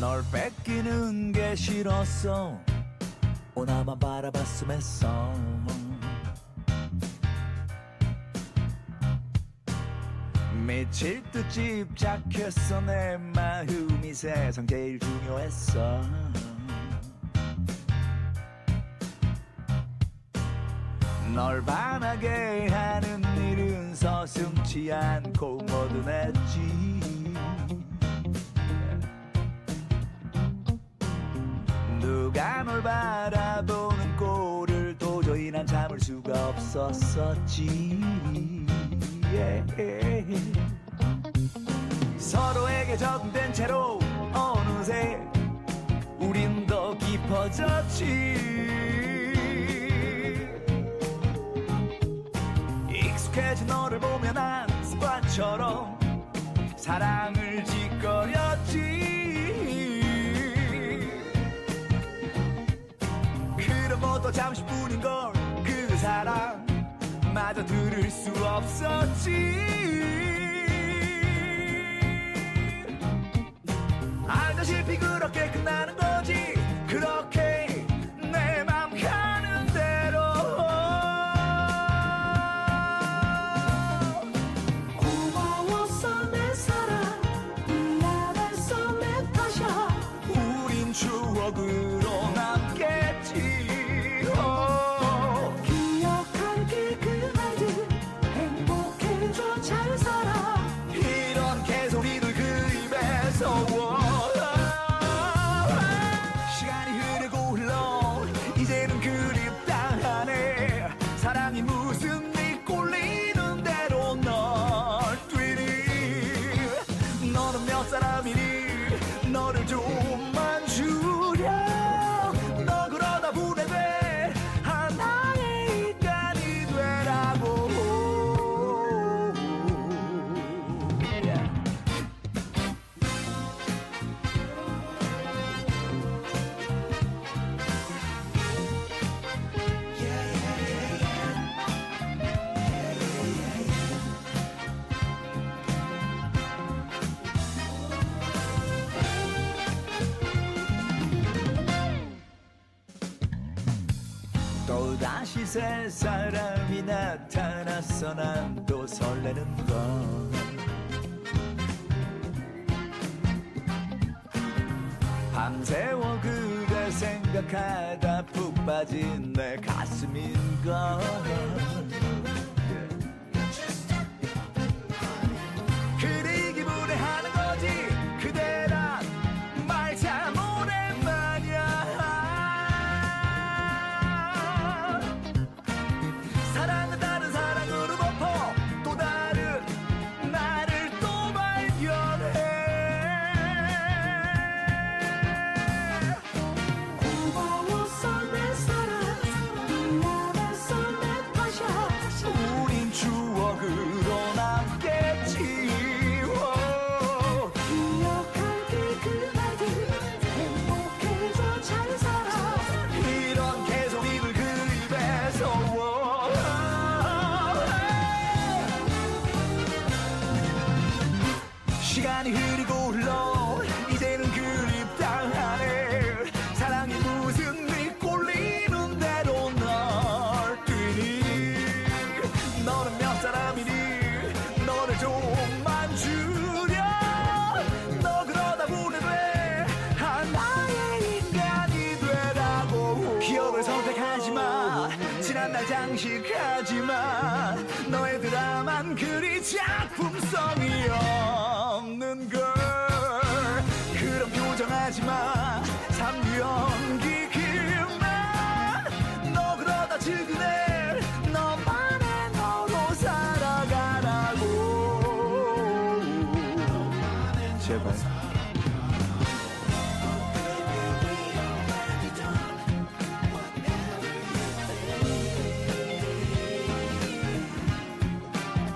널 뺏기는 게 싫었어 오나만 바라봤음 했어 미칠 듯 집착했어 내 마음이 세상 제일 중요했어 널 반하게 하는 일은 서슴치 않고 뭐든 했지 누가 널 바라보는 꼴을 도저히 난 참을 수가 없었었지 예. 서로에게 적응된 채로 어느새 우린 더 깊어졌지 익숙해진 너를 보면 난 습관처럼 사랑을 짓거렸지 그런 것도 잠시뿐인 걸 그 사랑 마저 들을 수 없었지 알다시피 그렇게 끝나는 거지 그렇게 내 맘 가는 대로 고마웠어 내 사랑 미안했어 내 탓이야 우린 추억으로 남겠지 어. 오. 기억할게 그날들 행복해져 잘 살아 이런 개소리들 그 입에서 와 시간이 흐르고 흘러 이제는 그립다 하네 사랑이 무슨 네 꼴리는 대로 널 뛰니 너는 몇 사람이니 너를 좀만 주려 너 그러다 분해돼 하나의 인간이 되라고 또 다시 새 사람이 나타났어 난 또 설레는 건 밤새워 그대 생각하다 푹 빠진 내 가슴인 걸 그래 이 기분에 하는 거지 그대란 말 참 오랜만이야 사랑은 다른 사랑으로 덮어 또 다른 나를 또 발견해 고마웠어 내 사랑 미안했어 내 탓이야 우린 추억으로 남겠지 오. 기억할게 그날들 행복해져 잘 살아 이런 계속 입을 그 입에서 시간이 흐르고 흘러 이제는 그립다 하네 사랑이 무슨 네 꼴리는 대로 널 뛰니 너는 몇 사람이니 너를 좀만 주려 너 그러다 보내돼 하나의 인간이 되라고 기억을 선택하지 마 지난날 장식하지 마 너의 드라만 그리 작품성이 없는 걸 그런 표정하지 마 삼류 연기 그만 너 그러다 지그네 너만의 너로 살아가라고 제발 내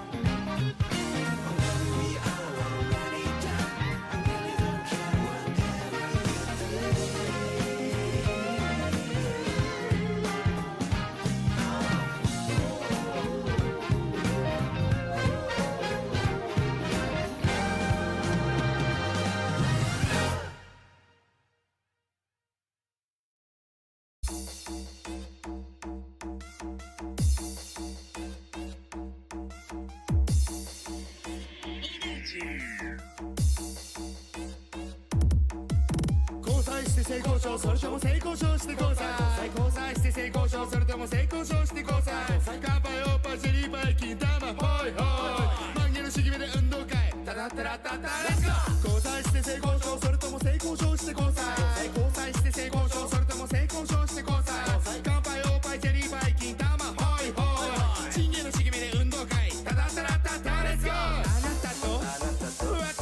して成功しようそれとも成功しようしてください最高裁して成功しようそれとも成功しようしてください乾杯オーパージェリーバイ金玉ホイホイ万華のしぎめで運動会タラッタラッタッタレッツゴー交際して成功しようそれとも成功しようしてください交際して成功しようそれとも成功しようしてください乾杯オーパージェリーバイ金玉ホイホイチンゲのしぎめで運動会タラッタラッタッタレッツゴーあなたと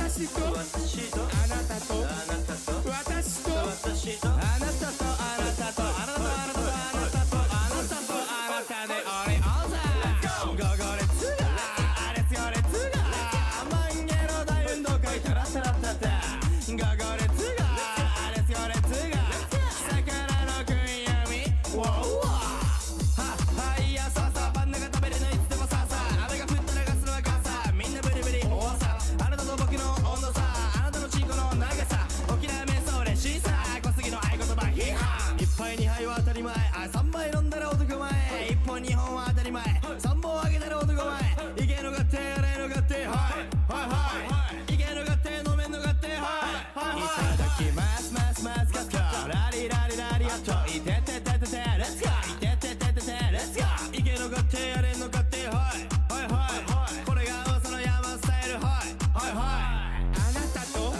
私とあなたと私とあなたとあなたとあなたとあなたとあなたとあなたで俺オーザーゴゴレツがあれ強烈が万華の大運動会タラタラタタゴゴレツがあれ強烈が魚の食い闇ウォーウォーははいやささ真ん中食べれないいつでもささ雨が降ったらガスの赤さみんなブリブリ大さあなたと僕の温度差あなたのチンコの長さ沖縄面相嬉しいさ小杉の合言葉ヒーハー一杯二杯は当たり前あ三杯飲んだら男前一本二本は当たり前三本あげたら男前いけのがって洗いのがってはいはいはいいけのがって飲めんのがってはいはいただきますますますガスガスラリラリラリアットいてててててレッツゴーいてててててレッツゴーいけのがってやれんのかってはいはいはいこれが噂の山スタイルはいはいはいあなたと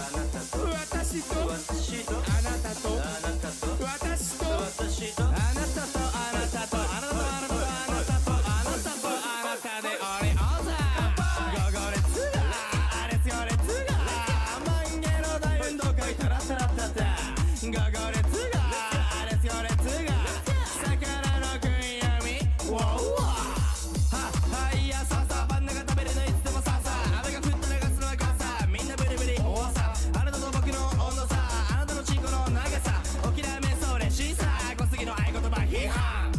私とあなたと私とあなたとあなたとあなたとあなたとあなたとあなたで俺オーザーゴゴレツがあれ強烈が万華の大運動会タラタラタタゴゴレツがあれ強烈が魚の食い闇ウォーウォーははいやささ真ん中食べれないいつでもささ雨が降ったらガスの赤さみんなブリブリ大さあなたと僕の温度差あなたのチンコの長さ沖縄面相嬉しいさ小杉の合言葉ヒーハー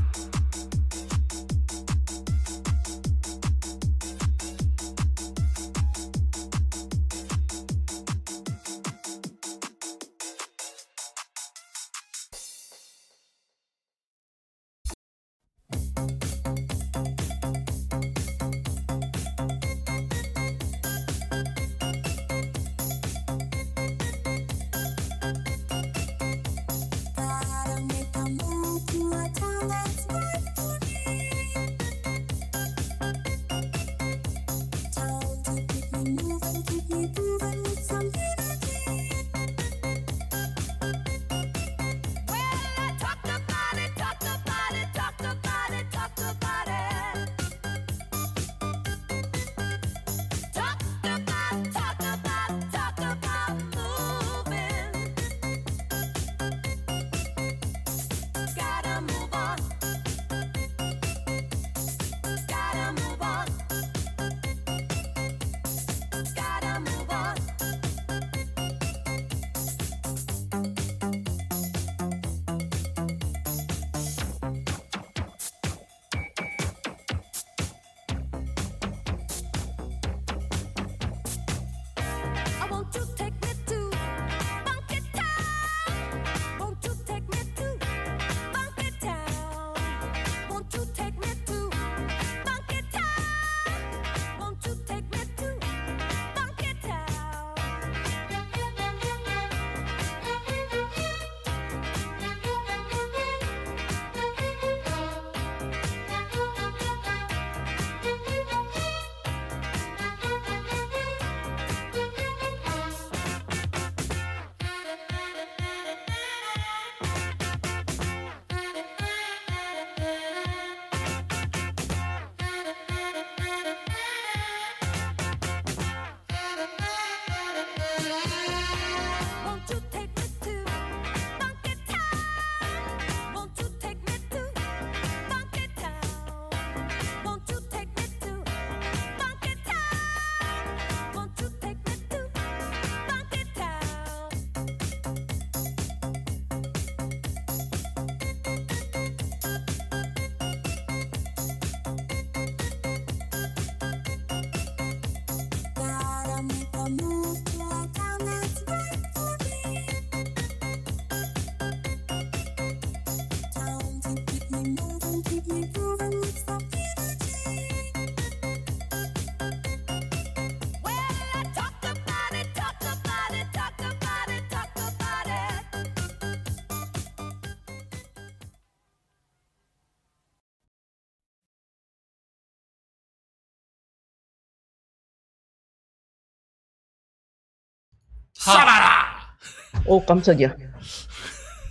쏴라라! 오 깜짝이야.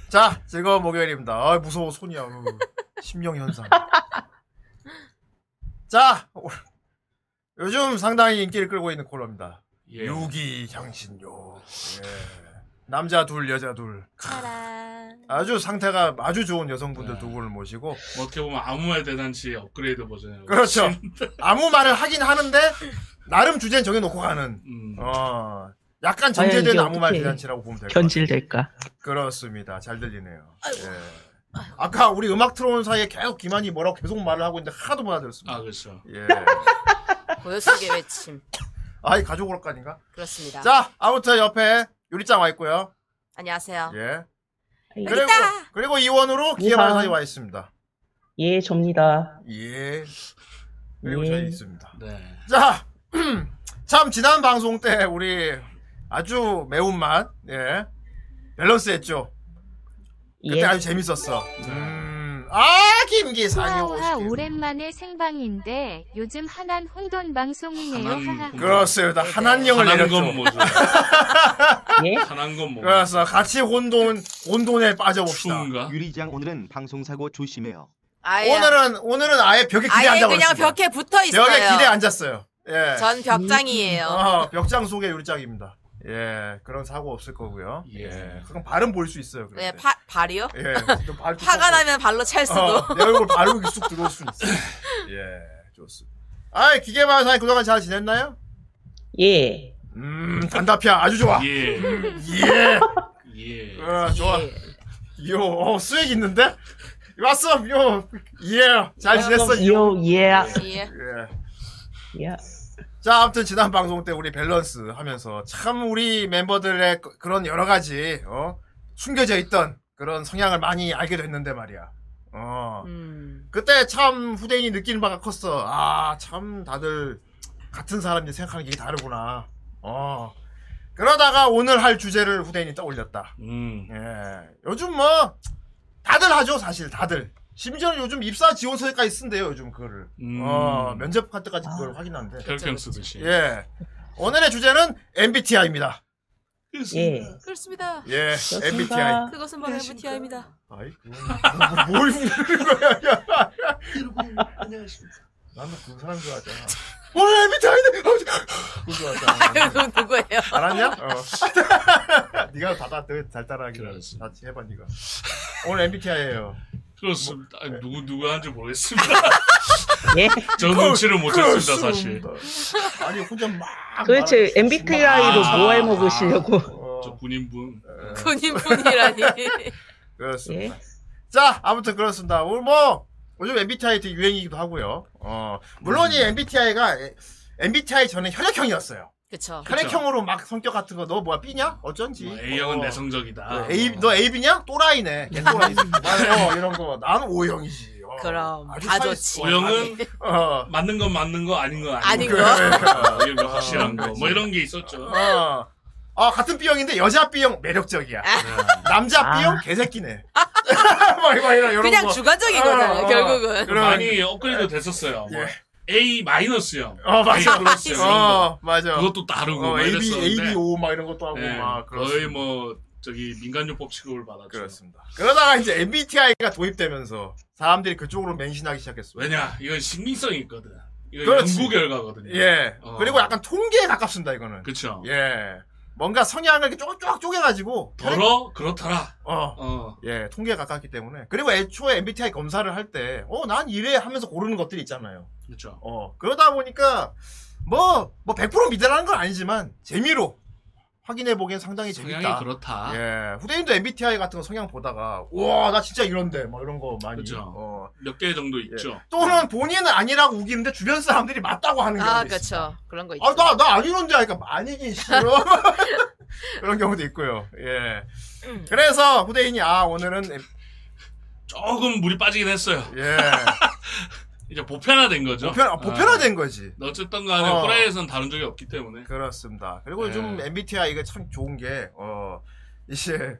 자, 즐거운 목요일입니다. 아, 무서워, 손이야. 어, 심령현상. 자, 올- 요즘 상당히 인기를 끌고 있는 콜러입니다. 예. 유기향신료. 예. 남자 둘, 여자 둘. 사랑. 아주 상태가 아주 좋은 여성분들 네. 두 분을 모시고. 뭐 어떻게 보면 아무 말 대잔치 업그레이드 버전이라고. 그렇죠. 아무 말을 하긴 하는데, 나름 주제는 정해놓고 가는. 음. 어, 약간 과연 전제된 이게 아무 말 어떻게 대잔치라고 보면 될것 같아요. 변질될까? 그렇습니다. 잘 들리네요. 예. 아까 우리 음악 틀어오는 사이에 계속 김한이 뭐라고 계속 말을 하고 있는데 하나도 못 알아들었습니다. 아 그렇죠. 예. 보여속의 외침. 아이 가족 오락가니까. 그렇습니다. 자, 아무튼 옆에 요리짱 와 있고요. 안녕하세요. 예. 아이. 그리고 그리고 이원으로 기회만 사이 와 있습니다. 예, 접니다. 예. 그리고 예. 저희 있습니다. 네. 자, 참 지난 방송 때 우리 아주 매운맛 예 밸런스했죠. 그때 예. 아주 재밌었어. 음, 아 김기상이 오시 하하 기 오랜만에 생방인데 요즘 하난 혼돈 방송이네요. 하난 하하. 혼돈. 예, 그렇습니다. 한한령을 하는 내렸죠. 네. 건 뭐죠? 예. 하는 건 뭐? 그래서 같이 혼돈 혼돈에 빠져봅시다. 추운가? 유리장 오늘은 방송사고 조심해요. 아예 오늘은 오늘은 아예 벽에 기대 아예 앉아 그냥 버렸습니다. 벽에 붙어 있어요. 벽에 기대 앉았어요. 예. 전 벽장이에요. 어, 벽장 속에 요리짝입니다. 예, 그런 사고 없을 거고요. 예. 예. 그럼 발은 볼 수 있어요. 그런데. 네, 파, 발이요? 예. 또 발- 파가 나면 발로 찰 수도. 어, 내 얼굴 바로 이렇게 쑥 들어올 수 있어요. 예, 좋습니다. 아이, 기계마사님 그동안 잘 지냈나요? 예. 음, 단답이야. 아주 좋아. 예. 예. 예. 예. 어, 좋아. 요, 어, 수액 있는데? 왔어, 요. 예. 잘 지냈어, 요. 요, 예. 예. 예. 예. 자, 아무튼 지난 방송 때 우리 밸런스 하면서 참 우리 멤버들의 그- 그런 여러 가지 어? 숨겨져 있던 그런 성향을 많이 알게 됐는데 말이야. 어. 음. 그때 참 후대인이 느끼는 바가 컸어. 아, 참 다들 같은 사람이 생각하는 게 다르구나. 어. 그러다가 오늘 할 주제를 후대인이 떠올렸다. 음. 예. 요즘 뭐 다들 하죠, 사실 다들. 심지어는 요즘 입사 지원서까지 쓴대요, 요즘 그거를. 음. 어, 면접할 때까지 아. 그렇죠, 그걸 확인한대. 별평 쓰듯이. 예. 오늘의 주제는 MBTI입니다. 예. 그렇습니다. 예, 그렇습니다. MBTI. 그것은 바로 MBTI입니다. 아이, 그건 뭐- 뭘 부르는 거야, 야. 나는 그 사람 좋아하잖아. 오늘 MBTI네! 그거 좋아하잖아. 아유, 그건 누구예요? 알았냐? 어. 니가 받아, 잘 따라하기를. 그렇지. 같이 해봐, 니가. 오늘 MBTI예요 그렇습니다. 아니, 누구 누가 한지 모르겠습니다. 뭐, 예. 저 눈치를 못 챘습니다 사실. 아니, 혼자 막. 도대체 말하고 MBTI로 막- 뭐 해먹으시려고. 어, 저 군인분. 군인분이라니. 그렇습니다. 예. 자, 아무튼 그렇습니다. 오늘 뭐, 요즘 MBTI 되게 유행이기도 하고요. 어, 물론 이 MBTI가, MBTI 전에 혈액형이었어요. 그쵸. 혈액형으로 막 성격 같은 거, 너 뭐야, B냐? 어쩐지. 뭐 A형은 어. 내성적이다. 뭐 A, 너 AB냐? 또라이네. 또라이. 맞아, 어, 이런 거. 난 O형이지. 어, 그럼 아주 다 차이- 좋지. O형은 어, 맞는 건 맞는 거 아닌 건 아닌 아닌 거. 거. 아, 이런 거 확실한 거. 뭐 이런 게 있었죠. 어. 어, 같은 B형인데 여자 B형 매력적이야. 아. 남자 B형 개새끼네. 막, 막 이런, 이런 그냥 거. 주관적이거든요, 어, 어. 결국은. 그런- 많이 업그레이드 됐었어요. 뭐 A 마이너스형. 예. 어, 맞아. A 플러스형. 이런 거. 어, 맞아. 그것도 다르고 어, 막 AB, 이랬었는데. ABO 막 이런 것도 하고 예, 막 거의 그렇습니다. 뭐 저기 민간요법 취급을 받았죠. 그렇습니다. 그러다가 이제 MBTI가 도입되면서 사람들이 그쪽으로 맹신하기 시작했어요. 왜냐 이건 식민성이 있거든. 이거 그렇지. 연구 결과거든요. 예. 어. 그리고 약간 통계에 가깝습니다 이거는. 그렇죠. 예. 뭔가 성향을 이렇게 쪼각 쪼개가지고 더러 그렇더라. 어. 어. 예, 통계에 가깝기 때문에. 그리고 애초에 MBTI 검사를 할 때, 어, 난 이래 하면서 고르는 것들이 있잖아요. 그렇죠. 어, 그러다 보니까, 뭐, 뭐, 100% 믿으라는 건 아니지만, 재미로 확인해보기엔 상당히 재밌다. 성향이 그렇다. 예, 후대인도 MBTI 같은 거 성향 보다가 우와 나 진짜 이런데 막 이런 거 많이 그죠. 어. 몇 개 정도 있죠. 또는 본인은 아니라고 우기는데 주변 사람들이 맞다고 하는 아, 경우도 있어 그쵸. 그런 거 있죠. 아나 나 아니런데 하니까 아니긴 싫어 그런 경우도 있고요 예 음. 그래서 후대인이 아 오늘은 M- 조금 물이 빠지긴 했어요. 예 이제 보편화된 거죠. 보편 보편화된 거지 어. 어쨌든 간에 어. 호라이에선 다룬 적이 없기 때문에. 그렇습니다 그리고 요즘 예. MBTI 이거 참 좋은 게어 이제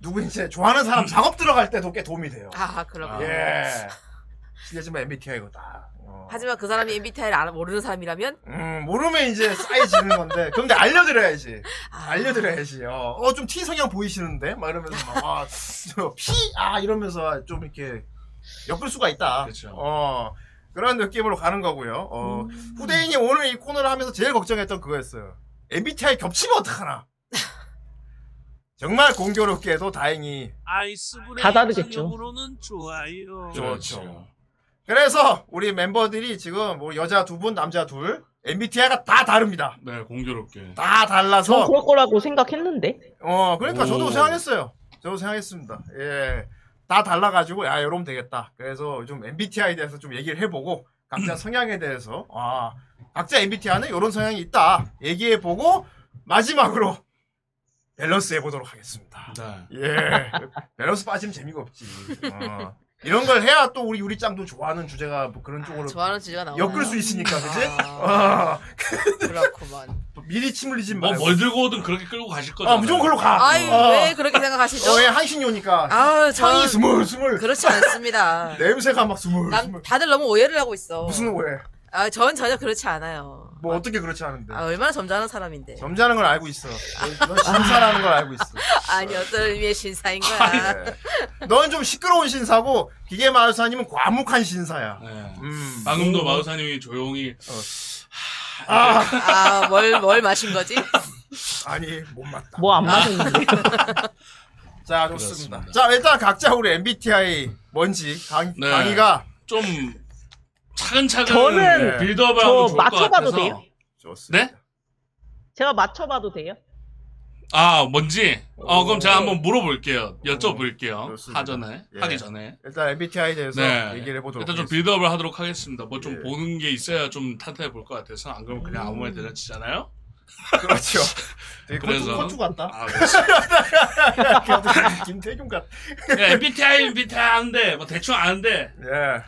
누구 이제 좋아하는 사람 작업 들어갈 때도 꽤 도움이 돼요 아, 그렇구나. 예. 실례지만 MBTI거다. 어. 하지만 그 사람이 MBTI를 알아, 모르는 사람이라면 음, 모르면 이제 쌓이지는 건데. 그런데 알려드려야지. 아. 알려드려야지. 어, 어, 좀 T 성향 보이시는데? 막 이러면서 막, 아, 저 P? 아, 이러면서 좀 이렇게 엮을 수가 있다. 그쵸. 어, 그런 느낌으로 가는 거고요. 어, 음. 후대인이 오늘 이 코너를 하면서 제일 걱정했던 그거였어요. MBTI 겹치면 어떡하나? 정말 공교롭게도 다행히. 아이스 다 다르겠죠. 영으로는 좋아요. 그렇죠. 좋죠. 그래서 우리 멤버들이 지금 뭐 여자 두 분, 남자 둘, MBTI가 다 다릅니다. 네, 공교롭게. 다 달라서. 전뭐 그럴 거라고 생각했는데. 어, 그러니까 저도 오. 생각했어요. 저도 생각했습니다. 예. 다 달라가지고, 야, 이러면 되겠다. 그래서 좀 MBTI에 대해서 좀 얘기를 해보고, 각자 성향에 대해서, 아, 각자 MBTI는 이런 성향이 있다. 얘기해보고, 마지막으로 밸런스 해보도록 하겠습니다. 네. 예. 밸런스 빠지면 재미가 없지. 어. 이런 걸 해야 또 우리 유리짱도 좋아하는 주제가 뭐 그런 쪽으로 아, 좋아하는 주제가 나오네. 엮을 수 있으니까, 그지? 어, 아, 그렇구만. 미리 침 흘리지 뭐, 말고. 뭘 들고 오든 그렇게 끌고 가실 거죠. 네. 아, 무조건 글로 가. 아유 어. 왜 그렇게 생각하시죠? 어, 예, 한신요니까. 아우 향이 저 스물 스물 그렇지 않습니다. 냄새가 막 스물 남, 스물 다들 너무 오해를 하고 있어. 네, 무슨 오해 아, 전 전혀 그렇지 않아요. 뭐 어떻게 그렇지 않은데 아, 얼마나 점잖은 사람인데. 점잖은 걸 알고 있어 너- 넌 신사라는 걸 알고 있어 아니, 어떤 의미의 신사인 거야. 네. 넌좀 시끄러운 신사고 기계 마술사님은 과묵한 신사야 네. 음. 방금도 마우사님이 조용히 아 아, 뭘, 뭘 마신 거지? 아니 못 맞다 뭐 안 맞았는데. 자 좋습니다 그렇습니다. 자 일단 각자 우리 MBTI 뭔지 강, 네. 강의가 좀 차근차근 네, 저는 아, 빌드업을 하면 저 좋을 것뭐 맞춰봐도 같아서. 돼요? 좋습니다 네? 제가 맞춰봐도 돼요? 아, 뭔지? 어, 그럼 제가 한번 물어볼게요. 여쭤볼게요. 좋습니다. 하전에, 예. 하기 전에. 일단 MBTI에 대해서 얘기를 해보도록 네. 일단 좀 하겠습니다. 빌드업을 하도록 하겠습니다. 뭐 좀 예. 음. 보는 게 있어야 좀 탄탄해 볼 것 같아서 안 그러면 그냥 아무 말대나 치잖아요. 그렇죠 되게 그래서- 컨투 같다 네, 아, 그렇지. 김태균 같다 예, MBTI, MBTI 아는데 뭐 대충 아는데 예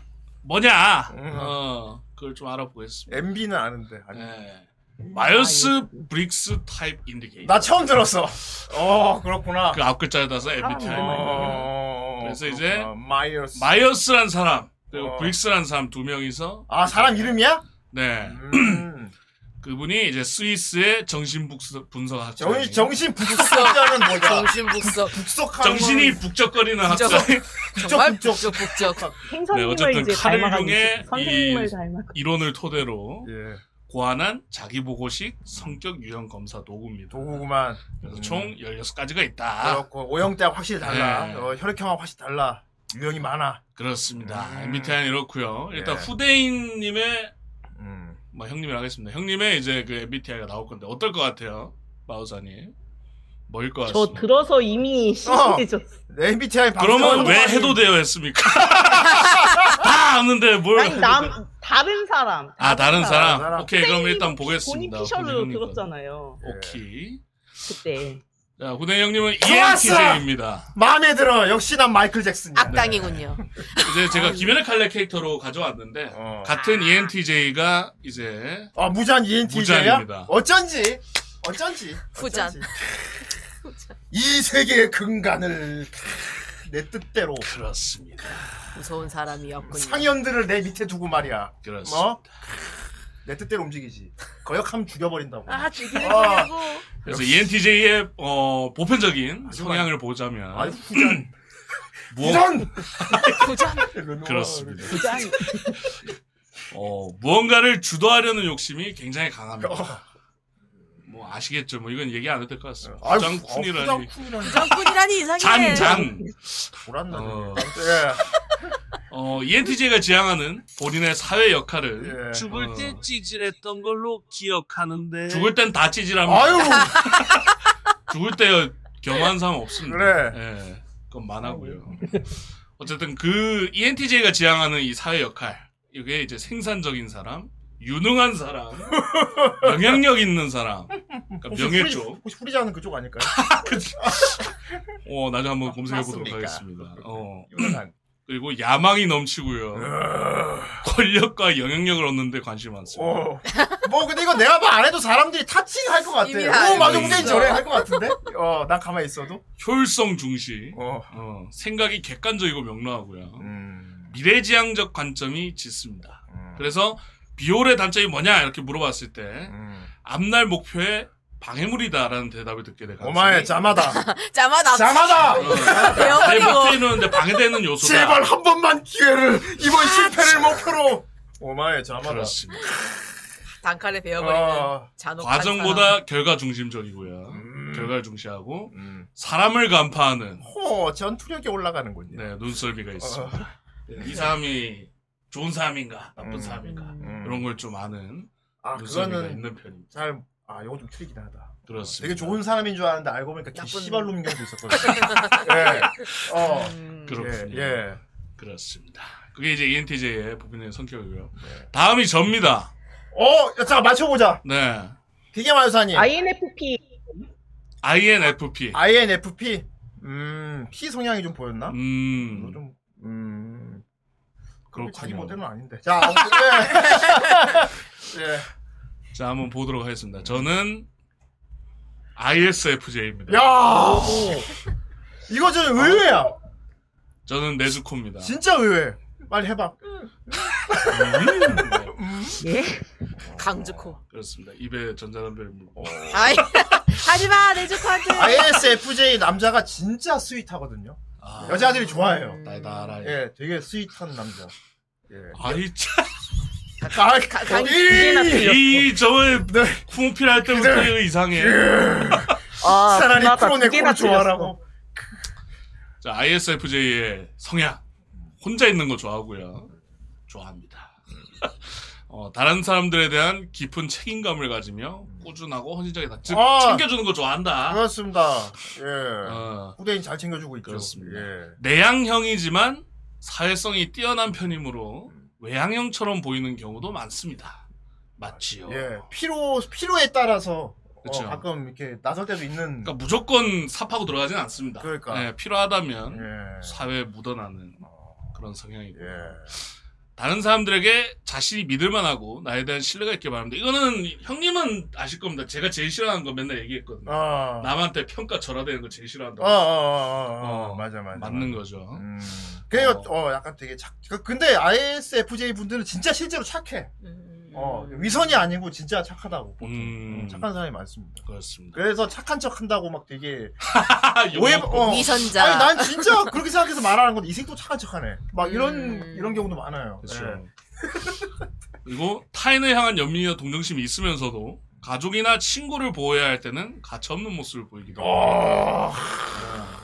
뭐냐? 음. 어, 그걸 좀 알아보겠습니다. MB는 아는데 아니. 예. 아, 예. 마일스 브릭스 타입 인디케이터. 나 처음 들었어. 어, 그렇구나. 그 앞 글자에 따라서 어, MBTI. 어, 어, 그래서 그렇구나. 이제 마이어스. 마이어스란 사람 그리고 어. 브릭스란 사람 두 명이서 아, 사람 이름이야? 네 음. 그분이 이제 스위스의 정신 분석 학자 정, 정신 북석자는 뭐야? 정신북석. 북석하는 정신이 건 북적거리는 북적. 학자 정말 북적. 북적북적. 네, 행성님을 어쨌든 이제 칼을 닮아가고 이용해 있어요. 선생님을 이- 닮아가고 이론을 토대로 예. 고안한 자기보고식 성격 유형 검사 도구입니다 도구구만. 그래서 총 16가지가 있다 그렇고 오형대학 확실히 달라. 아. 네. 어, 혈액형하고 확실히 달라. 유형이 많아. 그렇습니다 음. MBTI는 이렇고요 일단 예. 후대인님의 음. 뭐 형님이라 하겠습니다 형님의 이제 그 MBTI가 나올 건데 어떨 것 같아요 마우사님 뭐일 것 저 같습니다 들어서 이미 시시해졌어. 내 MBTI 방송 그러면 왜 해도 돼요 했습니까? 다 아는데 뭘. 아니 남 다른 사람. 아, 다른 사람? 사람. 오케이, 그러니까. 그럼 일단 본인 보겠습니다. 피셜로 후대인 형님 들었잖아요. 거. 오케이. 그때. 자, 후대 형님은 E 좋았어! ENTJ입니다. 마음에 들어. 역시 난 마이클 잭슨이야. 악당이군요. 이제 제가 김연의 칼레 캐릭터로 가져왔는데, 아, 어. 같은 E ENTJ가 이제, 아, 무잔 ENTJ야? 무잔입니다. 어쩐지. 어쩐지. 후잔. 어쩐지. 이 세계의 근간을 내 뜻대로 그렇습니다. 무서운 사람이었군요. 상현들을 내 밑에 두고 말이야. 그렇습니다. 뭐? 내 뜻대로 움직이지. 거역하면 죽여버린다고. 아, 죽이는 어. 거냐고. 그래서 E ENTJ의, 어, 보편적인 아주 성향을 보자면, 아니 후잔. 무엇, 후잔. 후잔. 그렇습니다. 부장 어, 무언가를 주도하려는 욕심이 굉장히 어. 강합니다. 뭐 아시겠죠? 뭐 이건 얘기 안 해도 될 것 같습니다. 아유, 아, 장쿤이라니. 후잔쿤이라니. 장군이라니 이상해. 잔, 잔. 예. 돌았나. 어. 예. 어, ENTJ가 지향하는 본인의 사회 역할을 예. 죽을 어. 때 찌질했던 걸로 기억하는데. 죽을 땐 다 찌질합니다. 아유. 죽을 때 겸한 예. 사람 없습니다. 그래. 예. 그건 만하고요. 어쨌든 그 ENTJ가 지향하는 이 사회 역할. 이게 이제 생산적인 사람, 유능한 사람, 영향력 있는 사람, 그러니까 혹시 명예 후리- 쪽. 혹시 후리자는 그쪽 아닐까요? 어, 나중에 한번 검색해 보도록 아, 맞습니까? 네. 하겠습니다. 어. 유난. 그리고 야망이 네. 넘치고요. 어. 권력과 영향력을 얻는데 관심이 많습니다. 어. 뭐 근데 이거 내가 봐 안 해도 사람들이 타칭할 것 이미 같아. 알고 오 맞아 있어. 후잔 저래 할 것 같은데. 어, 난 가만히 있어도. 효율성 중시. 어. 어, 생각이 객관적이고 명료하고요. 음. 미래지향적 관점이 짙습니다. 음. 그래서 비올의 단점이 뭐냐 이렇게 물어봤을 때 음. 앞날 목표에 방해물이다라는 대답을 듣게 어, 돼. 오마의 자마다. 짜마다 자마다. 내 배워버려. 목표에 있는데 방해되는 요소다. 제발 한 번만 기회를 이번 실패를 목표로. 오마의 자마다. 그렇습니다. 단칼에 배워버리는 아, 잔혹한 사람. 과정보다 결과 중심적이고요. 음. 결과를 중시하고 음. 사람을 간파하는 호 전투력이 올라가는군요. 네, 눈썰미가 있습니다. 네, 이 사람이 좋은 사람인가 나쁜 어. 음. 사람인가 음. 이런 걸 좀 아는 아 눈썰미가 그거는 있는 편입니다. 잘. 아 이거 좀 틀리긴 하다. 그렇습니다. 되게 좋은 사람인 줄 알았는데 알고 보니까 나쁜- 개씨발놈인 경우도 있었거든요. 예. 어. 음, 그렇군요. 예. 예. 그렇습니다. 그게 이제 E ENTJ의 보편적인 성격이고요. 네. 다음이 접니다. 어, 야, 잠깐 맞춰보자. 네. 기계 마유사님. INFP INFP. 아. INFP. 음, P 성향이 좀 보였나? 이거 음. 좀, 음. 그렇게 자기 그렇군요. 모델은 아닌데. 자, 아무튼, 예. 예. 자, 한번 보도록 하겠습니다. 저는 ISFJ입니다. 야! 이거 좀 의외야. 저는 네즈코입니다. 진짜 의외. 빨리 해봐. 음. 네, 예? 강주코. 그렇습니다. 입에 전자담배를 물고. 아이 하지마 내 조카한테. ISFJ 남자가 진짜 스윗하거든요. 아, 여자들이 좋아해요. 음. 달달하게. 예, 되게 스윗한 남자. 예. 아이 아, 강- 참이 저번에 네. 쿠모필 할 때부터 이거 이상해. 아, 차라리 그나마 두 개나 프로네코를 틀렸어. 좋아하라고. 자, ISFJ의 성향. 혼자 있는 거 좋아하고요. 좋아합니다. 어, 다른 사람들에 대한 깊은 책임감을 가지며 꾸준하고 헌신적이다. 즉, 아! 챙겨주는 거 좋아한다. 그렇습니다. 예. 어, 후대인 잘 챙겨주고 있죠. 그렇습니다. 예. 내향형이지만 사회성이 뛰어난 편이므로 음. 외향형처럼 보이는 경우도 많습니다. 맞지요. 예, 필요 필요에 따라서 어, 그쵸. 가끔 이렇게 나설 때도 있는. 그러니까 무조건 삽하고 들어가진 않습니다. 그러니까. 예, 필요하다면 예. 사회에 묻어나는 그런 성향이고 예. 다른 사람들에게 자신이 믿을만하고 나에 대한 신뢰가 있길 바랍니다. 이거는 형님은 아실 겁니다. 제가 제일 싫어하는 거 맨날 얘기했거든요. 아. 남한테 평가 절하되는 거 제일 싫어한다고. 어, 어, 어, 어, 어, 어, 맞아, 맞아. 맞는 거죠. 음. 그래요, 어. 어, 약간 되게 착. 그- 근데 ISFJ 분들은 진짜 실제로 착해. 음, 어, 위선이 아니고 진짜 착하다고. 보통. 음. 음, 착한 사람이 많습니다. 그렇습니다. 그래서 착한 척 한다고 막 되게 아, 욕 오해. 먹고. 어. 위선자. 아니, 난 진짜 그렇게 생각해서 말하는 건데 이생도 착한 척하네. 막 이런 음. 이런 경우도 많아요. 그렇죠. 예. 그리고 타인을 향한 연민이나 동정심이 있으면서도 가족이나 친구를 보호해야 할 때는 가차 없는 모습을 보이기도 합니다. 어. 아.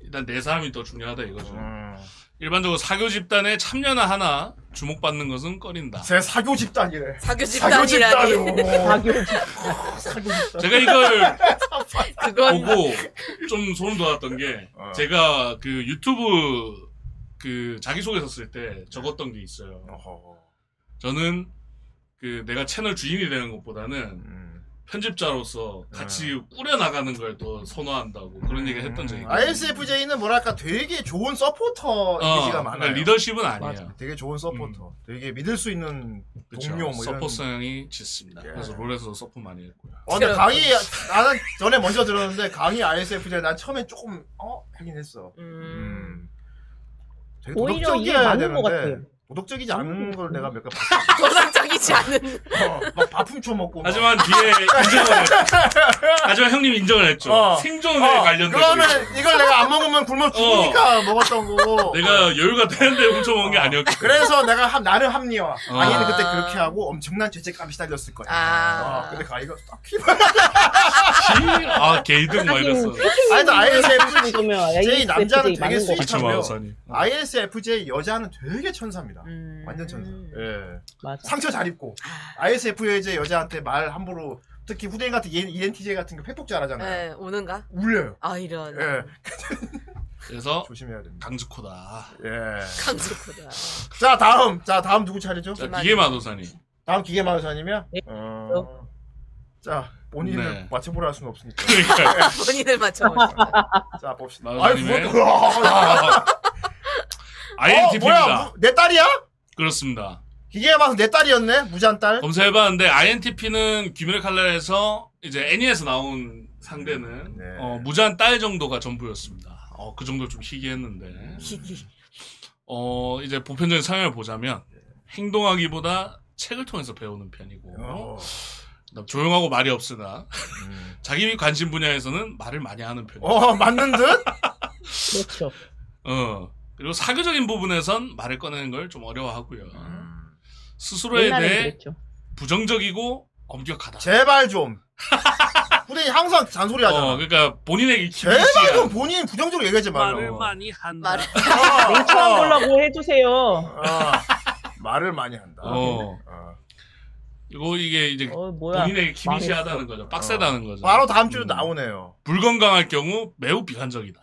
일단 내 사람이 더 중요하다 이거죠. 음. 일반적으로 사교 집단에 참여나 하나 주목받는 것은 꺼린다. 제 사교 집단이래. 사교 사교 집단이라니. 집단이요. 자기 사교 집단. 제가 이걸 그건 보고 좀 소름 돋았던 게 어. 제가 그 유튜브 그 자기소개서 쓸 때 적었던 게 있어요. 어허. 저는 그 내가 채널 주인이 되는 것보다는 음. 편집자로서 같이 꾸려나가는 걸 더 선호한다고 그런 얘기 음. 했던 적이 아, 있거든요. ISFJ는 뭐랄까 되게 좋은 서포터 어, 이미지가 그러니까 많아요. 리더십은 아니에요. 음. 되게 좋은 서포터. 되게 믿을 수 있는 그쵸. 동료 뭐 이런. 서포 성향이 짙습니다. 예. 그래서 롤에서 서포 많이 했고요. 어, 근데 그럼. 강의 나는 전에 먼저 들었는데 강의 ISFJ 난 처음엔 조금 어 하긴 했어. 음, 되게 오히려 이게 도덕적이어야 맞는 것 되는데 같아요. 음. 도덕적이지 않은 걸 내가 몇 개 도덕적이지 않은. 봤어. 어, 막 밥훔 쳐먹고. 막. 하지만 뒤에 인정을 했죠. 하지만 형님 인정을 했죠. 어. 생존에 어, 관련된 그러면 거 있죠. 이걸 내가 안 먹으면 굶어 죽으니까 먹었던 거고. 내가 여유가 되는데 훔쳐먹은 게 아니었기 때문에 그래서 내가 함, 나름 합리화. 어. 아기는 그때 그렇게 하고 엄청난 죄책감이 시달렸을 거야. 아. 어, 근데 가이가 딱히. 아 게이득 막 이랬어. 아니, 그 또 ISFJ, 정도면 제 남자는 ISFJ 되게 맞는 것 스윗- 같아. 미쳐 참고요. 그렇죠, 마우사니. ISFJ 여자는 되게 천사입니다. 음. 완전 천사. 예. 맞아. 상처 잘 입고. ISFJ 여자한테 말 함부로 특히 후대인 같은 얘- ENTJ 같은 거 팩폭 잘하잖아요. 예, 네, 오는가? 울려요. 아 이런 예. 그래서 조심해야 됩니다. 어. 강즈코다. 예. 강주코다. 자, 다음. 자, 다음 누구 차례죠? 자 기만이. 기계 마도사님. 다음 기계 마우사님이야? 네. 어. 자, 본인을 네. 맞춰보라 할 수는 없으니까. 그러니까 본인을 맞춰보시죠. 자, 봅시다. 마우사님의 아이, 뭐, 어, 뭐야? INTP입니다. 무- 내 딸이야? 그렇습니다. 기계에 봐서 내 딸이었네? 무지한 딸? 검색해봤는데 INTP는 귀멸의 칼날에서 이제 애니에서 나온 상대는 네. 어, 무자한 딸 정도가 전부였습니다. 어, 그 정도 좀 희귀했는데. 희귀. 어, 이제 보편적인 상향을 보자면 행동하기보다 책을 통해서 배우는 편이고 어. 그다음 조용하고 말이 없으나 자기 관심 분야에서는 말을 많이 하는 편이고 음. 어 맞는 듯? 그렇죠. 어, 그리고 사교적인 부분에선 말을 꺼내는 걸 좀 어려워하고요. 음. 음. 스스로에 그렇죠. 옛날엔 대해 그랬죠. 부정적이고 엄격하다. 제발 좀. 후대인 항상 잔소리 하잖아. 어, 그러니까 본인에게 제발 좀 본인 부정적으로 얘기하지 말을 말라고. 많이 한다. 말을- 아. 멘트만 보려고 해주세요. 아, 말을 많이 한다. 어. 어. 뭐 이거 이게 이제 어, 뭐야. 본인에게 기미시하다는 거죠. 빡세다는 거죠. 바로 다음 주에 음. 나오네요. 불건강할 경우 매우 비관적이다.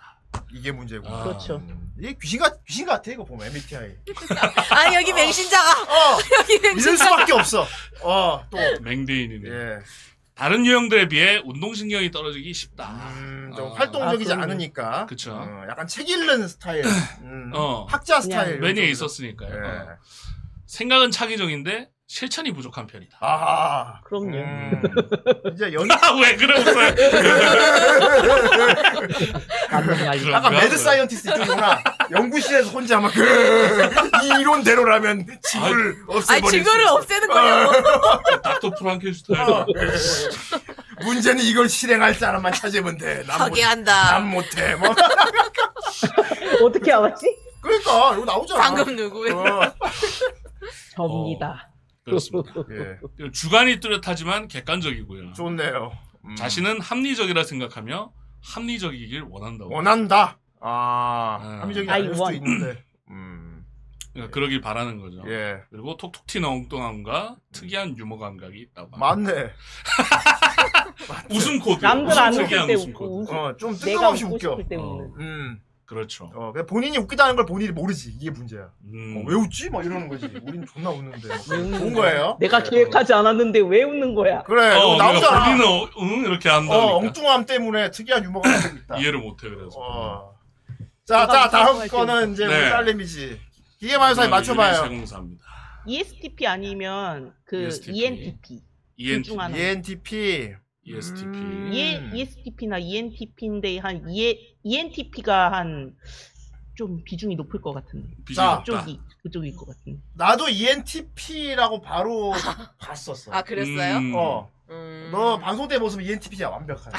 이게 문제고. 아. 그렇죠. 이게 귀신 같 귀신 같아 이거 보면 MBTI. 아 여기 맹신자가 어 여기 믿을 맹신자. 수밖에 없어. 어또 맹대인이네. 예. 다른 유형들에 비해 운동신경이 떨어지기 쉽다. 음, 좀 어. 활동적이지 아, 그럼요. 않으니까. 그쵸. 어, 약간 책 읽는 스타일. 음, 어. 학자 그냥 스타일. 매니에 요즘은. 있었으니까요. 어. 음, 그렇죠. 예. 생각은 차기적인데 실천이 부족한 편이다. 아하. 그럼요. 음. 이제 연 왜 그러세요? 아. 맞는 말이죠. 그런가? 약간 매드 사이언티스트 있구나. 연구실에서 혼자 막, 그, 이 이론대로라면 지구를 아 없애버릴 증거를 수 없애는 거냐고. 닥터 프랑켄슈타인. 어. 있- 문제는 이걸 실행할 사람만 찾으면 돼. 난, 못, 난 파괴한다. 못해. 뭐. 어떻게 알았지? 그러니까, 이거 나오잖아. 방금 누구의 어, 접니다. 어. 그렇습니다. 예, 그리고 주관이 뚜렷하지만 객관적이고요. 좋네요. 음. 자신은 합리적이라 생각하며 합리적이길 원한다고. 어. 원한다. 아, 음. 합리적이 I 아닐 수도 want. 있는데. 음, 그러니까 그러길 바라는 거죠. 예. 그리고 톡톡 튀는 엉뚱함과 특이한 유머 감각이 있다고. 합니다. 맞네. 웃음 코드. 남들 안 웃음 웃을 특이한 때 웃음 웃고, 코드. 웃- 어, 좀 내가 뜬금없이 웃고 웃겨. 싶을 때 어. 웃는. 음. 그렇죠. 어, 그냥 본인이 웃기다는 걸 본인이 모르지. 이게 문제야. 음. 어, 왜 웃지? 막 이러는 거지. 우린 존나 웃는데. 음. 좋은 거예요. 내가 예. 계획하지 않았는데 왜 웃는 거야? 그래, 이거 어, 나오잖아. 나오잖아. 본인은 어, 응 이렇게 한다니까. 예. 어, 엉뚱함 때문에 특이한 유머가 나오고 있다. 이해를 못해 그래서. 어. 자, 자, 다음 거는 이제 네. 아, 우리 딸내미지. 기계마요사에 맞춰봐요. 2040입니다. ESTP 아니면 그 ESTP. ENTP. ENTP. E 하나. ENTP. ESTP. 음. 예, ESTP나 ENTP인데 한 예, ENTP가 한 좀 비중이 높을 것 같은데. 비자. 그쪽이 그쪽일 것 같은데. 나도 E ENTP라고 바로 봤었어. 아 그랬어요? 어, 음. 너 방송 때 E 모습은 ENTP야, 완벽하게.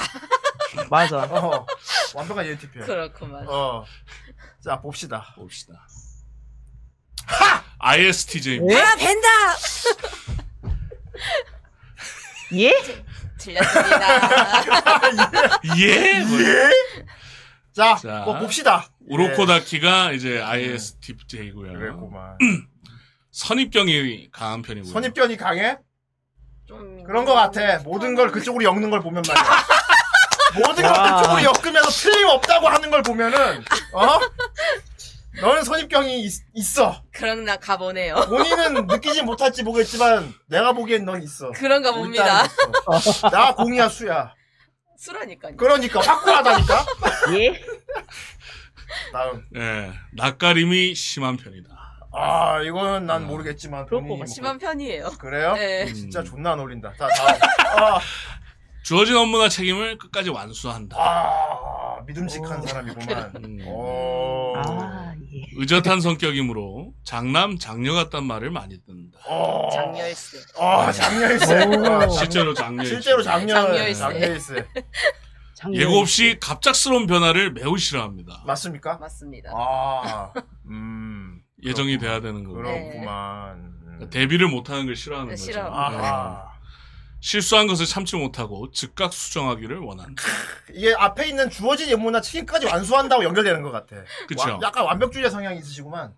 맞아. 어, 완벽한 ENTP야. 그렇구만. 어. 자, 봅시다. 봅시다. ISTJ입니다. 예? 아 벤다. 예? 질렸습니다. 예? 예? 자, 자. 뭐 봅시다. 우로코다키가 이제 예. ISTJ고요. 그랬구만. 선입견이 강한 편이고요. 선입견이 강해? 좀 그런 거 같아. 모든 걸 그쪽으로 엮는 걸 보면 말이야. 모든 걸 그쪽으로 엮으면서 틀림없다고 하는 걸 보면은, 어? 너는 선입견이 있, 어 그런가 가보네요. 본인은 느끼지 못할지 모르겠지만, 내가 보기엔 넌 있어. 그런가 우리 봅니다. 딸은 있어. 나 공이야, 수야. 수라니까요. 그러니까, 확고하다니까? 예? 다음. 예. 낯가림이 심한 편이다. 아, 이거는 난 모르겠지만. 그럴 본인이 것 같아. 심한 편이에요. 뭐- 그래요? 네. 진짜 음. 존나 안 어울린다. 자, 다음. 아, 주어진 업무나 책임을 끝까지 완수한다. 아, 믿음직한 사람이구만. 어. 음. 오. 아, 예. 의젓한 성격이므로 장남 장녀 같단 말을 많이 듣는다. 어. 장렬스. 아, 장렬세. 아, 장- 실제로 장녀. 실제로 장렬. 장렬세. 장렬세. 작년에 예고 없이 갑작스러운 변화를 매우 싫어합니다. 맞습니까? 맞습니다. 아, 음, 예정이 돼야 되는 네. 거고. 그러니까 그렇구만. 음. 대비를 못하는 걸 싫어하는 거죠. 싫어. 예. 아하. 실수한 것을 참지 못하고 즉각 수정하기를 원한다. 이게 앞에 있는 주어진 임무나 책임까지 완수한다고 연결되는 것 같아. 그쵸. 와- 약간 완벽주의자 성향이 있으시구만.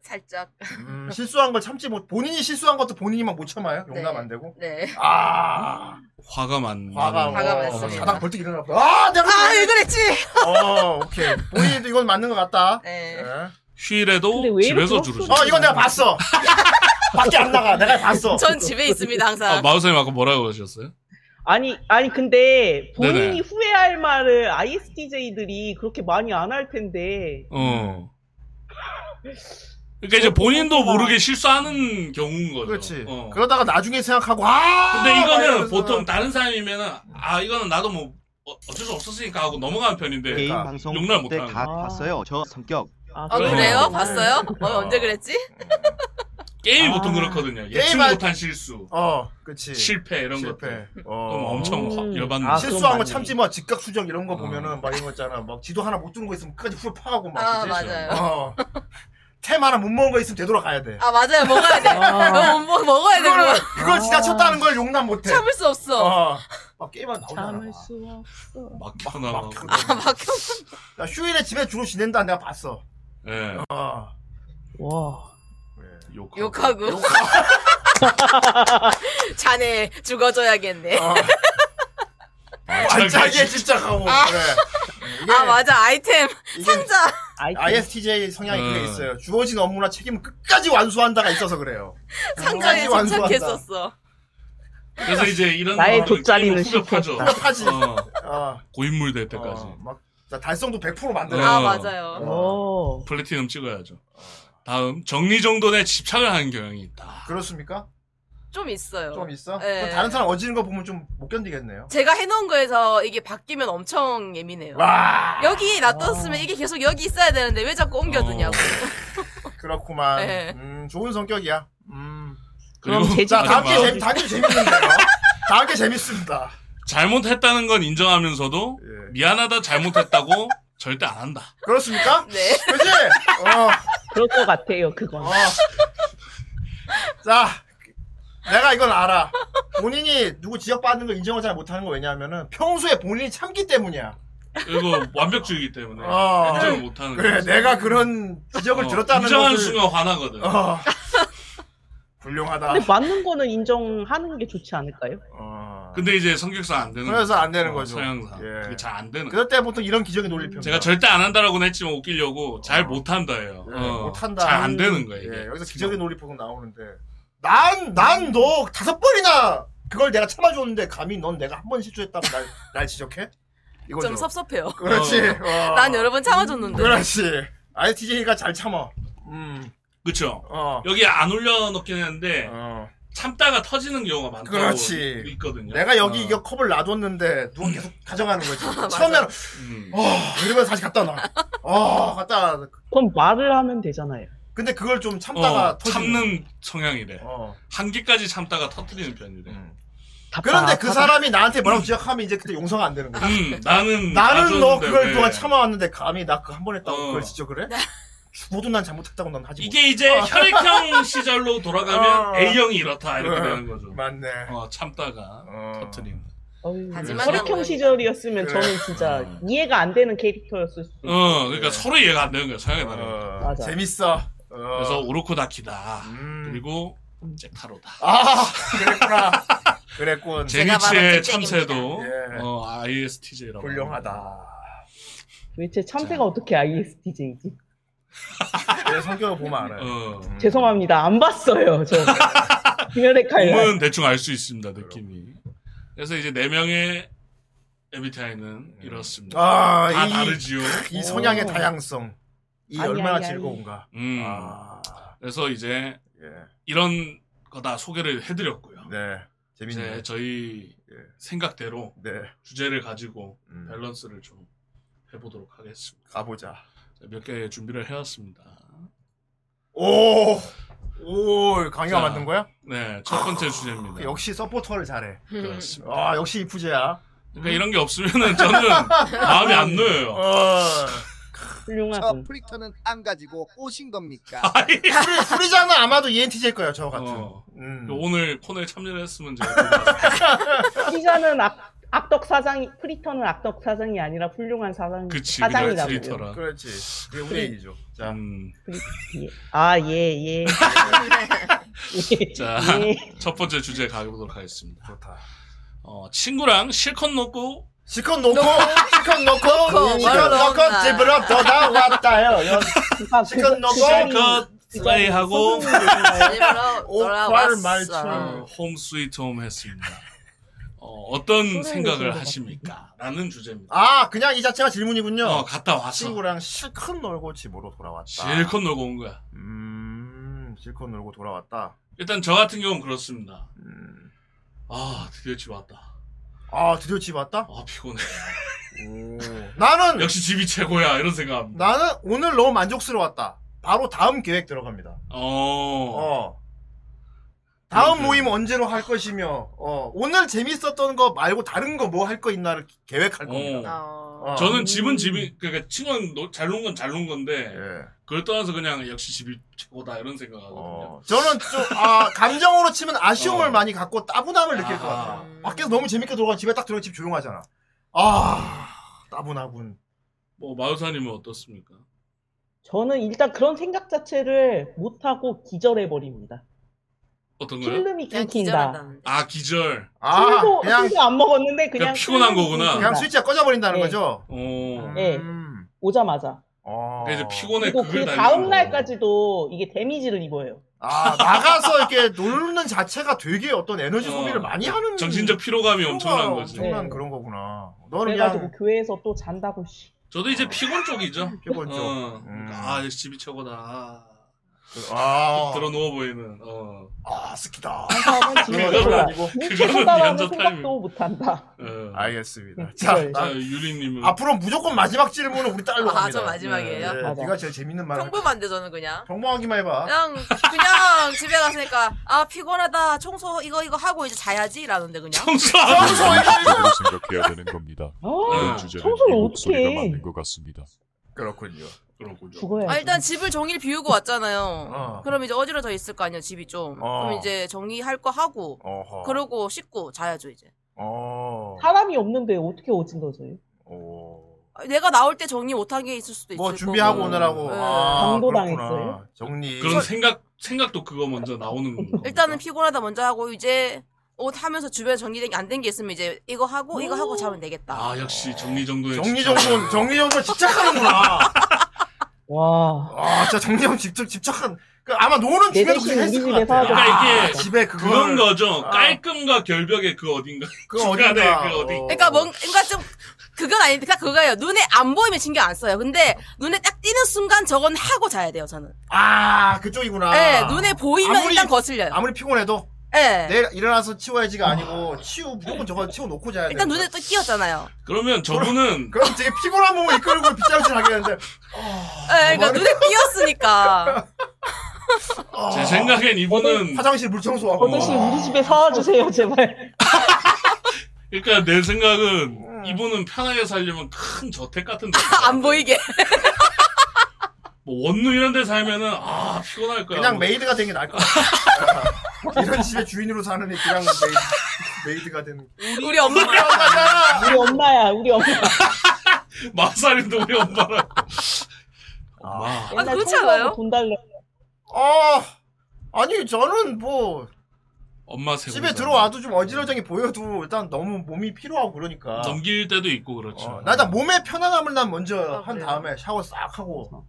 살짝. 음, 실수한 걸 참지 못, 본인이 실수한 것도 본인이만 못 참아요. 용납 네. 안 되고. 네. 아, 화가 많. 화가, 많은- 화가 어, 많습니다. 자다가 벌떡 일어나. 아, 내가. 아, 왜 그랬지? 어, 오케이. 본인도 이건 맞는 것 같다. 네. 예. 근데 휴일에도 왜 이렇게 집에서 없어? 주르죠. 어, 이건 내가 봤어. 밖에 안 나가. 내가 봤어. 전 집에 있습니다, 아, 항상. 마우사님 아까 뭐라고 하셨어요? 아니 아니 근데 본인이 네네. 후회할 말을 ISTJ들이 그렇게 많이 안 할 텐데 음. 어. 그러니까 이제 본인도 모르게 실수하는 경우인 거죠. 그렇지. 어. 그러다가 나중에 생각하고 아. 근데 이거는 이러면서. 보통 다른 사람이면은 아 이거는 나도 뭐 어- 어쩔 수 없었으니까 하고 넘어가는 편인데 개인 그러니까. 방송 용납 못하는 때 다 거. 봤어요. 저 성격 아, 아, 그럼. 그래요? 봤어요? 어, 언제 그랬지? 게임이 아. 보통 그렇거든요. 예측 게임할- 못한 실수, 어, 그치. 실패 이런 것들. 실패. 어. 그럼 엄청 음. 화- 열받는. 아, 아, 그건 실수한 거 맞네. 참지 마. 직각 수정 이런 거 어. 보면은 막 이런 거 있잖아. 막 지도 하나 못 주는 거 있으면 끝까지 후려 파하고 막. 아, 그치? 맞아요. 어. 템 하나 못 먹은 거 있으면 되돌아 가야 돼. 아, 맞아요. 먹어야 돼. 아. 뭐, 먹어야 돼, 그걸, 그거. 아. 그걸 지나쳤다는 걸 용납 못 해. 참을 수 없어. 어. 막 게임하다 나오잖아. 참을 수 없어. 막혀나. 막 아, 막 나 휴일에 집에 주로 지낸다 내가 봤어. 예. 어. 와. 욕. 욕하고. 자네 죽어줘야겠네. 어. 아, 아, 반짝이에 집착하고. 아. 그래. 이게 아 맞아 아이템 이게- 상자. 아이템. ISTJ 성향이 그게 음. 있어요. 주어진 업무나 책임을 끝까지 완수한다가 있어서 그래요. 상자에 완전히 집착했었어. 그래서 이제 이런 나의 상황을 돗자리는 게임을 후벼파죠. 실패했다. 하지. 어, 아, 어, 고인물 될 때까지. 어, 막 자, 달성도 100% 만들어. 아 어. 맞아요. 오. 플래티넘 찍어야죠. 다음 정리정돈에 집착을 하는 경향이 있다. 그렇습니까? 좀 있어요. 좀 있어? 네. 그럼 다른 사람 어지는 거 보면 좀 못 견디겠네요. 제가 해놓은 거에서 이게 바뀌면 엄청 예민해요. 와, 아. 여기 놔뒀으면 이게 계속 여기 있어야 되는데 왜 자꾸 옮겨두냐고. 어. 그렇구만. 네. 음, 좋은 성격이야. 음. 그럼 그리고 제 자, 다음 게 마지막, 재미, 다음 게 재밌는데요. 다음 게 재밌습니다. 잘못했다는 건 인정하면서도 예. 미안하다 잘못했다고 절대 안 한다. 그렇습니까? 네. 그지? 어. 그럴 것 같아요, 그건. 어. 자, 내가 이건 알아. 본인이 누구 지적받는 걸 인정을 잘 못하는 거 왜냐하면은 평소에 본인이 참기 때문이야. 그리고 완벽주의이기 때문에 어. 인정을 못하는 그래, 거지. 내가 그런 지적을 어, 들었다는 인정하는 것을. 순간 화나거든. 어. 훌륭하다. 근데 맞는 거는 인정하는 게 좋지 않을까요? 어. 근데 이제 성격상 안 되는 그래서 안 되는 어, 거죠. 성향상 예. 그게 잘 안 되는. 거 그럴 때 보통 이런 기적이 놀릴 편. 제가 절대 안 한다라고는 했지만 웃기려고 잘 못한다예요. 어. 예, 어, 못한다. 잘 안 되는 거예요. 이게. 예, 여기서 기적의 놀이법은 나오는데 난 난 너 다섯 번이나 그걸 내가 참아줬는데 감히 넌 내가 한 번 실수했다고 날, 날 지적해? 이거죠. 좀 섭섭해요. 그렇지. 어. 난 여러 번 참아줬는데. 그렇지. ITJ가 잘 참아. 음. 그렇죠. 어. 여기 안 올려놓긴 했는데 어. 참다가 터지는 경우가 많다고 그렇지. 있거든요. 내가 여기 어. 이거 컵을 놔뒀는데 누가 계속 가져가는 거지. 처음에는 음. 어 이러면서 다시 갖다 놔. 어 갖다. 놔. 그럼 말을 하면 되잖아요. 근데 그걸 좀 참다가 어, 터지는. 참는 성향이래. 어. 한계까지 참다가 터뜨리는 편이래. 음, 음. 그런데 그 답답하다. 사람이 나한테 뭐라고 지적하면 이제 그때 용서가 안 되는 거야. 음, 나는 나는 너 놔줬는데 그걸 왜. 동안 참아왔는데 감히 나 그거 한 번 했다고 어. 그걸 지적을 해? 죽어도 난 잘못했다고 난 하지 이게 이제 혈액형 시절로 돌아가면 어. A형이 이렇다 이렇게 어. 되는 거죠. 못해. 맞네. 어, 참다가 어. 터뜨리는. 어휴, 하지만 혈액형 나는- 뭐 시절이었으면 그래. 음. 저는 진짜 이해가 안 되는 캐릭터였을 수도 있고. 어, 그러니까 예. 서로 이해가 안 되는 거야 성향이 다르. 어. 어, 맞아. 재밌어. 어. 그래서 오로코다키다. 음. 그리고 잭타로다. 아 그랬구나. 그랬군. 제가 바로 제니치의 잭잭입니다. 참새도 예. 어, ISTJ라고. 훌륭하다. 도대체 참새가 어떻게 ISTJ지? 내 성격을 보면 알아요. 음. 어. 죄송합니다. 안 봤어요, 저. 김현의 예. 칼날. 몸은 대충 알 수 있습니다 느낌이. 그래서 이제 네 명의 MBTI는 예. 이렇습니다. 음. 아, 다 이- 다르지요. 이 성향의 오. 다양성. 이 아니, 얼마나 아니, 아니. 즐거운가. 음. 아, 그래서 이제 예. 이런 거다 소개를 해드렸고요. 네. 재밌네. 이제 저희 예. 생각대로 네. 주제를 가지고 음. 밸런스를 좀 해보도록 하겠습니다. 가보자. 음. 몇 개 준비를 해왔습니다. 오. 오, 강의가 자. 만든 거야? 네, 첫 번째 주제입니다. 아, 역시 서포터를 잘해. 그렇습니다. 아, 역시 이프제야. 그러니까 이런 게 없으면은 저는 마음이 안 놓여요. 어. 훌륭하군. 프리터는 안 가지고 오신 겁니까? 아, 프리자는 아마도 ENTJ일 거예요, 저 같은. 어. 음. 오늘 코너에 참여를 했으면 제가 피자는 악, 악덕 사장이 프리터는 악덕 사장이 아니라 훌륭한 사장 그치 그래 사장이라고 트위터라. 그렇지. 그게 우리 얘기죠. 자. 음, 예. 아예예 자. 예. 첫 번째 주제 가보도록 하겠습니다. 좋다. 어, 친구랑 실컷 놓고 시컷 놓고, 시컷 놓고, 네. 놓고, 시컷 멀어 놓고, 온다. 집으로 돌아왔다요. 연- 아, 그- 시컷 넣고, 그 자리- 실컷 그 자리 플레이하고 소중히 얘기해요. 집으로 오빠를 네, 돌아왔어. 음. 말처럼. 어, 홈 스위트 홈 했습니다. 어, 떤 소리를 생각을 내시는 하십니까? 라는 주제입니다. 아, 그냥 이 자체가 질문이군요. 어, 갔다 왔어. 친구랑 실컷 놀고 집으로 돌아왔다. 실컷 놀고 온 거야. 음, 실컷 놀고 돌아왔다. 일단 저 같은 경우는 그렇습니다. 음. 아, 드디어 집 왔다. 아, 드디어 집 왔다? 아, 피곤해. 나는 역시 집이 최고야 이런 생각합니다. 나는 오늘 너무 만족스러웠다. 바로 다음 계획 들어갑니다. 어. 어. 다음 그러니까요. 모임 언제로 할 것이며, 어, 오늘 재밌었던 거 말고 다른 거 뭐 할 거 있나를 기- 계획할 겁니다. 어. 아. 어. 저는 집은 집이 그러니까 친구는 잘 논 건 잘 논 건데 예. 그걸 떠나서 그냥 역시 집이 최고다 이런 생각하거든요. 어. 저는 좀, 아, 감정으로 치면 아쉬움을 어. 많이 갖고 따분함을 느낄 것 아. 같아요. 밖에서 너무 재밌게 돌아가 집에 딱 들어가 집 조용하잖아. 아, 따분하군. 뭐 마우사님은 어떻습니까? 저는 일단 그런 생각 자체를 못하고 기절해 버립니다. 어떤 거요? 필름이 그냥 끊긴다. 기절한다는데. 아 기절. 아, 술도 그냥, 술도 안 먹었는데 그냥, 그냥 피곤한 필름이 거구나. 끊긴다. 그냥 스위치가 꺼져버린다는 네. 거죠? 어. 예. 음. 오자마자 어. 근데 이제 피곤해 그리고 그걸 그 달리는 다음 거. 날까지도 이게 데미지를 입어요. 아, 나가서 이렇게 노는 자체가 되게 어떤 에너지 어. 소비를 많이 하는 정신적 피로감이 엄청난 거지. 엄청난 네. 그런 거구나. 너는 그래가지고 그냥 교회에서 또 잔다고 씨. 저도 이제 피곤 쪽이죠. 피곤 쪽. 어. 음. 아 역시 집이 최고다. 아, 들어 누워 보이는. 어. 아, 스키다. 한사람은 집에 그건 몰라. 아니고. 미쳐다라는 미안자 생각도 못한다. 어. 아, 알겠습니다. 음, 자, 그걸. 나- 자 유리님은 앞으로 무조건 마지막 질문은 우리 딸로 아, 합니다. 저 마지막이에요. 네, 맞아. 네가 제일 재밌는 말. 평범한데 저는 그냥. 네. 평범하기만 해봐. 그냥 그냥 집에 갔으니까 아 피곤하다 청소 이거 이거 하고 이제 자야지 라는데 그냥 청소하고 이걸 생각해야 되는 겁니다. 아, 이런 네. 주제는 이 청소를 목소리가 네. 어떻게 해? 맞는 것 같습니다. 그렇군요. 그런 거죠. 죽어야 아, 일단 집을 정리를 비우고 왔잖아요 어. 그럼 이제 어지러져 있을 거 아니야 집이 좀 어. 그럼 이제 정리할 거 하고 어허. 그러고 씻고 자야죠 이제 어. 사람이 없는데 어떻게 어진거져요? 어. 아, 내가 나올 때 정리 못한 게 있을 수도 있을 뭐 거고 준비하고 오느라고. 네. 아, 강도당했어요? 그렇구나. 정리. 그런 생각 생각도 그거 먼저 나오는 거. 그러니까. 일단은 피곤하다 먼저 하고 이제 옷 하면서 주변에 정리된 게 안 된 게 있으면 이제 이거 하고 이거 하고 자면 되겠다 아 역시 정리 정도에 정리정돈, 정리정돈 집착하는구나. 와. 아, 진짜 정리정돈 집착, 집착한. 그 아마 노는 내 집에도 대신 그렇게 우리 했을 것 집에서 같아. 하자. 그러니까 이게 집에 그건 그걸 거죠. 아. 깔끔과 결벽의 그 어딘가. 그 중간에 어딘가. 그 어디. 어. 그러니까 뭔가 좀 그건 아닌데 딱 그거예요. 눈에 안 보이면 신경 안 써요. 근데 눈에 딱 띄는 순간 저건 하고 자야 돼요. 저는. 아 그쪽이구나. 예, 눈에 보이면 아무리- 일단 거슬려요. 아무리 피곤해도 예. 내일 일어나서 치워야지가 아니고 치우 무조건 저거 치워 놓고 자야 돼. 일단 눈에 또 띄었잖아요. 그러면 저분은 그럼 되게 피곤한 몸을 이끌고 빗장질 하게 되는데 예, 그러니까 눈에 띄었으니까. 아, 제 생각엔 이분은 화장실 물 청소하고 어르신 우리 집에 사와주세요 제발. 그러니까 내 음. 생각은 이분은 편하게 살려면 큰 저택 같은 데. 안 보이게. 뭐 원룸 이런 데 살면은 아 피곤할 거야. 그냥 뭐. 메이드가 되는 게 나을 것 같아. 이런 집의 주인으로 사느니 그냥 메이드, 메이드가 되는. 우리 엄마. 우리 엄마야 우리 엄마. 마살인데 우리 엄마랑. 엄마. 아, 옛날 그렇지 청소하고 않아요? 돈 달래. 어 아니 저는 뭐 엄마 세고. 집에 들어와도 좀 어지러정이 보여도 일단 너무 몸이 피로하고 그러니까. 아. 넘길 때도 있고 그렇죠. 어, 나 일단 몸의 편안함을 난 먼저 아, 한 그래요? 다음에 샤워 싹 하고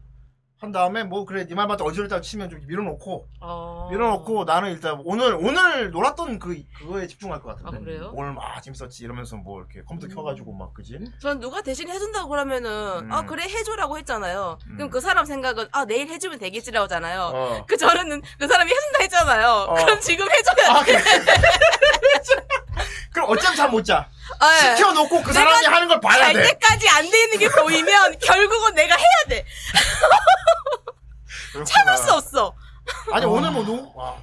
한 다음에 뭐 그래 네 말만 어지럽다고 치면 좀 밀어놓고 어. 밀어놓고 나는 일단 오늘 오늘 놀았던 그 그거에 집중할 것 같은데 아, 그래요? 음. 오늘 막 재밌었지 이러면서 뭐 이렇게 컴퓨터 켜가지고 막 그지 전 누가 대신 해준다고 그러면은 음. 아 그래 해줘라고 했잖아요. 음. 그럼 그 사람 생각은 아 내일 해주면 되겠지라고 하잖아요. 어. 그 저는 그 사람이 해준다 했잖아요. 어. 그럼 지금 해줘야 아 그래 그럼 어쩜 잠못 자. 아, 예. 시켜놓고 그 내가 사람이 하는 걸 봐야 갈 돼. 때까지 안 돼 있는 게 보이면 결국은 내가 해야 돼. 그렇구나. 참을 수 없어. 아니 오늘 뭐 누? 와.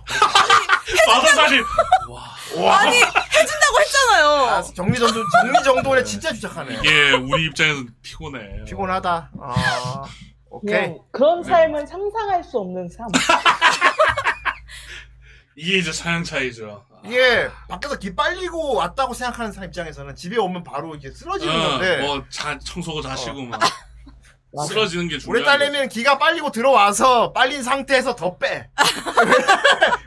마살인. 와. 와. 아니 해준다고 아, 했잖아요. 정리정돈 정리정돈에 진짜 주착하네. 예, 우리 입장에서 피곤해. 피곤하다. 아 오케이. 그냥 그런 삶은 상상할 수 없는 삶. 이게 이제 사양 차이죠. 아. 이게 밖에서 기 빨리고 왔다고 생각하는 사람 입장에서는 집에 오면 바로 이게 쓰러지는 어, 건데 뭐 자, 청소고 자시고 막 맞아. 쓰러지는 게 중요한 아, 우리 딸내미는 기가 빨리고 들어와서 빨린 상태에서 더 빼.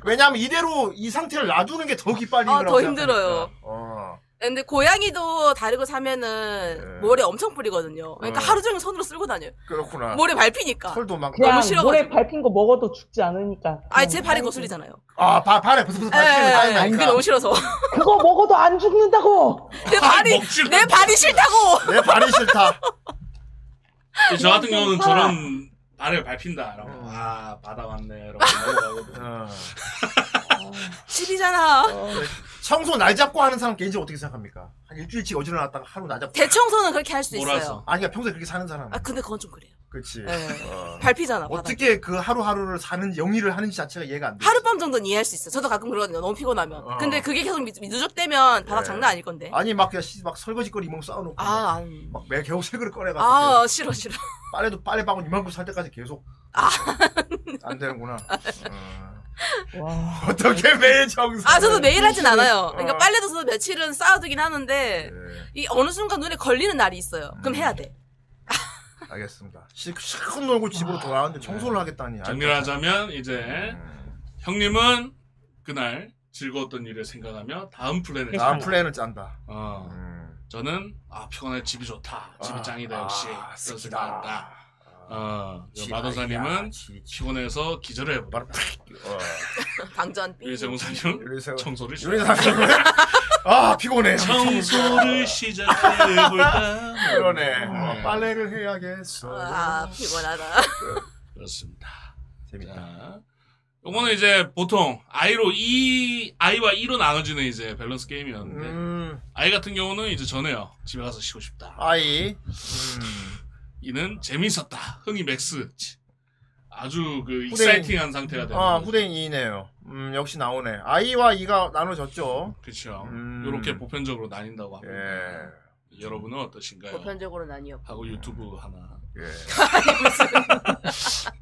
왜냐하면 이대로 이 상태를 놔두는 게 더 기 빨리는 아, 거라고 더 힘들어요. 생각하니까. 어. 근데 고양이도 다리고 사면은 예. 모래 엄청 뿌리거든요. 그러니까 어. 하루 종일 손으로 쓸고 다녀요. 그렇구나. 모래 밟히니까. 아. 털도 막. 그냥 싫어가지고. 모래 밟힌 거 먹어도 죽지 않으니까. 어. 아니 제 발이 거슬리잖아요. 아, 바, 발에 부스부스 예, 발치는 그러니까. 예, 사이 예. 아, 그게 나니까. 너무 싫어서 그거 먹어도 안 죽는다고. 내 뭐. 발이 아, 먹지를 내 발이 싫다고. 내 발이 싫다. 저 같은 경우는 저런 발을 밟힌다. 음. 이러면 아 바다 왔네. 이러고 넘어가거든. 어. 집이잖아. 청소 날 잡고 하는 사람 개인적으로 어떻게 생각합니까? 한 일주일치 어지러놨다가 하루 낮아 대청소는 그렇게 할 수 있어요. 아니 그러니까 평소에 그렇게 사는 사람 아 근데 그건 좀 그래요. 그렇지 네. 어. 밟히잖아. 바닥에. 어떻게 그 하루하루를 사는 영위를 하는지 자체가 이해가 안 돼. 하룻밤 정도는 이해할 수 있어. 요 저도 가끔 그러거든요. 너무 피곤하면. 어. 근데 그게 계속 미- 누적되면 바닥 예. 장난 아닐 건데. 아니 막 그냥 씨, 막 설거지거리 이만큼 쌓아놓고 아, 막, 안. 막 매, 겨우 새 그릇 꺼내가지고 아, 계속 싫어, 싫어. 빨래도 빨래 바구니 이만큼 살 때까지 계속 아. 안 되는구나. 어. 떻게 매일 정수? 아, 저도 매일 네. 하진 어. 않아요. 그러니까 빨래도 저도 며칠은 쌓아두긴 예, 하는데, 이 어느 순간 눈에 걸리는 날이 있어요. 음. 그럼 해야 돼. 알겠습니다. 실- 실컷 놀고 집으로 돌아왔는데 청소를 하겠다니. 네. 정리를 하자면 이제 형님은 그날 즐거웠던 일을 생각하며 다음 플랜을 다음 짠다. 플랜을 짠다. 어. 저는 아 피곤해 집이 좋다. 집이 아, 짱이다 아, 역시. 그런 생각한다. 어, 지- 마도사님은 아이야, 지- 피곤해서 기절을 해버렸다. 어, 방전 음. 삐. 유리세공사님은 청소를 시작. 요리사님. 아 피곤해. 청소를 시작해볼까. 그러네. 네. 어, 빨래를 해야겠어. 아, 피곤하다. 그렇습니다. 재밌다. 요거는 이제 보통 아이로 이 아이와 이로 나눠지는 이제 밸런스 게임이었는데 음, 아이 같은 경우는 이제 전에요. 집에 가서 쉬고 싶다. 아이. 음. 이는 재밌었다. 흥이 맥스. 치. 아주 그 후대인. 익사이팅한 상태가 되는 아, 거죠. 후대인 2이네요. 음, 역시 나오네. 아이와 이가 나눠졌죠. 그렇죠. 음. 이렇게 보편적으로 나뉜다고 합니다. 예. 여러분은 어떠신가요? 보편적으로 나뉘어. 하고 유튜브 하나.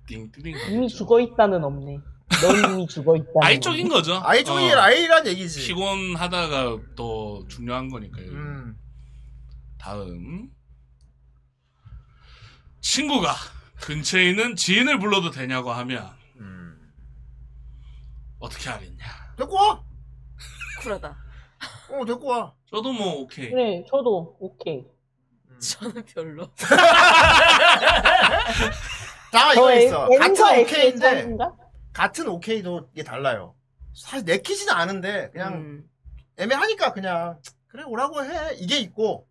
띵띵. 음. 이미 죽어 있다는 없네. 넌 이미 죽어 있다. 아이 쪽인 거죠. 아이 쪽이 어. 아이란 얘기지. 피곤하다가 또 중요한 거니까요. 음. 다음 친구가 근처에 있는 지인을 불러도 되냐고 하면 음. 어떻게 하겠냐? 데리고 와. 쿨하다. 어, 데리고 와. 저도 뭐 오케이. 그래, 저도 오케이. 저는 별로. 다 이거 저 애- 네, 있어. N과 같은 X의 오케이인데 차이인가? 같은 오케이도 이게 달라요. 사실 내키진 않은데 그냥 애매하니까 그냥 그래 오라고 해 이게 있고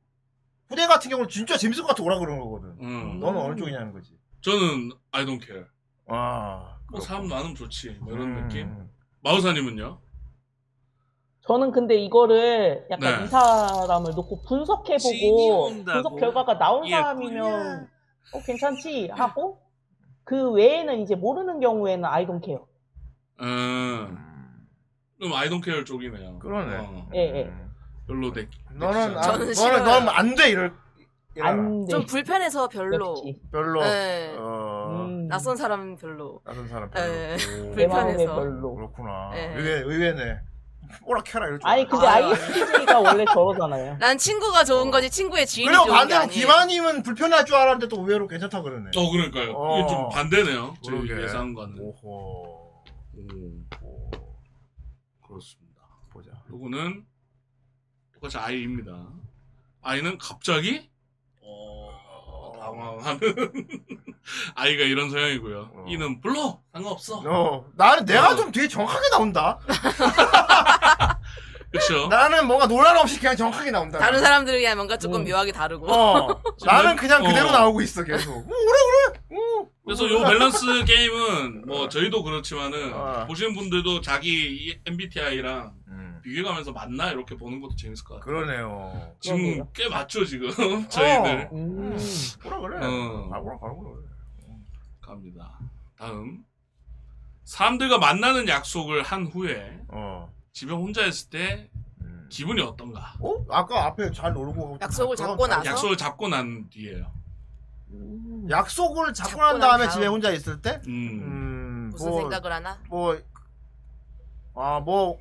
후대 같은 경우는 진짜 재밌을 것 같아 오라 그러는 거거든. 음. 너는 어느 쪽이냐는 거지. 저는 I don't care. 아, 뭐 사람 많으면 좋지. 뭐 이런 음. 느낌. 마우사님은요? 저는 근데 이거를 약간 네. 이 사람을 놓고 진이 분석해보고 온다고. 분석 결과가 나온 예, 사람이면 어 괜찮지 하고 그 외에는 이제 모르는 경우에는 아이 돈 케어. 음. 그럼 I don't care 쪽이네요. 그러네. 음. 어, 예 예. 별로 내. 너는 아, 저는 너는 싫어요. 너는 안돼 이럴 이런 안 돼. 네. 좀 불편해서 별로. 역시. 별로 네. 어 음. 낯선 사람 별로. 다른 사람 에, 별로. 오, 내 마음에 네. 불편해서. 별로. 그렇구나. 네. 의외 의외네. 오라 캐라 이럴 줄. 아니 그 근데 아. ISTJ가 원래 저러잖아요. 난 친구가 좋은 거지 친구의 지인이 어. 그리고 좋은 게 반대로 아니에요. 기마님은 불편할 줄 알았는데 또 의외로 괜찮다 그러네. 어 그러니까요. 이게 어. 좀 반대네요. 저희 그러게. 예상과는. 오호. 오. 그렇습니다. 보자. 요거는 똑같이 아이입니다. 아이는 갑자기 어, 당황하는 아이가 이런 성향이고요. 어. 이는 불러 상관없어. 어, 나는 내가 어. 좀 되게 정확하게 나온다. 그렇죠. 나는 뭔가 논란 없이 그냥 정확하게 나온다. 다른 사람들에 비하면 뭔가 조금 음. 묘하게 다르고. 어, 나는 그냥 그대로 어. 나오고 있어 계속. 어, 오래 그래. 어. 그래서 요 밸런스 게임은 뭐 저희도 그렇지만은 어. 보시는 분들도 자기 MBTI랑 음, 비교하면서 맞나 이렇게 보는 것도 재밌을 것 같아요. 그러네요. 지금 그러게요. 꽤 맞죠 지금 저희들 어, 음. 오라 그래. 어. 아, 오라 가라 그래. 갑니다. 다음 사람들과 만나는 약속을 한 후에 어. 집에 혼자 있을 때 음. 기분이 어떤가? 어? 아까 앞에 잘 놀고 하고 약속을 아, 그건 잡고 나서? 약속을 잡고 난 뒤에요. 약속을 음. 잡고 잡고 난 난 다음에 다음. 집에 혼자 있을 때? 음. 음, 무슨 뭐, 생각을 하나? 뭐, 아, 뭐,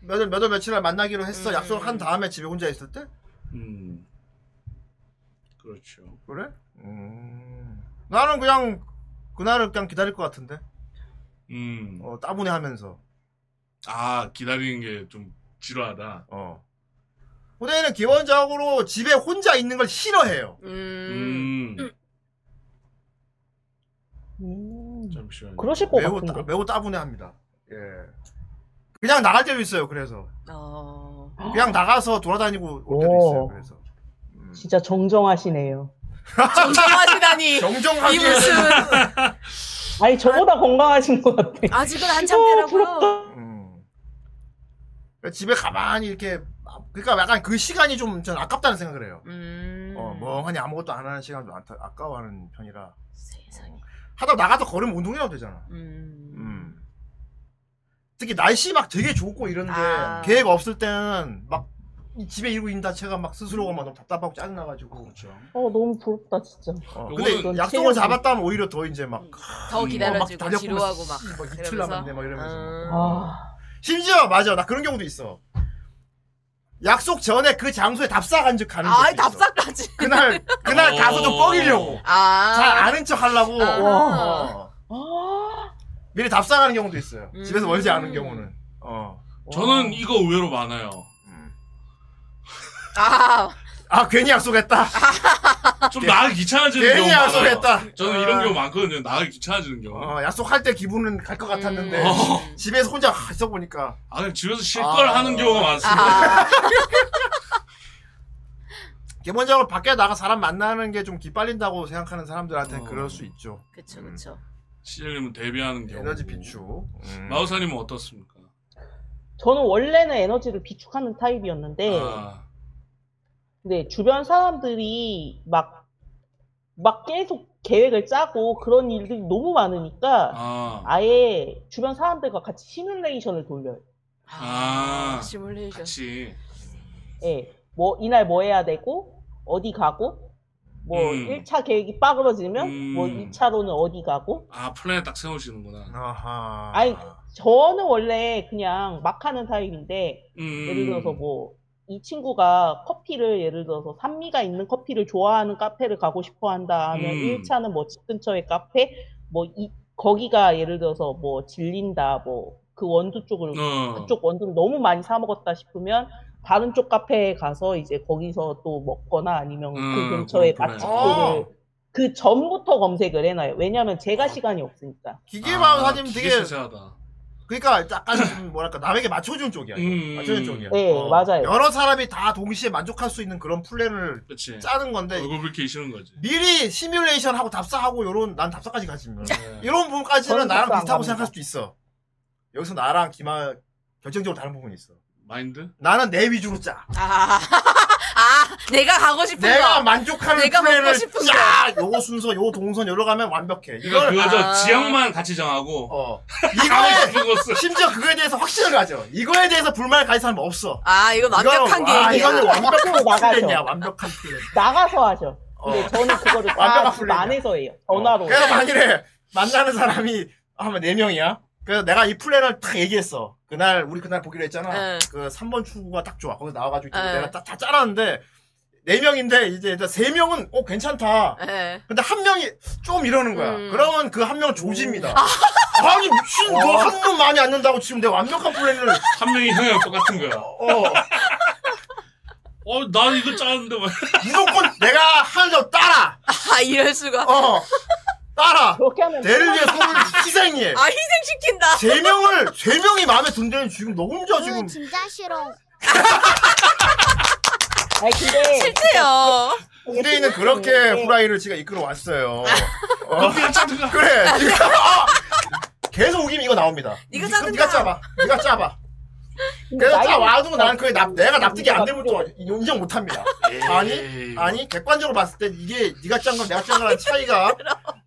몇월, 몇월, 며칠 날 만나기로 했어. 음. 약속을 한 다음에 집에 혼자 있을 때? 음. 그렇죠. 그래? 음. 나는 그냥, 그날을 그냥 기다릴 것 같은데? 음. 어, 따분해 하면서. 아 기다리는 게 좀 지루하다. 어. 후대인은 기본적으로 집에 혼자 있는 걸 싫어해요. 음. 음. 음. 잠시만요. 그러실 것 매우, 같은데. 따, 매우 따분해 합니다. 예. 그냥 나갈 때도 있어요, 그래서. 어. 그냥 나가서 돌아다니고 올 때도 있어요, 오. 그래서. 음. 진짜 정정하시네요. 정정하시다니. 정정하게. 이 무슨 아니 저보다 건강하신 것 같아. 아직은 한참 되라고요. 음. 집에 가만히 그러니까 이렇게 그러니까 약간 그 시간이 좀 저는 아깝다는 생각을 해요. 음. 어, 멍하니 아무것도 안 하는 시간도 많다, 아까워하는 편이라. 하다 나가서 걸으면 운동이라도 되잖아. 음. 특히 날씨 막 되게 좋고 이런데 아. 계획 없을 때는 막이 집에 이루고 있는 자체가 막 스스로가 막 너무 답답하고 짜증나가지고. 어 너무 부럽다 진짜. 근데 이건 약속을 체력이- 잡았다면 오히려 더 이제 막. 음, 더 어, 막 기다려주고 달려보면서 지루하고 막, 씨, 막 이틀 이러면서. 어. 남았네 막 이러면서. 아. 심지어 맞아 나 그런 경우도 있어. 약속 전에 그 장소에 답사 간즉 가는 아, 적도 있어. 답사까지. 그날 그날 어. 가서 좀 뻐기려고. 아. 잘 아는 척 하려고. 아하. 어. 아. 미리 답사 가는 경우도 있어요. 집에서 멀지 않은 경우는. 어. 저는 이거 의외로 많아요. 아. 아 괜히 약속했다. 좀 네. 나가 귀찮아지는 괜히 경우 많아요. 약속했다. 아. 저는 아. 이런 경우 많거든요. 나가 귀찮아지는 경우. 어, 약속할 때 기분은 갈 것 네. 같았는데 어. 집에서 혼자 있어 보니까 아 그냥 집에서 실걸 하는 경우가 많습니다. 아. 기본적으로 밖에 나가 사람 만나는 게 좀 기빨린다고 생각하는 어. 사람들한테는 그럴 수 있죠. 그쵸, 그쵸. 시절님은 데뷔하는 경우. 에너지 비추. 음. 어. 마우사님은 어떻습니까? 저는 원래는 에너지를 비축하는 타입이었는데 어. 아, 근데 주변 사람들이 막, 막 계속 계획을 짜고 그런 일들이 너무 많으니까 아, 아예 주변 사람들과 같이 시뮬레이션을 돌려요. 아, 시뮬레이션. 같이. 예. 뭐, 이날 뭐 해야 되고, 어디 가고, 뭐, 음. 1차 계획이 빠그러지면, 음. 뭐, 2차로는 어디 가고. 아 플랜을 딱 음. 세우시는구나. 아하. 아니, 저는 원래 그냥 막 하는 타입인데, 음. 예를 들어서 뭐, 이 친구가 커피를, 예를 들어서 산미가 있는 커피를 좋아하는 카페를 가고 싶어 한다 하면, 음. 1차는 뭐, 집 근처의 카페, 뭐, 이, 거기가 예를 들어서 뭐, 질린다, 뭐, 그 원두 쪽을, 어. 그쪽 원두를 너무 많이 사먹었다 싶으면, 다른 쪽 카페에 가서 이제 거기서 또 먹거나 아니면 음, 그 근처에 그렇구나. 맛집들을 어. 그 전부터 검색을 해놔요. 왜냐면 제가 시간이 없으니까. 기계 마우사님 아, 되게 기계 세세하다. 그러니까 약간 좀 뭐랄까 남에게 맞춰주는 쪽이야. 이거. 음. 맞춰주는 쪽이야. 어. 네, 맞아요. 여러 사람이 다 동시에 만족할 수 있는 그런 플랜을 그렇지. 짜는 건데 얼굴 붉히기 싫은 거지. 미리 시뮬레이션 하고 답사하고 요런 난 답사까지 가지 뭐. 네. 이런 부분까지는 저는 나랑 답사 비슷하고 안 갑니다. 생각할 수도 있어. 여기서 나랑 김아 결정적으로 다른 부분이 있어. 마인드? 나는 내 위주로 짜. 아. 아, 내가 가고 싶은 내가 거. 만족하는 내가 먹고 플랜을 싶은 짜. 요 순서, 요 동선, 요로 가면 완벽해. 이걸 그러니까 그거죠. 아. 지역만 같이 정하고 어 가고 이거에 싶은 곳을 심지어 그거에 대해서 확신을 가져. 이거에 대해서 불만을 가질 사람 은 없어. 아, 이건 완벽한 이거는- 와, 게임이야. 이거는 완벽한 나가죠. 플랜이야. 완벽한 플랜. 나가서 하죠. 어. 근데 저는 그거를 완벽한 다집 플랜이야. 안에서 해요. 전화로. 어. 그래서 만일에 만나는 사람이 아마 네 명이야. 그래서 내가 이 플랜을 딱 얘기했어. 그날 우리 그날 보기로 했잖아. 네. 그 3번 출구가 딱 좋아. 거기서 나와가지고 네. 내가 딱 다 짜놨는데 네 명인데 이제 일단 세 명은 어 괜찮다. 예. 근데 한 명이 좀 이러는 거야. 음. 그러면 그 한 명은 조지입니다. 아니 미친 너 한 번 많이 안 낸다고 지금 내 완벽한 플랜을 한 명이 형이랑 똑같은 거야. 어 어, 난 이거 짜는데 왜? 무조건 내가 하는 대로 따라. 아, 이럴 수가. 어 따라. 그렇게 하면 내를 위해 소를 희생해. 아, 희생시킨다. 세 명을 세 명이 마음에 든다는 지금 너 혼자 지금 응, 진짜 싫어. 아니 근데 네. 실제요. 우대이는 그렇게 네. 후라이를 지가 이끌어 왔어요. 어, 네가 짜든가. 그래. 네가 아! 계속 우기면 이거 나옵니다. 네가 짜 짜든가. 네가 짜봐. 네가 짜봐. 그래서 짜 와도 난 그게 납, 내가 납득이 안 되면 또 인정 못 합니다. 아니, 아니 객관적으로 봤을 때 이게 네가 짠 건 내가 짠 거랑 차이가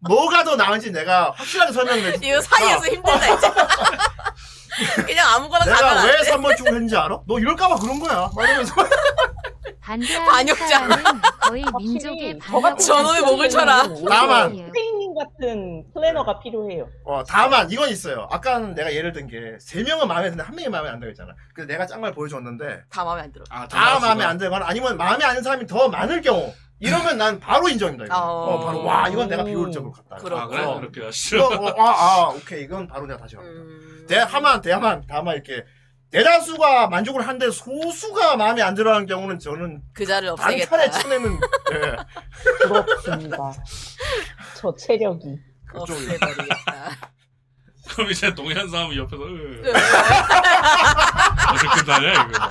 뭐가 더 나은지 내가 확실하게 설명을 해줄게. 이거 사이에서 힘들다, 이제. 그냥 아무거나 가면 내가 안 왜 돼. 3번 축을 했는지 알아? 너 이럴까봐 그런 거야. 막 이러면서 반대하는 반역자. 사람은 거의 확실히 민족의 저 같은 반역. 저놈의 목을 쳐라. 다만. 스페인님 같은 플래너가 필요해요. 어, 다만 이건 있어요. 아까는 내가 예를 든 게 세 명은 마음에 드는데 한 명이 마음에 안 들고 했잖아. 그래서 내가 짠 걸 보여줬는데 다 마음에 안 들어. 아, 다 마음에 안 들거나 아니면 마음에 안 드는 사람이 더 많을 경우 이러면 난 바로 인정입니다. 이거. 어. 음. 어, 바로 와 이건 내가 비효율적으로 갔다. 그럼. 아, 그래? 어. 그렇게 이거 하시죠. 어, 아, 아 오케이 이건 바로 내가 다시 갑니다. 음. 대 하만 대만 다만 이렇게 대다수가 만족을 하는데 소수가 마음에 안 들어하는 경우는 저는 그 자를 없애겠다. 반판에 쳐내는 예, 부럽습니다. 저 체력이. 없애버리겠다. 그럼 이제 동현 사람은 옆에서 으. 네. 어떻게 다냐 이거.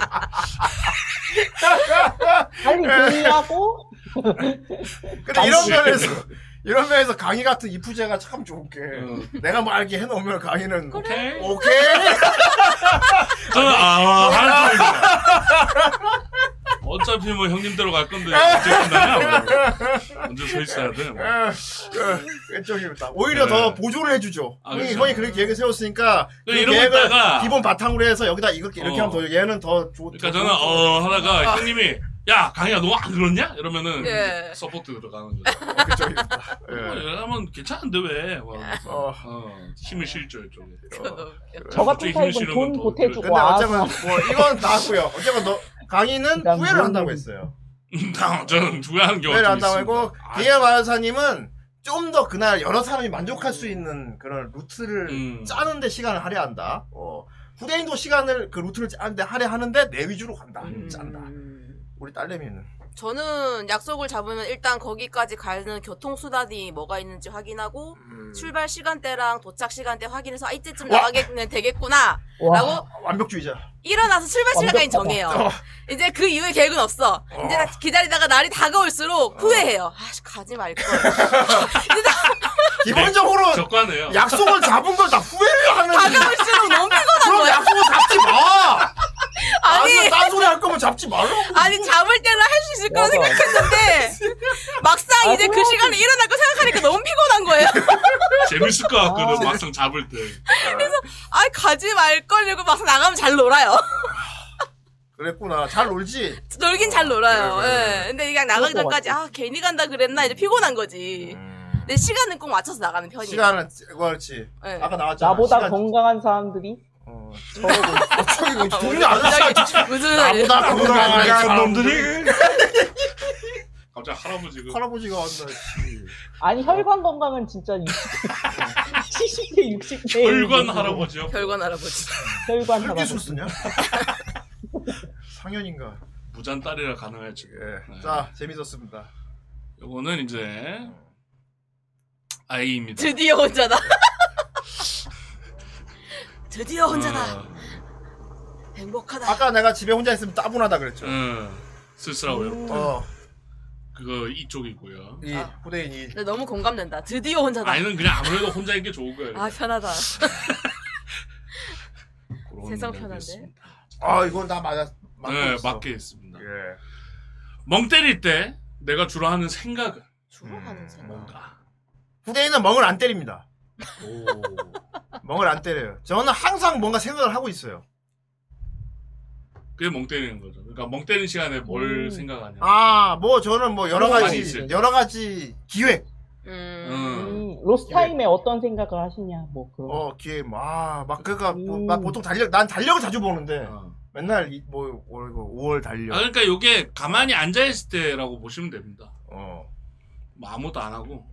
빨리 정리하고 근데 이런 반칙. 면에서 이런 면에서 강의 같은 이프제가 참 좋은 게 내가 뭐 알게 해놓으면 강의는 오케이. 오케이. 저는 아 하는 소리입니다. 어차피 뭐 형님대로 갈 건데 언제 끝나냐? 뭐. 언제 서 있어야 돼? 뭐. 아, 왼쪽입니다. 오히려 네. 더 보조를 해주죠. 아, 형이 그렇죠. 형이 그렇게 계획을 세웠으니까 그 네, 이러고 계획을 있다가- 기본 바탕으로 해서 여기다 이렇게 이렇게 어. 하면 더 얘는 더 좋. 그러니까 저는 어 하다가 형님이 야 강희야 너 안 그러냐? 이러면은 예. 서포트 들어가는 거죠. 어, 이러면 괜찮은데 왜? 막 이러면서. 어, 힘을 실죠 이쪽에. 저 같은 이쪽에 힘을 타입은 실으면 돈 더 보태주고 그래. 근데 와. 어쨌건 뭐 이건 나고요. 어쨌건 너 강의는 후회를 한다고 했어요. 나- 저는 후회하는 경우가 후회를 좀 한다고 있습니다. 했고 기아 마사님은 좀 더 그날 여러 사람이 만족할 수 있는 그런 루트를 짜는데 시간을 할애한다. 어, 후대인도 시간을 그 루트를 짜는데 할애하는데 내 위주로 간다. 음. 어, 짠다. 우리 딸내미는 저는 약속을 잡으면 일단 거기까지 가는 교통수단이 뭐가 있는지 확인하고 출발 시간대랑 도착 시간대 확인해서 아, 이때쯤 나가겠네 되겠구나 라고 아, 완벽주의자. 일어나서 출발 시간까지 완벽하다. 정해요. 어. 이제 그 이후에 계획은 없어. 이제 나 기다리다가 날이 어. 다가올수록 후회해요. 아씨 가지 말걸. 기본적으로 적관해요. 약속을 잡은 걸 다 후회를 하는. 다가올수록 너무 피곤한 그럼 거야. 약속을 잡지 마. 아니. 아니 딴소리 할 거면 잡지 말라고. 아니 잡을 때는 할 수 있을 거라 맞아. 생각했는데 막상 아, 이제 그 그래야지. 시간에 일어날 거 생각하니까 너무 피곤한 거예요. 재밌을 것 같거든 막상 잡을 때. 아 가지 말걸 이러고 막상 나가면 잘 놀아요. 그랬구나. 잘 놀지. 놀긴 잘 놀아요. 어, 그래, 그래, 예. 근데 그냥 나가기 그럴 것 음. 전까지 아 괜히 간다 그랬나 이제 피곤한 거지. 근데 시간은 꼭 맞춰서 나가는 편이에요. 시간은 그렇지. 네. 아까 나왔잖아. 나보다 시간- 건강한 사람들이 어, 뭐 저기 동네 아저씨가 무슨 나보다 건강한 놈들이 갑자기 할아버지가 할아버지가 왔나. 아니 혈관 건강은 진짜 60, 70대 60대 혈관 할아버지요? 혈관 할아버지. 혈관 혈기술 할아버지 쓰냐? 상현인가. 예. 부잔 딸이라 가능하지. 네. 자 재밌었습니다. 요거는 이제 아이입니다. 드디어 혼자다. 드디어 혼자다. 행복하다. 아까 내가 집에 혼자 있으면 따분하다 그랬죠. 응. 어, 음. 쓸쓸하고 외롭다. 어. 그거 이쪽이고요. 이 후대인이 근데 너무 공감된다. 드디어 혼자다. 아이는 그냥 아무래도 혼자 있는 게 좋을 거예요. 아 편하다. 그런 세상 생각이 편한데. 있습니다. 아 이건 나 맞아. 맞고 네, 있어. 예. 맞게 했습니다. 멍 때릴 때 내가 주로 하는 생각은 주로 음. 하는 생각. 음, 후대인은 멍을 안 때립니다. 오. 멍을 안 때려요. 저는 항상 뭔가 생각을 하고 있어요. 그게 멍 때리는 거죠. 그러니까 멍 때리는 시간에 뭘 음. 생각하냐. 아, 뭐 저는 뭐 여러 그런 거 가지 많이 있어요. 여러 가지 기획. 음, 예. 로스타임에 어떤 생각을 하시냐 뭐 그런 어, 기획 뭐아막 그러니까 뭐, 막 보통 달력 난 달력을 자주 보는데 맨날 이, 뭐 월, 5월 달력. 어. 아, 그러니까 요게 가만히 앉아 있을 때라고 보시면 됩니다. 어. 뭐 아무것도 안 하고.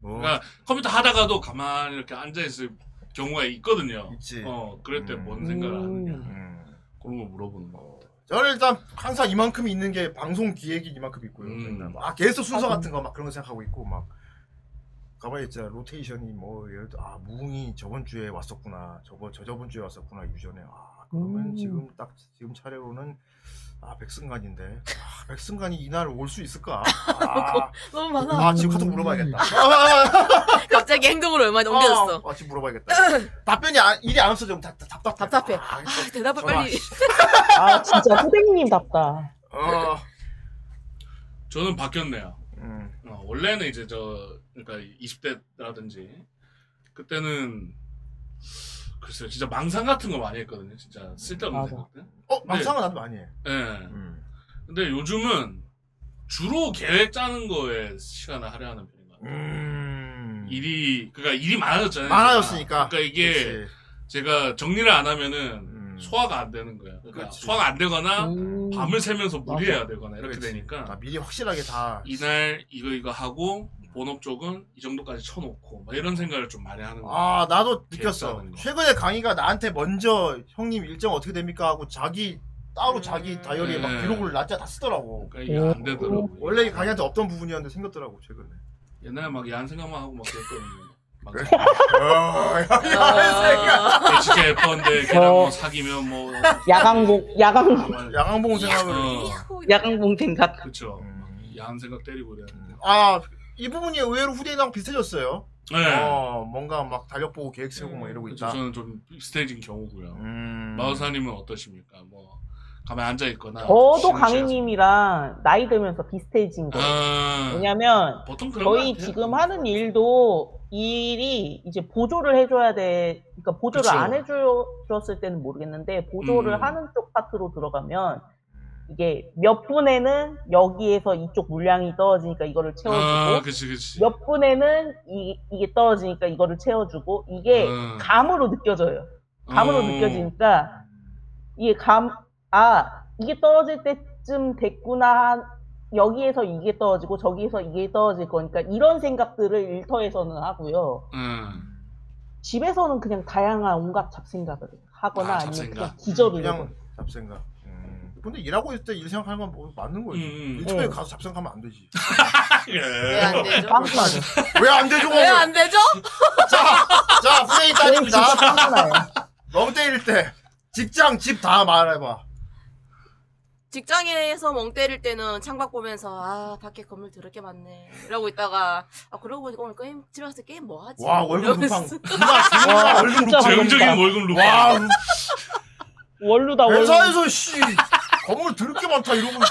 뭐. 그러니까 컴퓨터 하다가도 가만히 이렇게 앉아 있을 경우가 있거든요. 있지. 어, 그럴 때 음. 뭔 음. 생각을 하느냐. 그런 거 물어보는 거. 저는 일단 항상 이만큼 있는 게 방송 기획이 이만큼 있고요. 맨날 막, 아, 계속 순서 같은 거 막 그런 거 생각하고 있고 막 가만히 있자 로테이션이 뭐 예를 들어 아 무궁이 저번 주에 왔었구나 저번 저 저번 주에 왔었구나 유전에 아 그러면 음. 지금 딱 지금 차례로는 아 백승관인데 아, 백승관이 이날 올 수 있을까 아, 너무 많아. 아 지금 카톡 물어봐야겠다 아, 갑자기 행동으로 얼마 넘겨졌어. 아, 아, 지금 물어봐야겠다 답변이 안- 일이 안 없어 좀 답, 답, 답, 답답해. 아, 대답을 정말. 빨리. 아 진짜 후배님답다 어. 저는 바뀌었네요. 음. 어, 원래는 이제 저 그러니까 20대라든지 그때는 글쎄요 진짜 망상 같은 거 많이 했거든요. 진짜 쓸데없는 맞아. 생각들. 어 망상은 나도 많이 해 음. 예. 근데 요즘은 주로 계획 짜는 거에 시간을 할애하는 편인 것 같아요. 일이 그러니까 일이 많아졌잖아요. 음. 많아졌으니까. 그러니까 이게 그치. 음. 제가 정리를 안 하면은 소화가 안 되는 거야. 그러니까 그치. 소화가 안 되거나 음. 밤을 새면서 무리해야 맞아. 되거나 이렇게 그치. 되니까 아, 미리 확실하게 다 이날 이거 이거 하고 본업 쪽은 이 정도까지 쳐놓고 막 이런 생각을 좀 많이 하는 거야. 아 나도 느꼈어. 계획하는 거. 최근에 강희가 나한테 먼저 형님 일정 어떻게 됩니까 하고 자기 따로 자기 다이어리에 막 네. 기록을 날짜 다 쓰더라고. 그러니까 이게 안 되더라고. 원래 이 강희한테 없던 부분이었는데 생겼더라고 최근에. 옛날에 막 야한 생각만 하고 막 그랬거든요. 막 어, 아. 야한 생각. 걔 진짜 예쁜데 어. 걔랑 뭐 사귀면 뭐 야광봉 야광 야광봉 생각을. 어, 야광봉 생각 음. 그쵸. 야한 생각 때리고 그랬는데. 아 이 부분이 의외로 후대인하고 비슷해졌어요. 네. 어, 뭔가 막 달력 보고 계획 세우고 막 이러고 있다. 저는 좀 비슷해진 경우고요. 음. 마우사님은 어떠십니까? 뭐 가만히 앉아 있거나 저도 강희님이랑 나이 들면서 비슷해진 거예요. 아. 왜냐면 그런 것 저희 같아요. 지금 하는 일도 일이 이제 보조를 해줘야 돼. 그러니까 보조를 그쵸. 안 해줬을 때는 모르겠는데 보조를 음. 하는 쪽 파트로 들어가면 이게 몇 분에는 여기에서 이쪽 물량이 떨어지니까 이거를 채워주고 아, 그치, 그치. 몇 분에는 이, 이게 떨어지니까 이거를 채워주고 이게 음. 감으로 느껴져요. 네, 감으로 어. 음. 느껴지니까 이게 감, 아, 이게 떨어질 때쯤 됐구나. 여기에서 이게 떨어지고 저기에서 이게 떨어질 거니까 이런 생각들을 일터에서는 하고요. 음. 집에서는 그냥 다양한 온갖 잡생각을 아, 하거나 아, 니면 잡생각. 그냥 뭐 기절을 해요. 그냥 잡생각. 음. 근데 일하고 있을 때 일 생각하는 건 뭐 맞는 거지. 일터에 어. 음. 가서 잡생각하면 안 되지. 아, 네, 왜안 되죠? 왜안 되죠? 왜 안 되죠? 자, 자, 후대인 진짜 따집니다. 너무 때릴 때 직장, 집 다 말해봐. 직장에서 멍 때릴 때는 창밖 보면서 아 밖에 건물 더럽게 많네 이러고 있다가 아 그러고 보니까 오늘 게임 집에 가서 게임 뭐 하지? 와, 월급 루팡. 이러면서. 누나, 아, 누나 와, 월급 진짜 루팡. 정적인 월급 루팡. 와, 아, 원루다 원루. 회사에서 씨 건물 더럽게 많다 이러고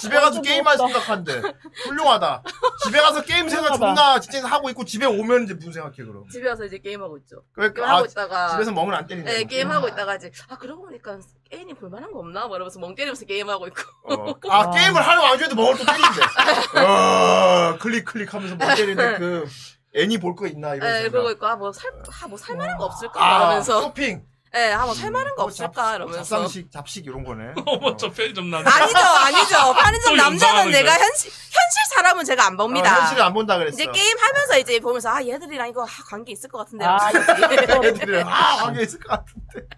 집에 가서 게임할 생각한대. 훌륭하다. 집에 가서 게임 생각 훌륭하다. 존나 진짜 하고 있고 집에 오면 이제 무슨 생각해 그럼. 집에 와서 이제 게임 하고 있죠. 그러니까, 게임 하고 아, 있다가 집에서 멍을 안 때린다. 네 게임 하고 있다가 이제 아 그러고 보니까 게임이 볼만한 거 없나? 뭐 이러면서 멍 때리면서 게임 하고 있고. 아 게임을 하는 와중에도 먹을 또 때리는데. 어, 클릭 클릭 하면서 멍 때리는데 그 애니 볼 거 있나 이런 네 생각. 그러고 있고 아뭐살아뭐 살만한 거 없을까? 아, 이러면서 쇼핑. 네, 아뭐 살만한 거 없을까? 이러면서. 잡상식 잡식 이런 거네. 어머 저 편의점 나. 아니죠, 아니죠. 편의점 뭐 남자는 내가 현실, 현실 사람은 제가 안 봅니다. 어, 현실을 안 본다 그랬어. 이제 게임 하면서 이제 보면서, 아, 얘들이랑 이거 아, 관계 있을 것 같은데. 아, 이러면서. 애들이랑 아 관계 있을 것 같은데.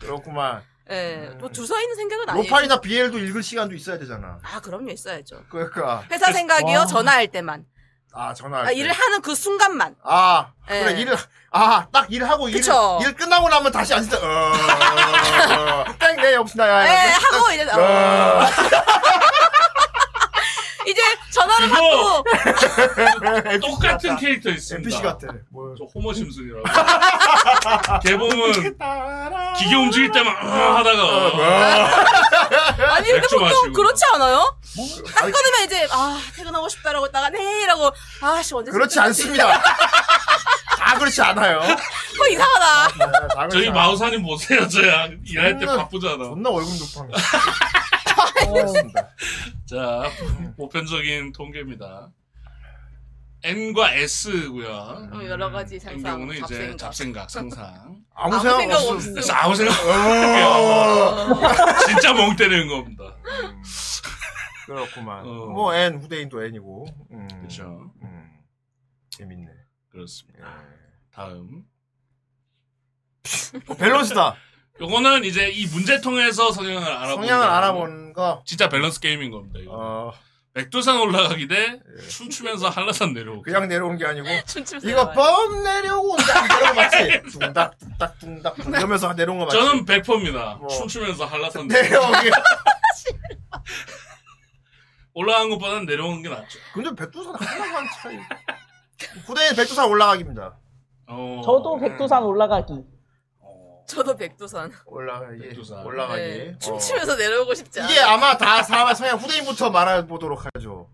그렇구만. 예, 뭐 주서 있는 생각은 음. 아니에요. 로파이나 BL도 읽을 시간도 있어야 되잖아. 아, 그럼요, 있어야죠. 그러니까 회사 생각이요, 와. 전화할 때만. 아 전화. 아, 일을 하는 그 순간만. 아 예. 그래 일을 아딱 일하고 일, 그쵸. 일 끝나고 나면 다시 앉아. 땡내 없이 나야. 예, 하고 이제, 어. 어. 이제 전화를 받고. 네. 똑같은 캐릭터 있습니다. NPC 같아. 뭐, 저 호머 심슨이라고. 개봉은 기계 움직일 때만 어, 하다가. 아니, 근데 맥주 보통 마시고. 그렇지 않아요? 뭐? 딱 끊으면 이제, 아, 퇴근하고 싶다라고 했다가, 네, 라고, 아씨, 언제 그렇지 퇴근하지? 않습니다. 다 그렇지 않아요. 네, 어, 이상하다. 저희 마우사님 보세요, 저야 일할 때 존나- 바쁘잖아. 존나 월급 높아. 어, 자, 보편적인 통계입니다. N과 S고요. 음, 여러 가지 같은 상상, 경우는 이제 잡생각. 잡생각, 상상. 아무 생각 없음. 그래서 아무 생각 어. 없음. 진짜 멍 때리는 겁니다. 그렇구만. 어. 뭐 N 후대인도 N이고. 음. 그렇죠. 재밌네. 예. 그렇습니다. 다음. 어, 밸런스다. 요거는 이제 이 문제통에서 성향을 알아보는 성향을 어. 거예요. 알아본 거. 진짜 밸런스 게임인 겁니다. 이거. 백두산 올라가기 대 춤추면서 한라산 내려오기. 그냥 내려오는 게 아니고 춤추면서 이거 뭐? 뻔 내려온다 이런 거 맞지? 둥닥 둥닥 둥닥 둥닥 이러면서 내려온 거 맞지? 어, 저는 100%입니다. 춤추면서 한라산 내려오기. 올라간 것보다는 내려오는 게 낫죠. 근데 백두산 한라산 차이. 후대인 백두산 올라가기입니다. 어. 저도 백두산 올라가기. 저도 백두산. 올라가기. 올라가기. 네, 어. 춤추면서 내려오고 싶지 않아. 이게 아마 다 사람의 성향 후대인부터 말해보도록 하죠.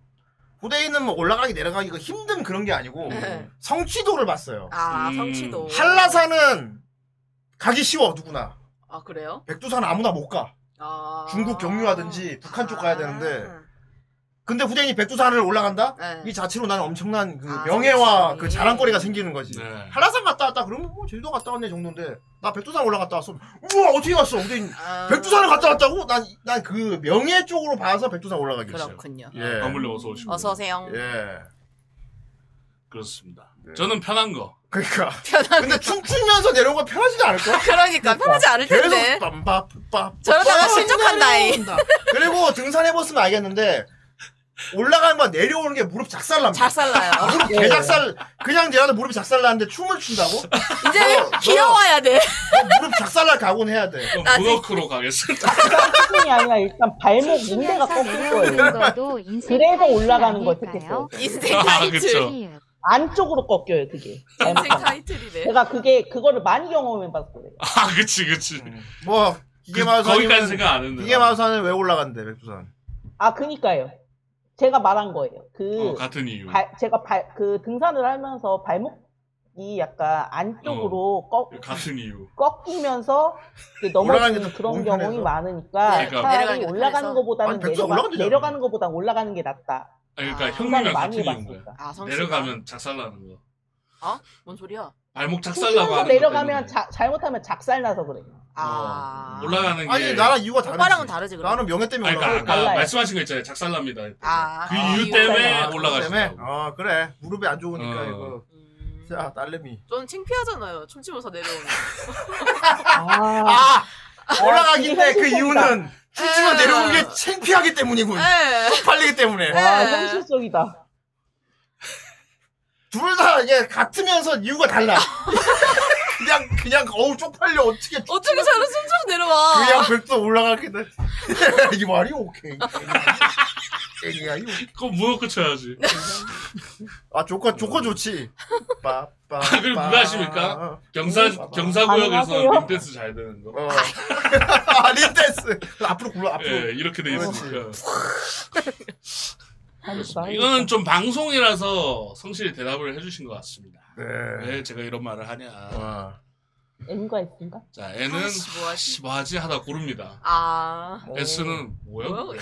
후대인은 뭐 올라가기 내려가기가 힘든 그런 게 아니고 네. 성취도를 봤어요. 아, 성취도. 한라산은 가기 쉬워 누구나. 아, 그래요? 백두산 아무나 못 가. 아. 중국 경유하든지 북한 쪽 가야 되는데. 근데 후대인이 백두산을 올라간다? 아. 네. 이 자체로 나는 엄청난 그 명예와 그 자랑거리가 생기는 거지. 네. 한라산 갔다 왔다 그러면 뭐 제주도 갔다 왔네 정도인데 나 백두산 올라갔다 왔어. 아, 우와 어떻게 갔어? 후대인 백두산을 갔다 왔다고? 난 난 그 명예 쪽으로 봐서 백두산 올라가기 싫어. 그렇군요. 예. 아무래 어서 오시고. 어서오세요. 예. 그렇습니다. 저는 편한 거. 그러니까. 근데 춤추면서 내려온 건 편하지도 않을 거야. 그러니까, 편하지 않을 텐데. 뭐, 계속 빰밥 빰. 저러다가 실족한다잉. 그리고 등산해 봤으면 알겠는데 올라가는 거 내려오는 게 무릎 작살납니다. 작살나요. 무릎 예. 개작살 그냥 제가 무릎이 작살나는데 춤을 춘다고? 이제 귀여워야 돼. 무릎 작살날 각오는 해야 돼. 아, 네. 브로크로 가겠습니다. 이 아니라 일단 발목 인대가 꺾인 거예요. 그래서 올라가는 거지. 네, 아, 인생 안쪽으로 꺾여요, 그게. 인생 타이틀이네. 제가 그게 그거를 많이 경험해 봤어요. 아, 그치, 그치. 뭐 이게 마우사는 그, 거기까지 생각 안 했는데. 이게 마우사는 왜 올라간대 백두산? 아, 그니까요. 제가 말한 거예요. 그 어, 같은 이유. 발- 제가 발, 그 등산을 하면서 발목이 약간 어, 안쪽으로 꺾, 같은 이유. 꺾이면서 이렇게 넘어지는 그런 경험이 많으니까 그러니까. 차라리 내려가는 게 올라가는 편해서. 것보다는 아니, 백수 내려가, 올라가면 되잖아. 내려가는 것보다 올라가는 게 낫다. 아니, 그러니까 생각을 형님이랑 많이 같은 이유인 거야. 해봤으니까. 아, 성씨가? 내려가면 작살나는 거. 어? 뭔 소리야? 발목 작살나고 조심해서 하는 거 내려가면 자- 잘못하면 작살나서 그래. 아. 올라가는 게. 아니 나랑 이유가 다르지. 오빠랑은 어, 다르지. 나는 명예 때문에 아니, 그러니까 올라가. 아까 말씀하신 거 있잖아요. 작살납니다. 아, 그 이유 때문에 그거 올라가신다고. 때문에? 아 그래 무릎이 안 좋으니까 어. 이거. 자 딸내미. 저는 창피하잖아요. 춤추면서 내려오는. 아, 올라가기 때 그 이유는 아. 춤추면 내려오는 게 창피하기 때문이군. 아. 네. 쪽팔리기 때문에. 와, 현실적이다. 둘 다 이게 같으면서 이유가 달라. 아. 그냥 그냥 어우 쪽팔려 어떻게 어떻게 저런 춤추면서 내려와? 아. 그냥 백도 올라가게 돼. 이 말이 오케이. 애기야 이거. 그거 무엇 끝쳐야지. 아 조커 조커 좋지. 빠빠. 아, 그리고 누가 하십니까? 경사, 경사구역에서 림댄스 잘 되는 거. 어. 아 린댄스. 그 앞으로 굴러 앞으로. 예, 이렇게 돼 있으니까. 그렇습니다. 이거는 좀 방송이라서 성실히 대답을 해주신 것 같습니다. 네. 왜 제가 이런 말을 하냐. 어. N과 S인가? 자, N은 아이씨, 뭐 하지? 뭐 하지 하다 고릅니다. 아. S는 뭐야? 뭐야?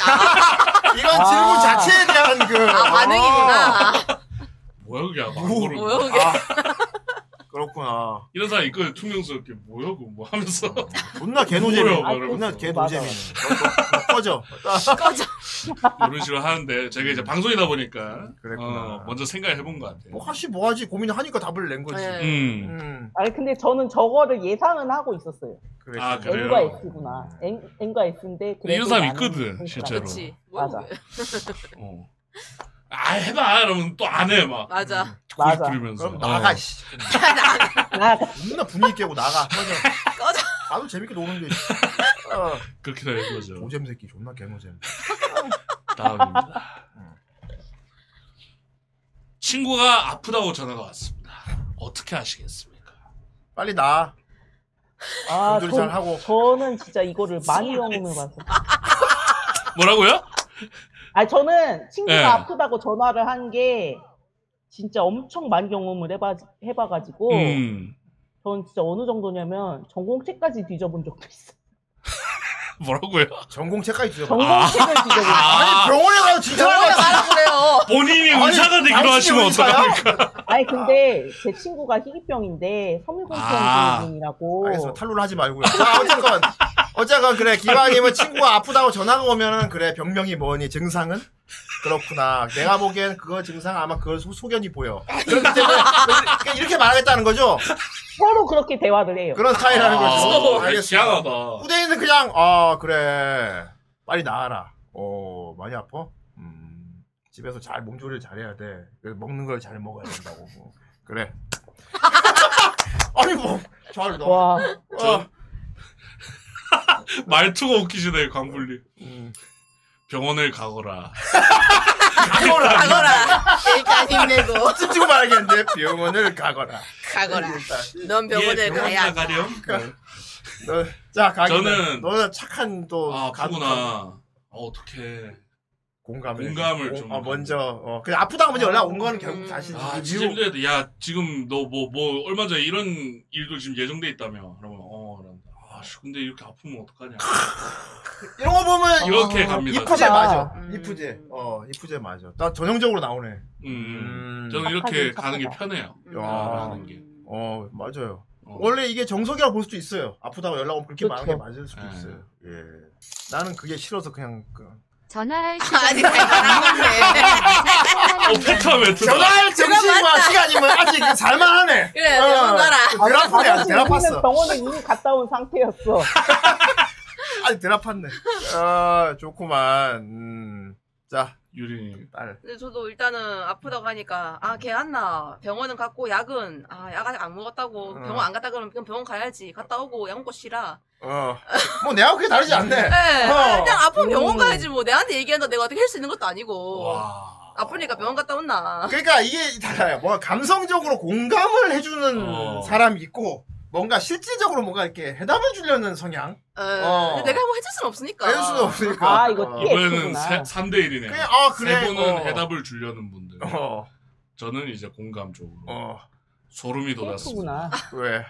이건 질문 자체에 대한 그. 아, 반응이구나. 뭐야 그게 아마 안 고르고. 뭐야, 어. 그게? 아. 그렇구나. 이런 사람 있거든 투명수 이렇게 뭐야 그거 뭐 하면서 존나 개노잼이. 뭐야, 뭐야, 존나 이러면서. 개노잼이. 꺼져. 꺼져. 이런 식으로 하는데 제가 이제 방송이다 보니까 어, 먼저 생각해 본 것 같아요. 뭐 하시 뭐 하지 고민을 하니까 답을 낸 아, 거지. 네. 음. 아니 근데 저는 저거를 예상은 하고 있었어요. 아 N과 그래요? S구나. N, N과 S인데 그러니까. 근데 이런 사람 있거든 실제로. 맞아. 어. 아 해봐 이러면 또 안 해 막. 맞아. 맞아. 부리면서. 그럼 나가 어. 씨. 존나 분위기 깨고 나가. 꺼져. 꺼져. 나도 재밌게 노는데. 그렇게 되는 거죠. 오잼 새끼 존나 개노잼. 다음입니다. 친구가 아프다고 전화가 왔습니다. 어떻게 하시겠습니까? 빨리 나. 아, 분들 저, 잘 하고. 저는 진짜 이거를 많이 경험해 봤어요. 뭐라고요? 아 저는 친구가 네. 아프다고 전화를 한 게 진짜 엄청 많이 경험을 해봐 어. 해봐가지고 음. 저는 진짜 어느 정도냐면 전공책까지 뒤져본 적도 있어. 뭐라고요? 전공책까지 아. 뒤져. 전공책을 뒤져본. 아니 병원에 가서 진짜 병원에 가라고 그래요. 본인이 의사가 되기로 하시면 어떡합니까? 아니 근데 제 친구가 희귀병인데 아. 섬유공천증이라고. 알겠어. 탈로를 하지 말고요. 자, 어쨌건. 어쨌건 그래. 기왕이면 친구가 아프다고 전화가 오면은 그래. 병명이 뭐니? 증상은? 그렇구나. 내가 보기엔 그거 증상 아마 그걸 소, 소견이 보여. 그렇기 때문에 그러니까 이렇게 말하겠다는 거죠. 서로 그렇게 대화를 해요. 그런 스타일하는 거죠. 아, 알겠습니다. 희한하다. 후대인은 그냥 아 그래 빨리 나아라. 어 많이 아파? 음 집에서 잘 몸조리를 잘해야 돼. 그래서 먹는 걸 잘 먹어야 된다고. 뭐. 그래. 아니 뭐 어. 저를 너. 와. 저- 말투가 웃기시네 광불리. 음. 병원을 가거라. 가거라. 가거라. 일단 힘내고. 찜치고 말하겠는데 병원을 가거라. 가거라. 넌 병원을 예, 병원 가야 한다. 가렴. 너, 자 가기. 저는- 너는 착한 또 아, 가구나. 아프구나. 어, 어떡해. 공감을 공감을 공- 좀. 어, 먼저 어, 그냥 아프다고 먼저 연락 온 거는 결국 자신 아, 이유- 진짜 힘들다. 야, 지금 너 뭐, 뭐, 얼마 전에 이런 일도 지금 예정돼 있다며. 그러면, 어, 이런다. 아, 씨, 근데 이렇게 아프면 어떡하냐. 이런 거 보면 이렇게 갑니다. 이프제 저는. 맞아. 이프제. 어, 이프제 맞아. 나 전형적으로 나오네. 음, 저는 이렇게 가는 게 편해요. 음. 아, 야. 가는 게. 어, 맞아요. 원래 이게 정석이라고 볼 수도 있어요. 아프다고 연락 오면 그렇게 말하는 게 맞을 네. 수도 있어요. 예. 나는 그게 싫어서 그냥 그 전화할 아니, 어, 패턴 음, 매트다. 전화할 정신과 시간이면 아직 잘만하네. 그래, 전화라. 드라프네, 우리는 드라팠어. 병원에 이미 갔다 온 상태였어. 아직 드라팠네. 아, 좋구만. 음. 자, 유리님. 딸. 근데 저도 일단은 아프다고 하니까 아 걔 안나 병원은 갔고 약은 아 약 아직 안 먹었다고 병원 안 갔다 그러면 그럼 병원 가야지 갔다 오고 약 먹고 쉬라 어. 뭐 내하고 그게 다르지 않네. 네. 아, 어. 일단 아프면 병원 음. 가야지 뭐 내한테 얘기한다 내가 어떻게 할 수 있는 것도 아니고 아프니까 병원 갔다 온나 그러니까 이게 달라요. 뭐 감성적으로 공감을 해주는 어. 사람이 있고 뭔가 실질적으로 뭔가 이렇게 해답을 주려는 성향. 에, 어. 예. 내가 뭐 해줄 수는 없으니까 해줄 수는 없으니까. 아, 이거 어, 이번에는 3대 1이네. 그냥, 아, 세 그래. 분은 어. 해답을 주려는 분들. 어. 저는 이제 공감 쪽으로. 어. 소름이 돋았습니다. 왜?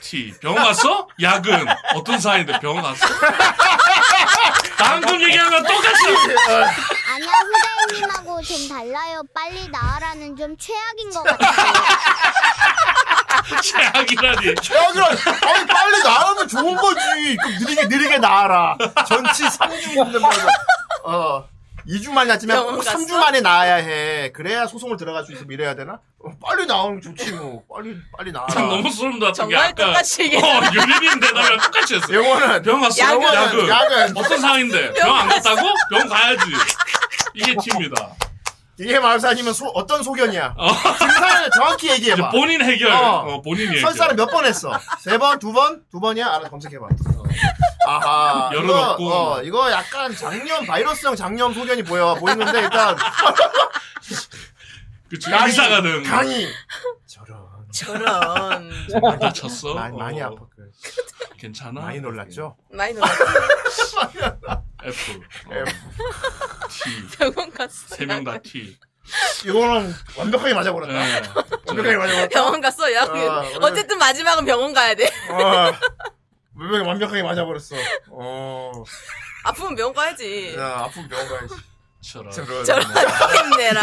T 병원 갔어? 약은 어떤 사이인데 병원 갔어? 방금 얘기한 건 똑같아. 아니야 후대인님하고 좀 달라요. 빨리 나으라는 좀 최악인 것 같아요. 최악이라니. 최악이라니. 아니 빨리 나으면 좋은 거지. 그럼 느리게 느리게 나아라. 전치 3주 있는 말이야. 어. 2주 만에 났지만 병원 꼭 갔어? 3주 만에 나아야 해. 그래야 소송을 들어갈 수 있으면 이래야 되나? 어, 빨리 나오면 좋지 뭐. 빨리 빨리 나와라. 참 너무 소름 돋았던 게 아까 어, 유리님 대답이랑 똑같이 했어. 영어는 병원 갔어? 약은, 약은. 약은. 어떤 상황인데? 병원 안 갔다고? 병원 가야지. 이게 T입니다. 이게 마을사님은 소- 어떤 소견이야? 증상을 정확히 얘기해봐. 이제 본인 해결. 어, 본인 해결. 설사를 몇 번 했어? 세 번, 두 번, 두 번이야? 알아 검색해봐. 아하. 열은 이거, 없고. 어, 이거 약간 장염 바이러스형 장염 소견이 보여 보이는데 일단 그치, 강의, 의사가 능. 강의. 저런 많이 다쳤어? 많이, 많이 어. 아파. 그. 괜찮아? 많이 놀랐죠? 많이 놀랐 F. 어. T. 병원 갔어 세 명 다 T. 네. 예. 이거는 완벽하게 맞아버렸다. 완벽하게 맞아버렸다. 병원 갔어 약 아, 은 어쨌든 마지막은 병원 가야 돼 네. 아, 완벽하게, 완벽하게 맞아버렸어. 어. 아프면 병원 가야지 야, 아픈 병원 가야지. 저런. 저런 힘내라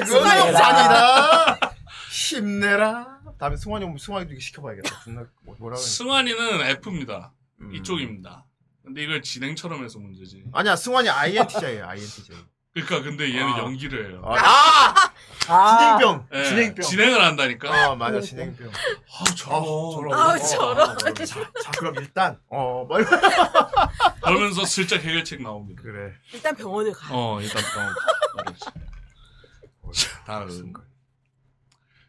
그거는 승환이다. 없잖이다. 힘내라. 다음에 승환이 오면 승환이도 이거 시켜봐야겠다. 존나 뭐- 뭐라 그래. 승환이는 F입니다. 음. 음. 이쪽입니다. 근데 이걸 진행처럼 해서 문제지. 아니야, 승환이 INTJ야, INTJ. 그러니까 근데 얘는 아. 연기를 해요. 아! 진행병. 예, 진행병. 진행을 한다니까. 아, 맞아, 진행병. 아, 저런. 아, 저런. 자, 그럼 일단, 어, 뭘. 그러면서 슬쩍 해결책 나옵니다. 그래. 일단 병원을 가 어, 일단 병원. 그렇지. 다음.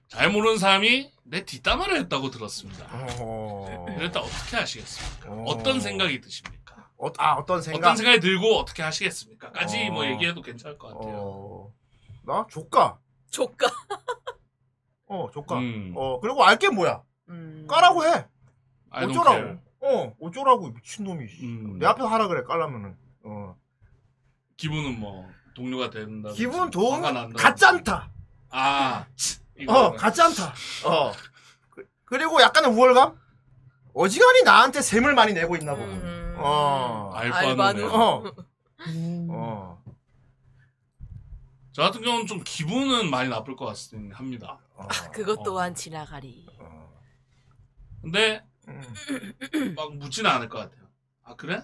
잘 모르는 사람이 내 뒷담화를 했다고 들었습니다. 네, 일단 어떻게 하시겠습니까? 어떤 생각이 드십니까? 어, 아, 어떤 생각? 어떤 생각이 들고 어떻게 하시겠습니까? 까지 어. 뭐 얘기해도 괜찮을 것 같아요. 어, 나? 조까. 조까. 어, 조까. 음. 어, 그리고 알게 뭐야? 음. 까라고 해. I don't care. 음. 어쩌라고. 어, 어쩌라고, 미친놈이. 씨. 내 앞에서 하라 그래, 깔라면은. 어. 기분은 뭐 동료가 된다. 기분 화가 도움은 난다. 가짠타. 아, 이거 어, 가짠타. 어. 그- 그리고 약간의 우월감? 어지간히 나한테 셈을 많이 내고 아, 있나 보고. 음. 음. 어. 알바노네. 어. 어. 저 같은 경우는 좀 기분은 많이 나쁠 것 같긴 합니다. 그것 또한 지나가리 어. 근데 음. 막 묻지는 않을 것 같아요. 아 그래?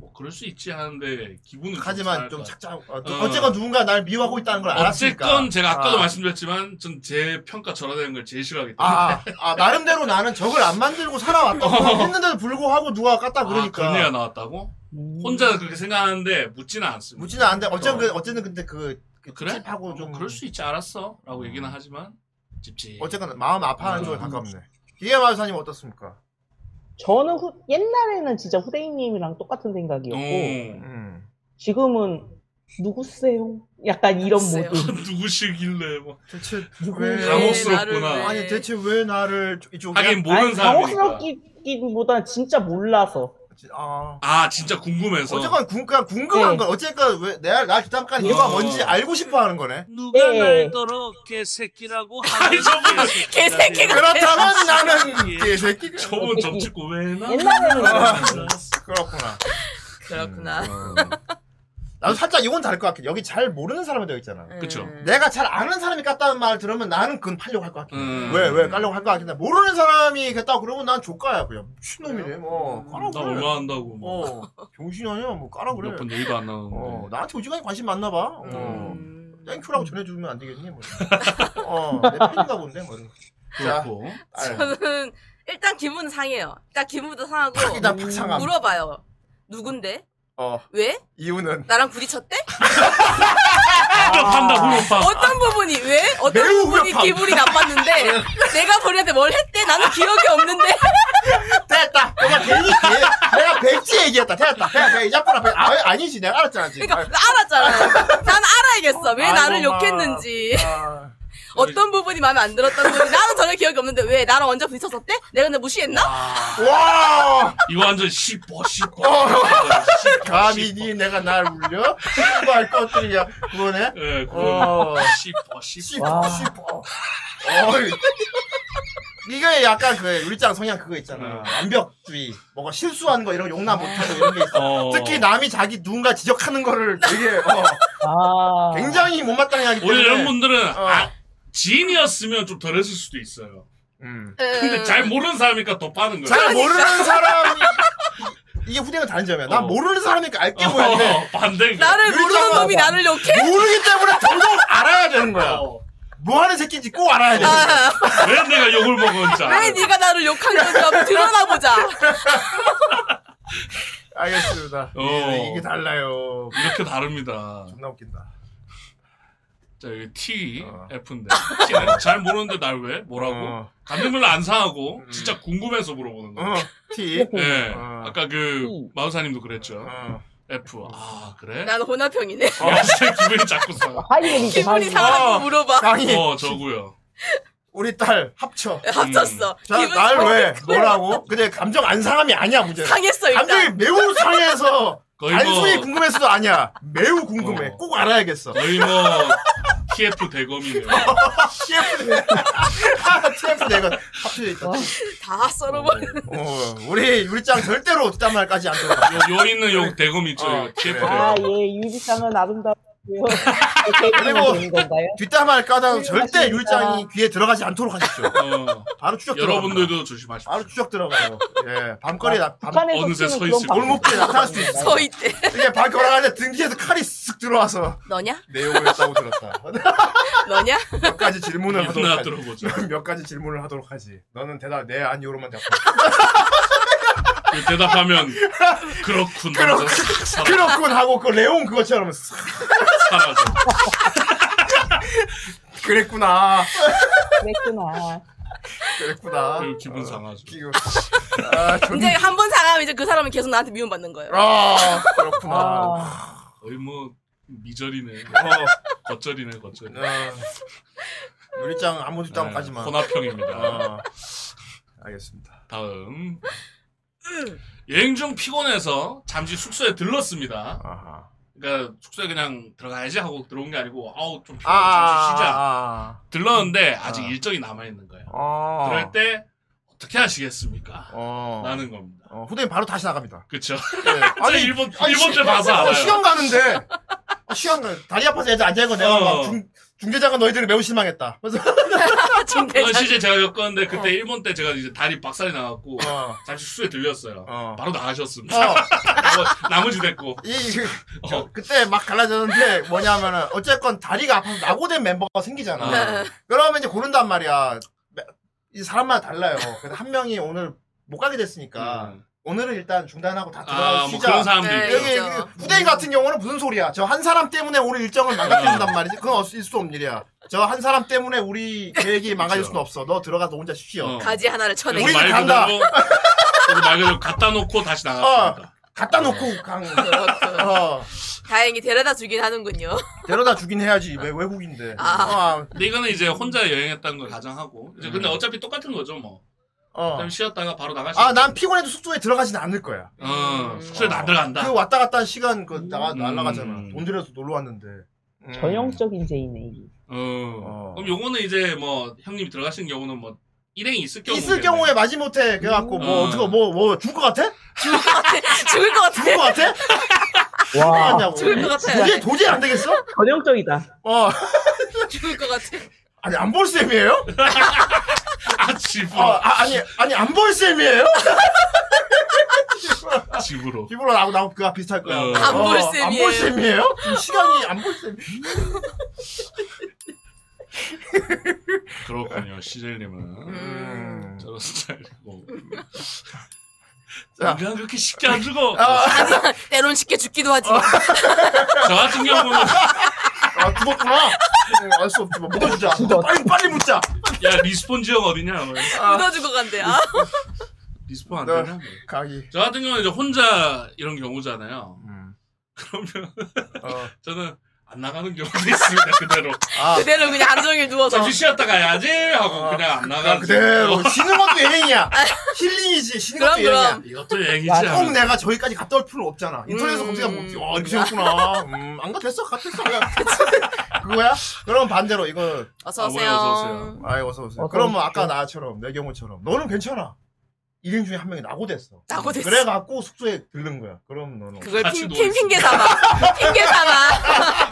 뭐 그럴 수 있지 하는데 기분은 좀 하지만 상할 좀 것 착착. 같아요. 어, 또 어쨌건 누군가 날 미워하고 있다는 걸 알았으니까. 어쨌건 제가 아까도 아. 말씀드렸지만 전 제 평가 절하되는 걸 제일 싫어하기 때문에 아, 아, 나름대로 나는 적을 안 만들고 살아왔다고 했는데도 불구하고 누가 깠다 어. 아, 그러니까. 음. 그런 얘기가 나왔다고? 혼자는 그렇게 생각하는데 묻지는 않습니다. 묻지는 않는데 어쨌든 그- 어. 어쨌든 근데 그, 그 그래? 어, 뭐 찝하고 좀 그럴 수 있지 알았어라고 얘기는 하지만 찝찝. 어쨌건 예. 마음 아파하는 음. 쪽에 가깝네. 이해 마사님 어떻습니까? 저는 후- 옛날에는 진짜 후대인님이랑 똑같은 음. 생각이었고 음. 지금은 누구세요? 약간 이런 글쎄요. 모드. 누구시길래 뭐 대체 왜 예, 아, 뭐. 당혹스럽구나. 나를 왜- 네, 네, 아니 대체 왜 나를 저- 이쪽에 하긴 모르는 아니, 사람이니까. 당혹스럽기보단 진짜 몰라서. 아. 아 진짜 궁금해서. 어쨌건 궁, 그냥 궁금한 네. 건 어쨌건 왜 내가 나 뒷담간 이유가 어. 뭔지 알고 싶어 하는 거네. 누가 날 떨어 개새끼라고 하는 개새끼가 그렇다면 나는 개새끼. 저분 점찍고 왜 나? 옛날에는 그렇구나. 그렇구나 나도 살짝 이건 다를 것 같긴 해. 여기 잘 모르는 사람이 되어 있잖아. 음. 그쵸. 네? 내가 잘 아는 사람이 깠다는 말 들으면 나는 그건 팔려고 할 것 같긴 해. 음. 왜, 왜 깔려고 할 것 같긴 해. 모르는 사람이 겠다 그러면 난 조카야, 그냥. 미친놈이네, 뭐. 까라 나 그래. 얼마 한다고 뭐. 어. 정신 아니야, 뭐 까라 그래. 몇번 얘기도 안 나오는데. 어, 나한테 오지간히 관심 많나 봐. 어. 땡큐라고 전해주면 안 되겠니? 뭐. 어, 내 팬인가 본데, 뭐. 자, 음. 그렇고. 알. 저는 아, 일단 기분 상해요. 일단 기분도 상하고 일단 팍 상함. 물어봐요. 누군데? 어. 왜? 이유는 나랑 부딪혔대? 판다 아. 후렴파. 어떤 부분이 왜? 어떤 아. 매우 부분이 후렴파. 기분이 나빴는데 내가 본인한테 뭘 했대? 나는 기억이 없는데 됐다 내가 백이지 내가 백지 얘기했다 됐다 그냥 그냥 이자꾸나 백 아, 아니지 내가 알았잖아 지금 그러니까 나 알았잖아요 난 알아야겠어 왜 나를 아이고, 엄마. 욕했는지 어떤 부분이 마음에 안 들었던 부분이 나는 전혀 기억이 없는데 왜 나랑 언제 부딪혔었대? 내가 근데 무시했나? 와 이거 완전 씹어 씹어 감히 니 내가 날 울려? 씨발 것들이야 그거네 예, 그거. 어. 씹어 씹어 씹어 씹어 어이. 이게 약간 그 우리짱 성향 그거 있잖아 완벽주의 뭔가 실수하는 거 이런 거 용납 못하는 이런 게 있어 어. 특히 남이 자기 누군가 지적하는 거를 되게 아. 어, 굉장히 못마땅해 하기 때문에 어. 오히려 이런 분들은 아, 지인이었으면 좀 덜했을 수도 있어요 근데 네. 음. 잘 모르는 사람이니까 더 파는 거예요 잘 모르는 사람이 이게 후대가 다른 점이야. 난 모르는 사람이니까 알게 뭐야. 어, 반대. 나를 모르는 놈이 나를 욕해? 모르기 때문에 더더욱 알아야 되는 거야. 뭐 하는 새끼인지 꼭 알아야 돼. 아. 왜 내가 욕을 먹었는지 왜 네가 나를 욕한 건지 한번 드러나 보자 알겠습니다. 예, 이게, 이게 달라요. 이렇게 다릅니다. 존나 웃긴다. 자 여기 T F인데 T는 잘 모르는데 날 왜? 뭐라고? 어. 음. 감정별로 안 상하고 진짜 궁금해서 물어보는 거. 어, T. 네. 어. 아까 그 마우사님도 그랬죠. F. 아 그래? 난 호나평이네 야, 진짜 기분이 자꾸 상. 화이님이지, 아, 기분이 상하고 물어봐 어 저고요. 음. 우리 딸 네, 합쳐. 합쳤어. 음. 자, 기분 날 상해. 왜? 뭐라고? 근데 감정 안 상함이 아니야, 문제. 상했어, 일단. 감정이 매우 상해서 거의 뭐- 단순히 궁금해서도 아니야. 매우 궁금해. 꼭 알아야겠어. 거의 뭐 TF 대검이네요. 네. TF 내가 합쳐져 있다. 다 썰어버리는 네. 어, 우리 유리짱 절대로 뒷담 말까지 안 들어가. 요, 요 있는 요 대검 있죠. 어, 요 TF 아, 대검. 예, 유지상은 아름답고요. 그리고 되는 건가요? 뒷담을 까다 절대 네, 맞습니다. 유리짱이 귀에 들어가지 않도록 하십시오. 어. 바로 추적 들어가. 여러분들도 조심하십시오. 바로 추적 들어가요. 예, 밤거리에 아, 나, 밤, 북한에서 어느새 치는 서 그런 있을 아, 방법. 골목길에 나타날 수도 있어. 서 있대 이게 밤거리 가는데 등 뒤에서 칼이 쓱 들어와서 너냐? 내용을 했다고 들었다. 너냐? 몇 가지 질문을 입 하도록 나 하지. 들어보죠. 몇 가지 질문을 하도록 하지. 너는 대답 내 아니오로만 잡고. 그 대답하면 그렇군. 그렇군. 하면서 싹 사라- 그렇군 하고 그 레옹 그것처럼 싹 사라져. 그랬구나. 아, 음. 그랬구나. 그랬구나. 그리고 아, 어. 기분 상하죠. 이거. 아, 존... 이제 한 번 상하면 이제 그 사람은 계속 나한테 미움받는 거예요 아, 그렇구나. 아, 거의 뭐 미절이네. 어, 겉절이네 겉절. 어. 요리짱 아무 뒷담 네, 까지 마. 혼합형입니다. 어. 알겠습니다. 다음. 여행 중 피곤해서 잠시 숙소에 들렀습니다. 아하. 그러니까 숙소에 그냥 들어가야지 하고 들어온 게 아니고 아우 좀 아, 피곤해 잠시 쉬자. 아, 들렀는데 아직 일정이 남아 있는 거예요. 아, 아. 그럴 때 어떻게 하시겠습니까? 어. 라는 겁니다. 어, 후대인 바로 다시 나갑니다. 그쵸? 예. 아니 일본 일본 때 봐서 어, 알아요. 시험 가는데. 어, 시험 가 다리 아파서 애들 앉아있고 내가 어. 막 중, 중재자가 너희들을 매우 실망했다. 그래서 아, 어, 실제 제가 겪었는데 그때 일본 때 제가 이제 다리 박살이 나갖고 어. 잠시 숙소에 들렸어요. 어. 바로 나가셨습니다. 뭐 어. 나머- 나머지 됐고. 이, 이- 어. 저- 그때 막 갈라졌는데 뭐냐면은 어쨌건 다리가 아파서 낙오된 멤버가 생기잖아. 어. 그러면 이제 고른단 말이야. 매- 이 사람마다 달라요. 그래서 한 명이 오늘 못 가게 됐으니까 오늘은 일단 중단하고 다 들어가 음. 아, 뭐 쉬자. 그런 사람도 네. 있죠. 그러니까 여기 그렇죠. 여기 후대인 같은 경우는 무슨 소리야? 저 한 사람 때문에 오늘 일정을 망가뜨린단 말이지. 그건 없을 수 없는 일이야. 저 한 사람 때문에 우리 계획이 망가질 수는 없어. 너 들어가서 혼자 쉬어. 어. 가지 하나를 쳐내 그래서 말 간다. 그대로 그래서 말 그대로 갖다 놓고 다시 나갔습니다. 갖다 어. 놓고 강. 그렇군. 어. 다행히 데려다 주긴 하는군요 데려다 주긴 해야지. 왜 외국인데. 아. 근데 이거는 이제 혼자 여행했다는 걸 가정하고 이제 근데 어차피 똑같은 거죠 뭐. 음. 어. 어. 그냥 쉬었다가 바로 나가시. 아, 난 피곤해도 숙소에 들어가진 않을 거야. 어, 숙소에 나 들어간다. 그 왔다 갔다 한 시간 그 나가 음. 날라가잖아. 돈 들여서 놀러 왔는데. 음. 전형적인 제이네. 이게. 어. 어. 그럼 요거는 이제 뭐 형님이 들어가신 경우는 뭐 일행이 있을 경우 있을 경우에 마지못해 그래갖고 뭐 음. 어떻게 뭐뭐 죽을 것 같아? 어. 죽을 것 같아 죽을 것 같아? 와, 하냐고. 죽을 것 같아. 도저히 도저히 안 되겠어? 전형적이다. 어. 죽을 것 같아 아니 안 볼 셈이에요? 아 집으로 어, 아, 아니 아니 안 볼 셈이에요? 어. 집으로. 기분로 나고 나고 그거 비슷할 거야. 어. 안볼 셈이에요. 안볼 셈이에요? 이 시간이 안 볼 셈. 그렇군요. 시젤님은 음. 저런 스타일이고. 뭐. 그냥 그렇게 쉽게 안 죽어. 때론 쉽게 죽기도 하지. 저 같은 경우는 아 죽었구나. 네, 알수 없지. 뭐 묻어주자. 빨리 빨리 묻자. 야 리스폰 지역 어디냐? 뭐. 묻어주고 간대. 아. 리스폰 안 되냐? 뭐. 가기. 저 같은 경우는 이제 혼자 이런 경우잖아요. 어. 그러면 저는 안 나가는 경우도 있습니다. 그대로. 그대로 그냥 하루 종일 아, 누워서. 잠시 쉬었다 가야지 하고 그냥 안 나가. 그대로 쉬는 것도 여행이야. 힐링이지. 쉬는 것도 그럼, 여행이야. 그럼. 이것도 여행이지. 꼭 내가 저기까지 갔다 올 필요는 없잖아. 인터넷에서 음. 검색하면 먹지. 와 이렇게 생겼구나. 음, 안 가. 됐어. 갔댔어. 그냥. 그거야? 그럼 반대로 이거. 어서 아, 뭐야, 어서 오세요. 오세요. 아이 어서 오세요. 어서 오십시오. 그러면 아까 나처럼 내 경우처럼 너는 괜찮아. 1인 중에 한 명이 낙오됐어. 낙오됐어. 그래갖고 숙소에 들른 거야. 그럼 너는 그걸 핑, 핑 핑계 삼아. 핑계 삼아.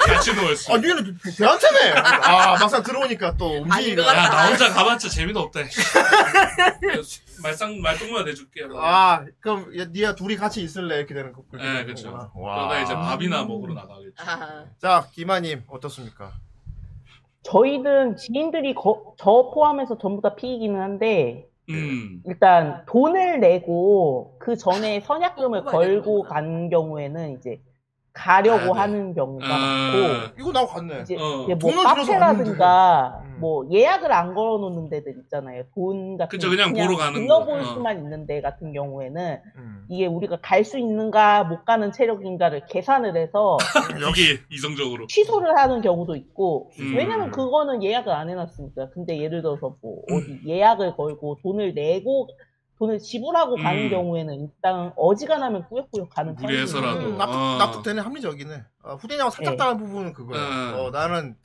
같이 누웠어. 아, 니는 대한테네. 아, 막상 들어오니까 또 움직이니까. 야, 나 혼자 가봤자 재미도 없다. 말상 말동무가 돼줄게. 뭐. 아, 그럼 얘, 니가 둘이 같이 있을래 이렇게 되는 거. 아, 네, 그렇죠. 그러다 이제 밥이나 먹으러 나가겠죠. 자, 기마님 어떻습니까? 저희는 지인들이 거- 저 포함해서 전부 다 피이기는 한데 음. 일단 돈을 내고 그 전에 선약금을 뽑아야 되는 걸고 간 경우에는 이제 가려고 가야 돼. 하는 경우가 아. 많고 이거 나고 갔네. 아, 이제, 어. 이제 뭐 돈을 들여서 카페라든가 뭐 예약을 안 걸어놓는 데들 있잖아요. 돈 같은 그쵸, 그냥 보러 가는 들러볼 거. 어. 수만 있는 데 같은 경우에는 음. 이게 우리가 갈 수 있는가 못 가는 체력인가를 계산을 해서 여기 이성적으로. 취소를 하는 경우도 있고 음. 왜냐면 그거는 예약을 안 해놨으니까 근데 예를 들어서 뭐 어디 예약을 걸고 돈을 내고 돈을 지불하고 가는 음. 경우에는 일단 어지간하면 꾸역꾸역 가는 편이에요. 납득, 어. 납득되는 합리적이네. 아, 후대냐고 살짝 네. 다른 부분은 그거야. 어, 나는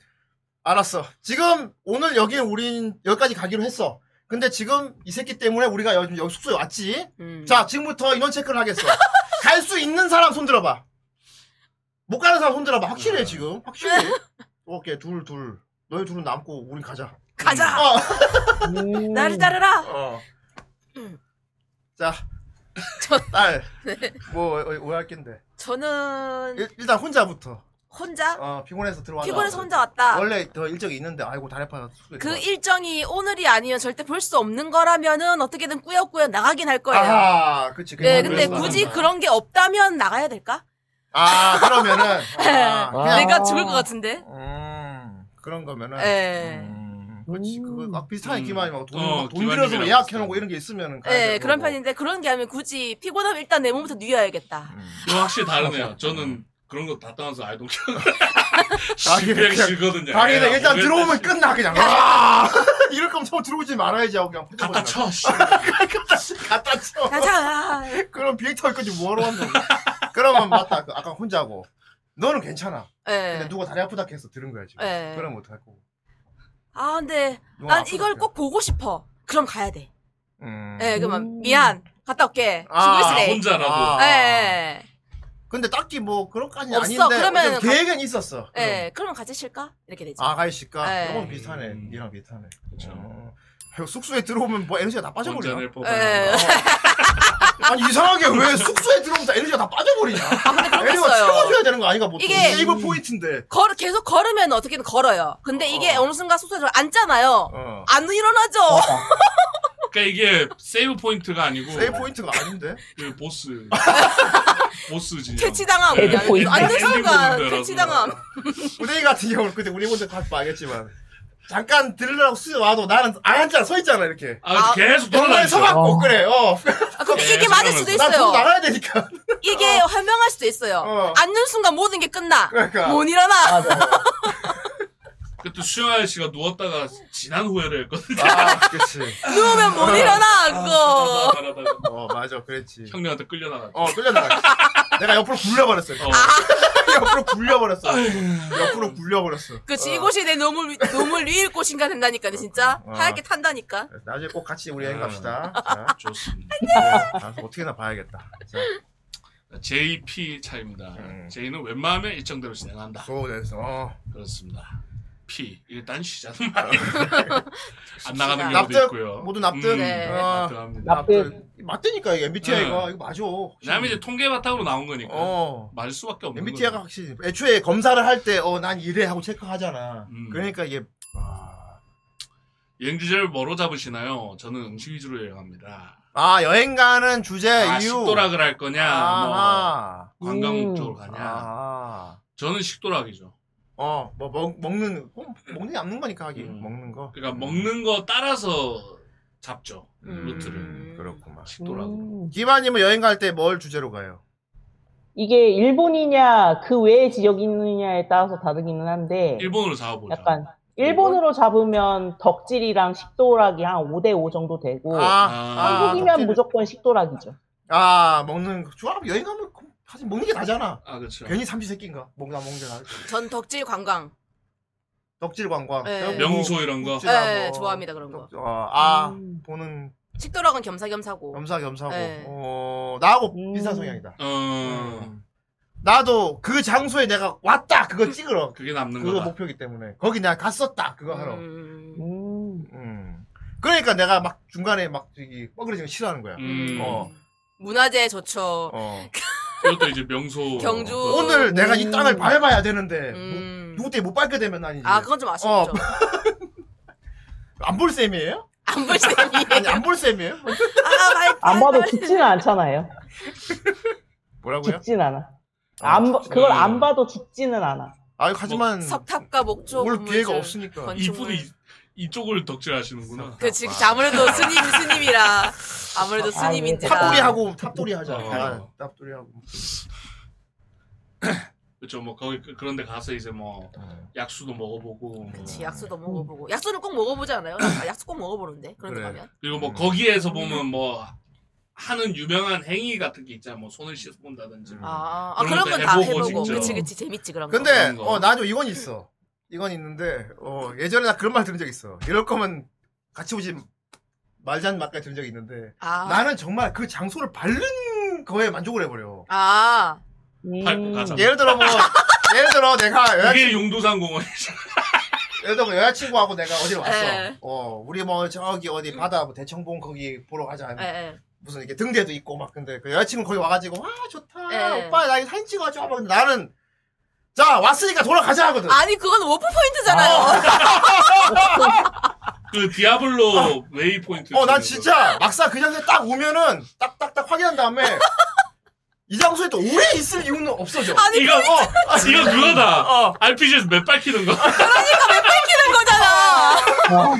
알았어. 지금 오늘 여기 우린 여기까지 가기로 했어. 근데 지금 이 새끼 때문에 우리가 요즘 여기 숙소에 왔지. 음. 자, 지금부터 인원 체크를 하겠어. 갈 수 있는 사람 손 들어봐. 못 가는 사람 손 들어봐. 네. 확실해 지금. 확실해. 오케이 둘 둘. 너희 둘은 남고 우린 가자. 가자. 음. 음. 나를 따르라. 어. 자, 딸. 네. 뭐 오해할 낀데. 저는 일- 일단 혼자부터. 혼자 어, 피곤해서 들어왔다. 피곤해서 혼자 왔다. 원래 더 일정이 있는데 아이고 다래파 숙소에 그 들어왔다. 일정이 오늘이 아니면 절대 볼 수 없는 거라면은 어떻게든 꾸역꾸역 나가긴 할 거예요. 아하, 그치. 네, 그냥 근데 그래서 굳이 나간다. 그런 게 없다면 나가야 될까? 아, 그러면은 아, 그냥- 아, 내가 죽을 것 같은데. 그런 거면은 예. 음. 음. 그렇지. 그거 막 비슷한 기만이고 돈, 어, 막돈 기만이 빌려서 기만이 예약해 놓고 이런 게 있으면은 뭐 가야 네, 되는 그런 거고. 편인데 그런 게 아니면 굳이 피곤하면 일단 내 몸부터 누워야겠다. 이거 확실히 다르네요. 저는 그런 거 다 떠나서 아이돌 그냥- 준비하기 싫거든요. 가게에다 예, 일단 오면- 들어오면 끝나 그냥. 아! 이럴 거면 처음 들어오지 말아야지 하고 그냥 갖다 쳐. 아, 갖다 쳐. 가자. 그럼 비행 타올 거지 뭐하러 왔노? 그러면 맞다. 그 아까 혼자고. 너는 괜찮아. 예. 근데 누가 다리 아프다 해서 들은 거야 지금. 예. 그럼 어떡할 거고. 아, 근데 너무 난 아프다, 이걸 꼭 보고 싶어. 그럼 가야 돼. 음. 예, 그러면 미안. 갔다 올게. 아, 죽을 수래. 혼자라도. 아, 예. 근데 딱히 뭐 그런까지 없어. 아닌데 그러면 어쨌든 가- 계획은 네 있었어. 예, 그러면 같이 쉴까? 이렇게 되지. 아, 가이씨가 예. 이건 비슷하네. 얘랑 비슷하네. 음. 그렇죠. 숙소에 들어오면 뭐 에너지가 다 빠져버려. 혼자 낼 법한. 예. 아니 이상하게 왜 숙소에 들어오면 다 에너지가 다 빠져버리냐? 에너지가 아, 그렇겠어요. 채워줘야 되는 거 아닌가 보통. 이게- 음, 이거 포인트인데. 걸 계속 걸으면 어떻게든 걸어요. 근데 이게 어느 순간 숙소에 들어 앉잖아요. 어. 안 일어나죠. 그러니까 이게 세이브 포인트가 아니고 세이브 포인트가 아닌데? 그 보스 보스지. 퇴치당함. 그냥. 앉는 순간 퇴치당함. 우리 같은 경우는 그때 우리 분들 다 알겠지만 잠깐 들으려고 쓰 와도 나는 안 앉아 서 있잖아 이렇게. 아, 계속 돌아다니 돌아다니죠. 서갖고 그래. 어. 아, 근데 이게 맞을 수도 있어요. 난 보고 나가야 되니까. 이게 현명할 수도 있어요. 앉는 순간 모든 게 끝나. 그러니까. 못 일어나. 아, 네. 그때 수영아 씨가 누웠다가 지난 후회를 했거든요. 그렇지. 누우면 못 아, 일어나 그거. 어 맞아 그랬지. 형님한테 끌려나가. 어 끌려나가. 내가 옆으로 굴려버렸어. 옆으로 굴려버렸어. 옆으로 굴려버렸어. 그치 어. 이곳이 내 놈을 위- 놈을 위일 곳인가 된다니까 진짜 어. 하얗게 탄다니까. 나중에 꼭 같이 우리 아. 여행 갑시다. 네, 좋습니다. 어떻게나 봐야겠다. 자. JP 차입니다. 음. J는 웬만하면 일정대로 진행한다. 소원에서 어. 그렇습니다. P 일단 쉬자는 말이에요. 안 나가는 경우도 납득, 있고요. 모두 납득. 음, 네. 납득합니다. 음. 납득. 맞다니까 이게 MBTI가 네. 이거 맞아. 왜냐면 이제 통계 바탕으로 나온 거니까 어. 맞을 수밖에 없는 MBTI가 거죠. 확실히 애초에 검사를 할 때 어 난 이래 하고 체크하잖아. 그러니까 이게 음. 여행 주제를 뭐로 잡으시나요? 저는 음식 위주로 여행합니다. 아 여행 가는 주제 아, 네, 이유. 아, 식도락을 할 거냐, 아하. 뭐 관광 음. 쪽으로 가냐. 아. 저는 식도락이죠. 어, 뭐 먹, 먹는 뭐 먹는 게 남는 거니까 하기. 먹는 거. 음. 그러니까 먹는 거 따라서 잡죠 음. 루트를. 음, 그렇구만. 식도락으로. 기반님은 여행 갈 때 뭘 주제로 가요? 이게 일본이냐 그 외의 지역이느냐에 따라서 다르기는 한데 일본으로 잡아보죠. 약간 일본으로 잡으면 덕질이랑 식도락이 한 5대5 정도 되고 아, 한국이면 덕질. 무조건 식도락이죠. 아 먹는 거. 좋아 여행 가면 그- 사실 먹는 게 나잖아. 아 그렇죠. 괜히 삼시 새끼인가? 먹나 먹는 게 나. 전 덕질 관광. 덕질 관광. 네. 명소 뭐 이런 거? 덕질하고. 네, 좋아합니다 그런 거. 어, 아 보는 식도락은 겸사겸사고. 겸사겸사고. 네. 어 나하고 비슷한 성향이다. 어. 나도 그 장소에 내가 왔다 그거 찍으러. 그게 남는 그거 뭐 거다. 목표이기 때문에 거기 내가 갔었다 그거 하러. 음. 음. 그러니까 내가 막 중간에 막 저기 뻐그러지는 거 싫어하는 거야. 음. 어. 문화재 좋죠. 어. 그것도 이제 명소. 경주. 오늘 내가 이 땅을 음. 밟아야 되는데 음. 누구 어. 때문에 못 밟게 되면 난 이제 아 그건 좀 아쉽죠. 안 볼 셈이에요? 안 아, 볼 셈이에요. 아니 안 볼 셈이에요? 안 봐도 죽지는 않잖아요. 뭐라고요? 죽진 않아. 안 봐- 그걸 안 봐도 죽지는 않아. 아 하지만 뭐, 석탑과 목조. 올 건물들, 기회가 없으니까. 건축물. 이분이- 이쪽을 덕질하시는구나. 그 지금 아무래도 스님 스님이라 아무래도 스님인지라. 탑돌이하고 탑돌이 하자. 아, 어. 탑돌이하고. 그렇죠. 뭐 거기 그- 그런 데 가서 이제 뭐 약수도 먹어보고. 뭐. 음. 그치, 약수도 먹어보고 약수는 꼭 먹어보지 않아요? 아, 약수 꼭 먹어보는데 그런 데 음. 가면. 그리고 뭐 거기에서 보면 뭐 하는 유명한 행위 같은 게 있잖아. 뭐 손을 씻어본다든지. 뭐. 아, 아 그런 건 다 것도 해보고, 진짜. 그치 그치 재밌지 그런 근데 거. 어 나도 이건 있어. 이건 있는데 어 예전에 나 그런 말 들은 적 있어. 이럴 거면 같이 오지 말자는 말까지 들은 적이 있는데 아. 나는 정말 그 장소를 밟는 거에 만족을 해버려. 아. 음. 밟고 가자. 예를 들어 뭐 예를 들어 내가 여자친구 이게 용도산 공원이죠. 예를 들어 여자친구하고 내가 어디로 왔어. 네. 어 우리 뭐 저기 어디 바다 뭐 대청봉 거기 보러 아, 가자. 예, 네. 무슨 이렇게 등대도 있고 막 근데 그 여자친구 거기 와가지고 와 좋다 네. 오빠 나 이거 사진 찍어줘 막 근데 나는 자 왔으니까 돌아가자 하거든. 아니 그건 워프 아. 포인트잖아요. 그 디아블로 웨이포인트. 어, 중에서. 난 진짜 막상 그 장소에 딱 오면은 딱딱딱 확인한 다음에 이 장소에 또 오래 있을 이유는 없어져. 이거 어, 아, 이거 그거다. 어. RPG에서 맵 밝히는 거. 뺏기는 거잖아.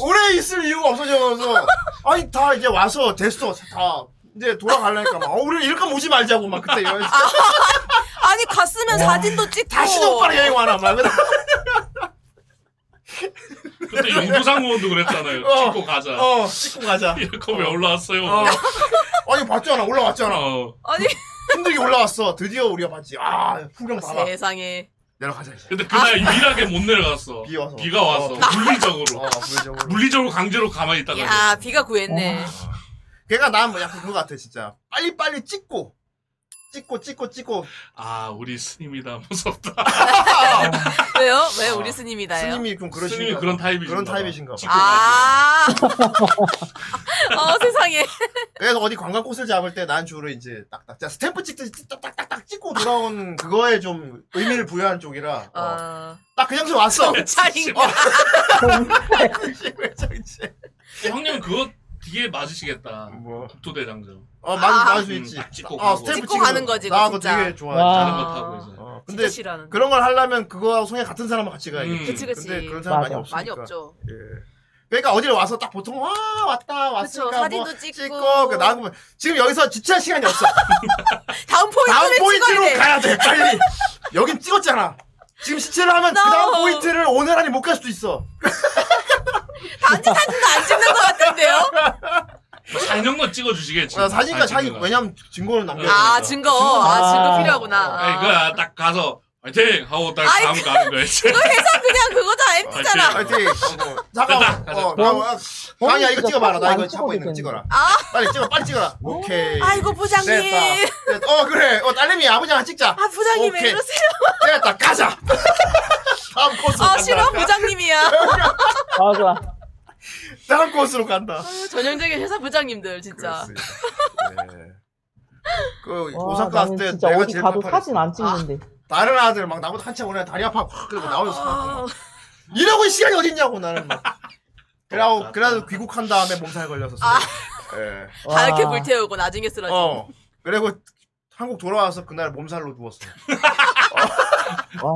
오래 있을 이유가 없어져서 아니 다 이제 와서 됐어 다 이제 돌아가려니까 막 어, 우리 이렇게 오지 말자고 막 그때 이런 아니 갔으면 사진도 찍고. 다시는 오빠랑 여행 와라 막 그래. 그때 용도산 공원도 그랬잖아요. 어, 찍고 가자. 어, 찍고 가자. 이렇게 왜 올라왔어요? 뭐. 어. 어. 아니 봤잖아 올라왔잖아. 아니 힘들게 올라왔어. 드디어 우리가 봤지. 아 풍경 네. 봐봐. 세상에. 내려가자 이제. 근데 그날 유일하게 못 내려갔어. 비 와서. 가 왔어. 아. 어. 물리적으로. 물리적으로. 강제로 가만히 있다가. 야 비가 구했네. 걔가 난뭐 약간 그거 같아 진짜. 빨리 빨리 찍고 찍고 찍고 찍고. 아 우리 스님이다 무섭다. 왜요? 왜 우리 스님이다요? 스님이 좀 그러신. 스님이 그런 타입이신가 그런 봐. 타입이신가 봐. 아. 어 세상에. 그래서 어디 관광 코스를 잡을 때 난 주로 이제 딱딱 자 스탬프 찍듯이 딱딱딱딱 찍고 돌아온 그거에 좀 의미를 부여한 쪽이라. 어. 어. 딱 그냥 좀 왔어. 차린 거. 어, 형님은 그거 뒤에 맞으시겠다. 국토대장정. 뭐. 어 맞을 아. 맞을 수 있지. 음, 딱 찍고 어, 가고. 스탬프 찍고 찍으면 가는 거지, 이거 나하고 진짜. 되게 와. 좋아해. 다른 거 타고 이제. 어, 진짜 근데 싫어하는데. 그런 걸 하려면 그거하고 성향 같은 사람하고 같이 가야겠지. 음. 그치 그치. 근데 그런 사람 많이 없으니까. 많이 없죠. 예. 그러니까 어디를 와서 딱 보통 와 왔다 왔으니까 그쵸, 사진도 뭐 찍고. 그러니까 나하고 뭐, 지금 여기서 지체할 시간이 없어. 다음 포인트를 다음 포인트로 찍어야 돼. 가야 돼 빨리. 여긴 찍었잖아. 지금 시체를 하면 그 다음 No. 포인트를 오늘 안에 못 갈 수도 있어. 단지 사진도 안 찍는 것 같은데요? 뭐 장정도 찍어주시겠지. 어, 사진과 자기 아, 찍는 거. 왜냐면 증거를 남겨. 아 증거. 아 증거 필요하구나. 아니, 예, 그거야. 딱 가서 화이팅 하고 딱 아이, 다음 가는 거야. 이제. 이거 해산 그냥 그거다 MT잖아. 파이팅. 어, 뭐, 잠깐만. 어, 어, 어, 강이야 이거 찍어봐라. 나 이거 찾고 있는 거 찍어라. 아. 빨리 찍어, 빨리 찍어라. 오케이. 아이고, 부장님. 됐다. 됐다. 어 그래. 어 딸내미 아버지랑 찍자. 아 부장님 왜 오케이. 이러세요? 됐다. 가자. 다음 코스. 아 싫어 부장님이야. 맞아. 다음 코스로 간다. 전형적인 회사 부장님들 진짜. 네. 그 와, 오사카 왔을 나는 때 진짜 내가 어디 제일 가도 팔팔했어. 사진 안 찍는데. 다른 아들 막 아. 나보다 한참 오래 다리 아파 확 그러고 나오면서 막 이러고 이 시간이 어딨냐고 나는 막 그래도 그래도 귀국한 다음에 몸살 걸려서. 아. 예. 다 아. 이렇게 불태우고 나중에 쓰러지. 어. 그리고 한국 돌아와서 그날 몸살로 누웠어.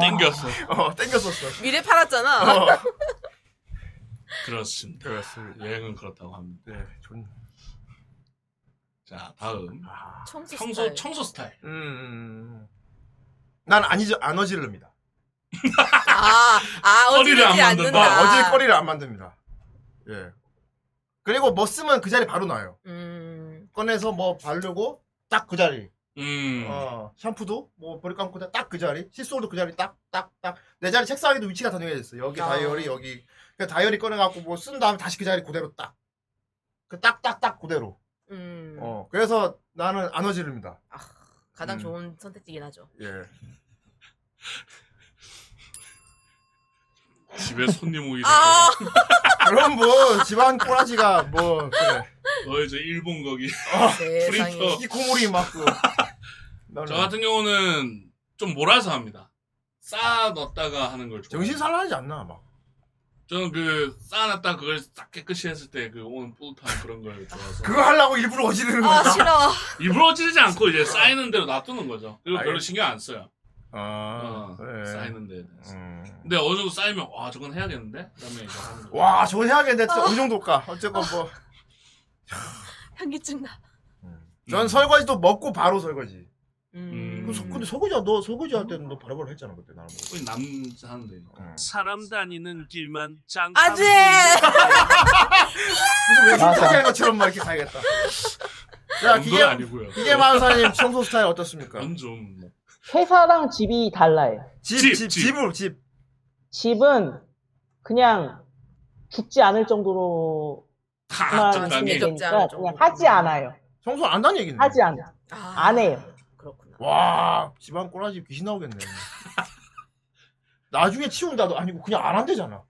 땡겼어. 어, 땡겼었어. 미래 팔았잖아. 어. 그렇습니다. 여행은 그렇다고 합니다. 음, 자 다음 청소 청소 청소 아, 스타일. 음, 난 아니지 안 어지릅니다. 아, 아 꺼리를 어지럽지 안 만든다. 않는다. 어질 거리를 안 만듭니다. 예. 그리고 뭐 쓰면 그 자리 바로 나요. 음. 꺼내서 뭐 바르고 딱 그 자리. 음. 음. 아. 어, 샴푸도 뭐 머리 감고 딱 그 자리. 칫솔도 그 자리 딱 딱 딱. 내 자리 책상에도 위치가 다 정해져 있어. 여기 아. 다이어리 여기. 그 다이어리 꺼내 갖고 뭐 쓴 다음에 다시 그 자리 그대로 딱. 그 딱 딱 딱 그대로. 음, 아, 어. 그래서 나는 안 어지릅니다. 가장 음. 좋은 선택지긴 하죠. 예. 집에 손님 오기 아. 전에 그럼 뭐 집안 꼬라지가 뭐 그래. 너 이제 일본 거기 아, 네, 세상에. 프린터 히코모리 맞고. 저 같은 경우는 좀 몰아서 합니다. 쌓아 넣었다가 하는 걸 좋아. 정신 살라하지 않나 막. 저는 그 쌓아놨다 그걸 싹 깨끗이 했을 때 그 오는 뿌듯한 그런 걸 좋아서 그거 하려고 일부러 어지르는 아. 거야. 아, 일부러 찌르지 않고 이제 쌓이는 대로 놔두는 거죠. 그리고 별로 알겠- 신경 안 써요. 아, 어, 그래. 쌓이는 데에 대해서. 근데 어느 정도 쌓이면 와 저건 해야겠는데? 그다음에 이제 하는 거. 와, 저건 해야겠는데 아. 진짜 어느 정도일까? 어쨌건 뭐. 향기증 나. 전 설거지도 먹고 바로 설거지. 음. 그 서- 근데 설거지야 너 설거지 할 때는 너 바로바로 했잖아 그때 나랑. 거의 남자 하는데. 사람 다니는 길만 짱. 안 돼! 무슨 아, 외국하게 할 것처럼 막 이렇게 가야겠다. 자, 그건 기계 아니고요. 기계 만사님 청소 스타일 어떻습니까? 좀 회사랑 집이 달라요. 집, 집, 집으로 집. 집은 그냥 죽지 않을 정도로 아, 만 좀 쓰면 다니죠. 죽지 되니까 않을 그냥 하지 않아요. 청소 안 한다는 얘기네. 하지 않아. 안 해요. 와, 집안 꼬라지 귀신 나오겠네. 나중에 치운다도 아니고 뭐 그냥 안 한대잖아.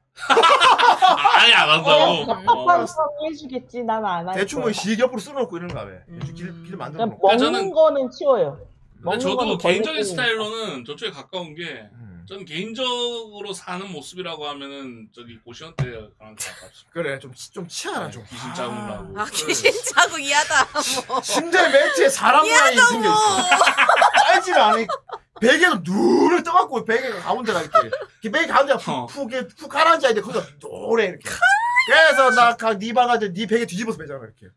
아예 안 그냥 답답한 어. 사람이 해주겠지 난 안 할 거야. 대충 뭐 실겹으로 쓸어놓고 이런 가 왜? 음. 대충 길, 길 만들어 그냥 놓고. 먹는 거는 치워요. 근데 먹는 저도 뭐 거는 개인적인 걸리고. 스타일로는 저쪽에 가까운 게, 음. 전 개인적으로 사는 모습이라고 하면은, 저기 고시원 때 그런 게 가깝습니다. 그래, 좀, 치- 좀 치아라, 좀. 귀신 짜증나고. 네. 아 귀신 네. 자국 이하다. 뭐. 심지어 매트에 사람 모양이 미안하다, 생겨있어. 빨지를 않아. 베개도 눈을 떠갖고 베개가 가운데가 이렇게. 이렇게 베개 가운데가 푹, 푹, 이렇게 푹 가라앉아야 돼. 거기서 노래 이렇게. 그래서 나네 방한테 네 베개 뒤집어서 매잖아, 이렇게.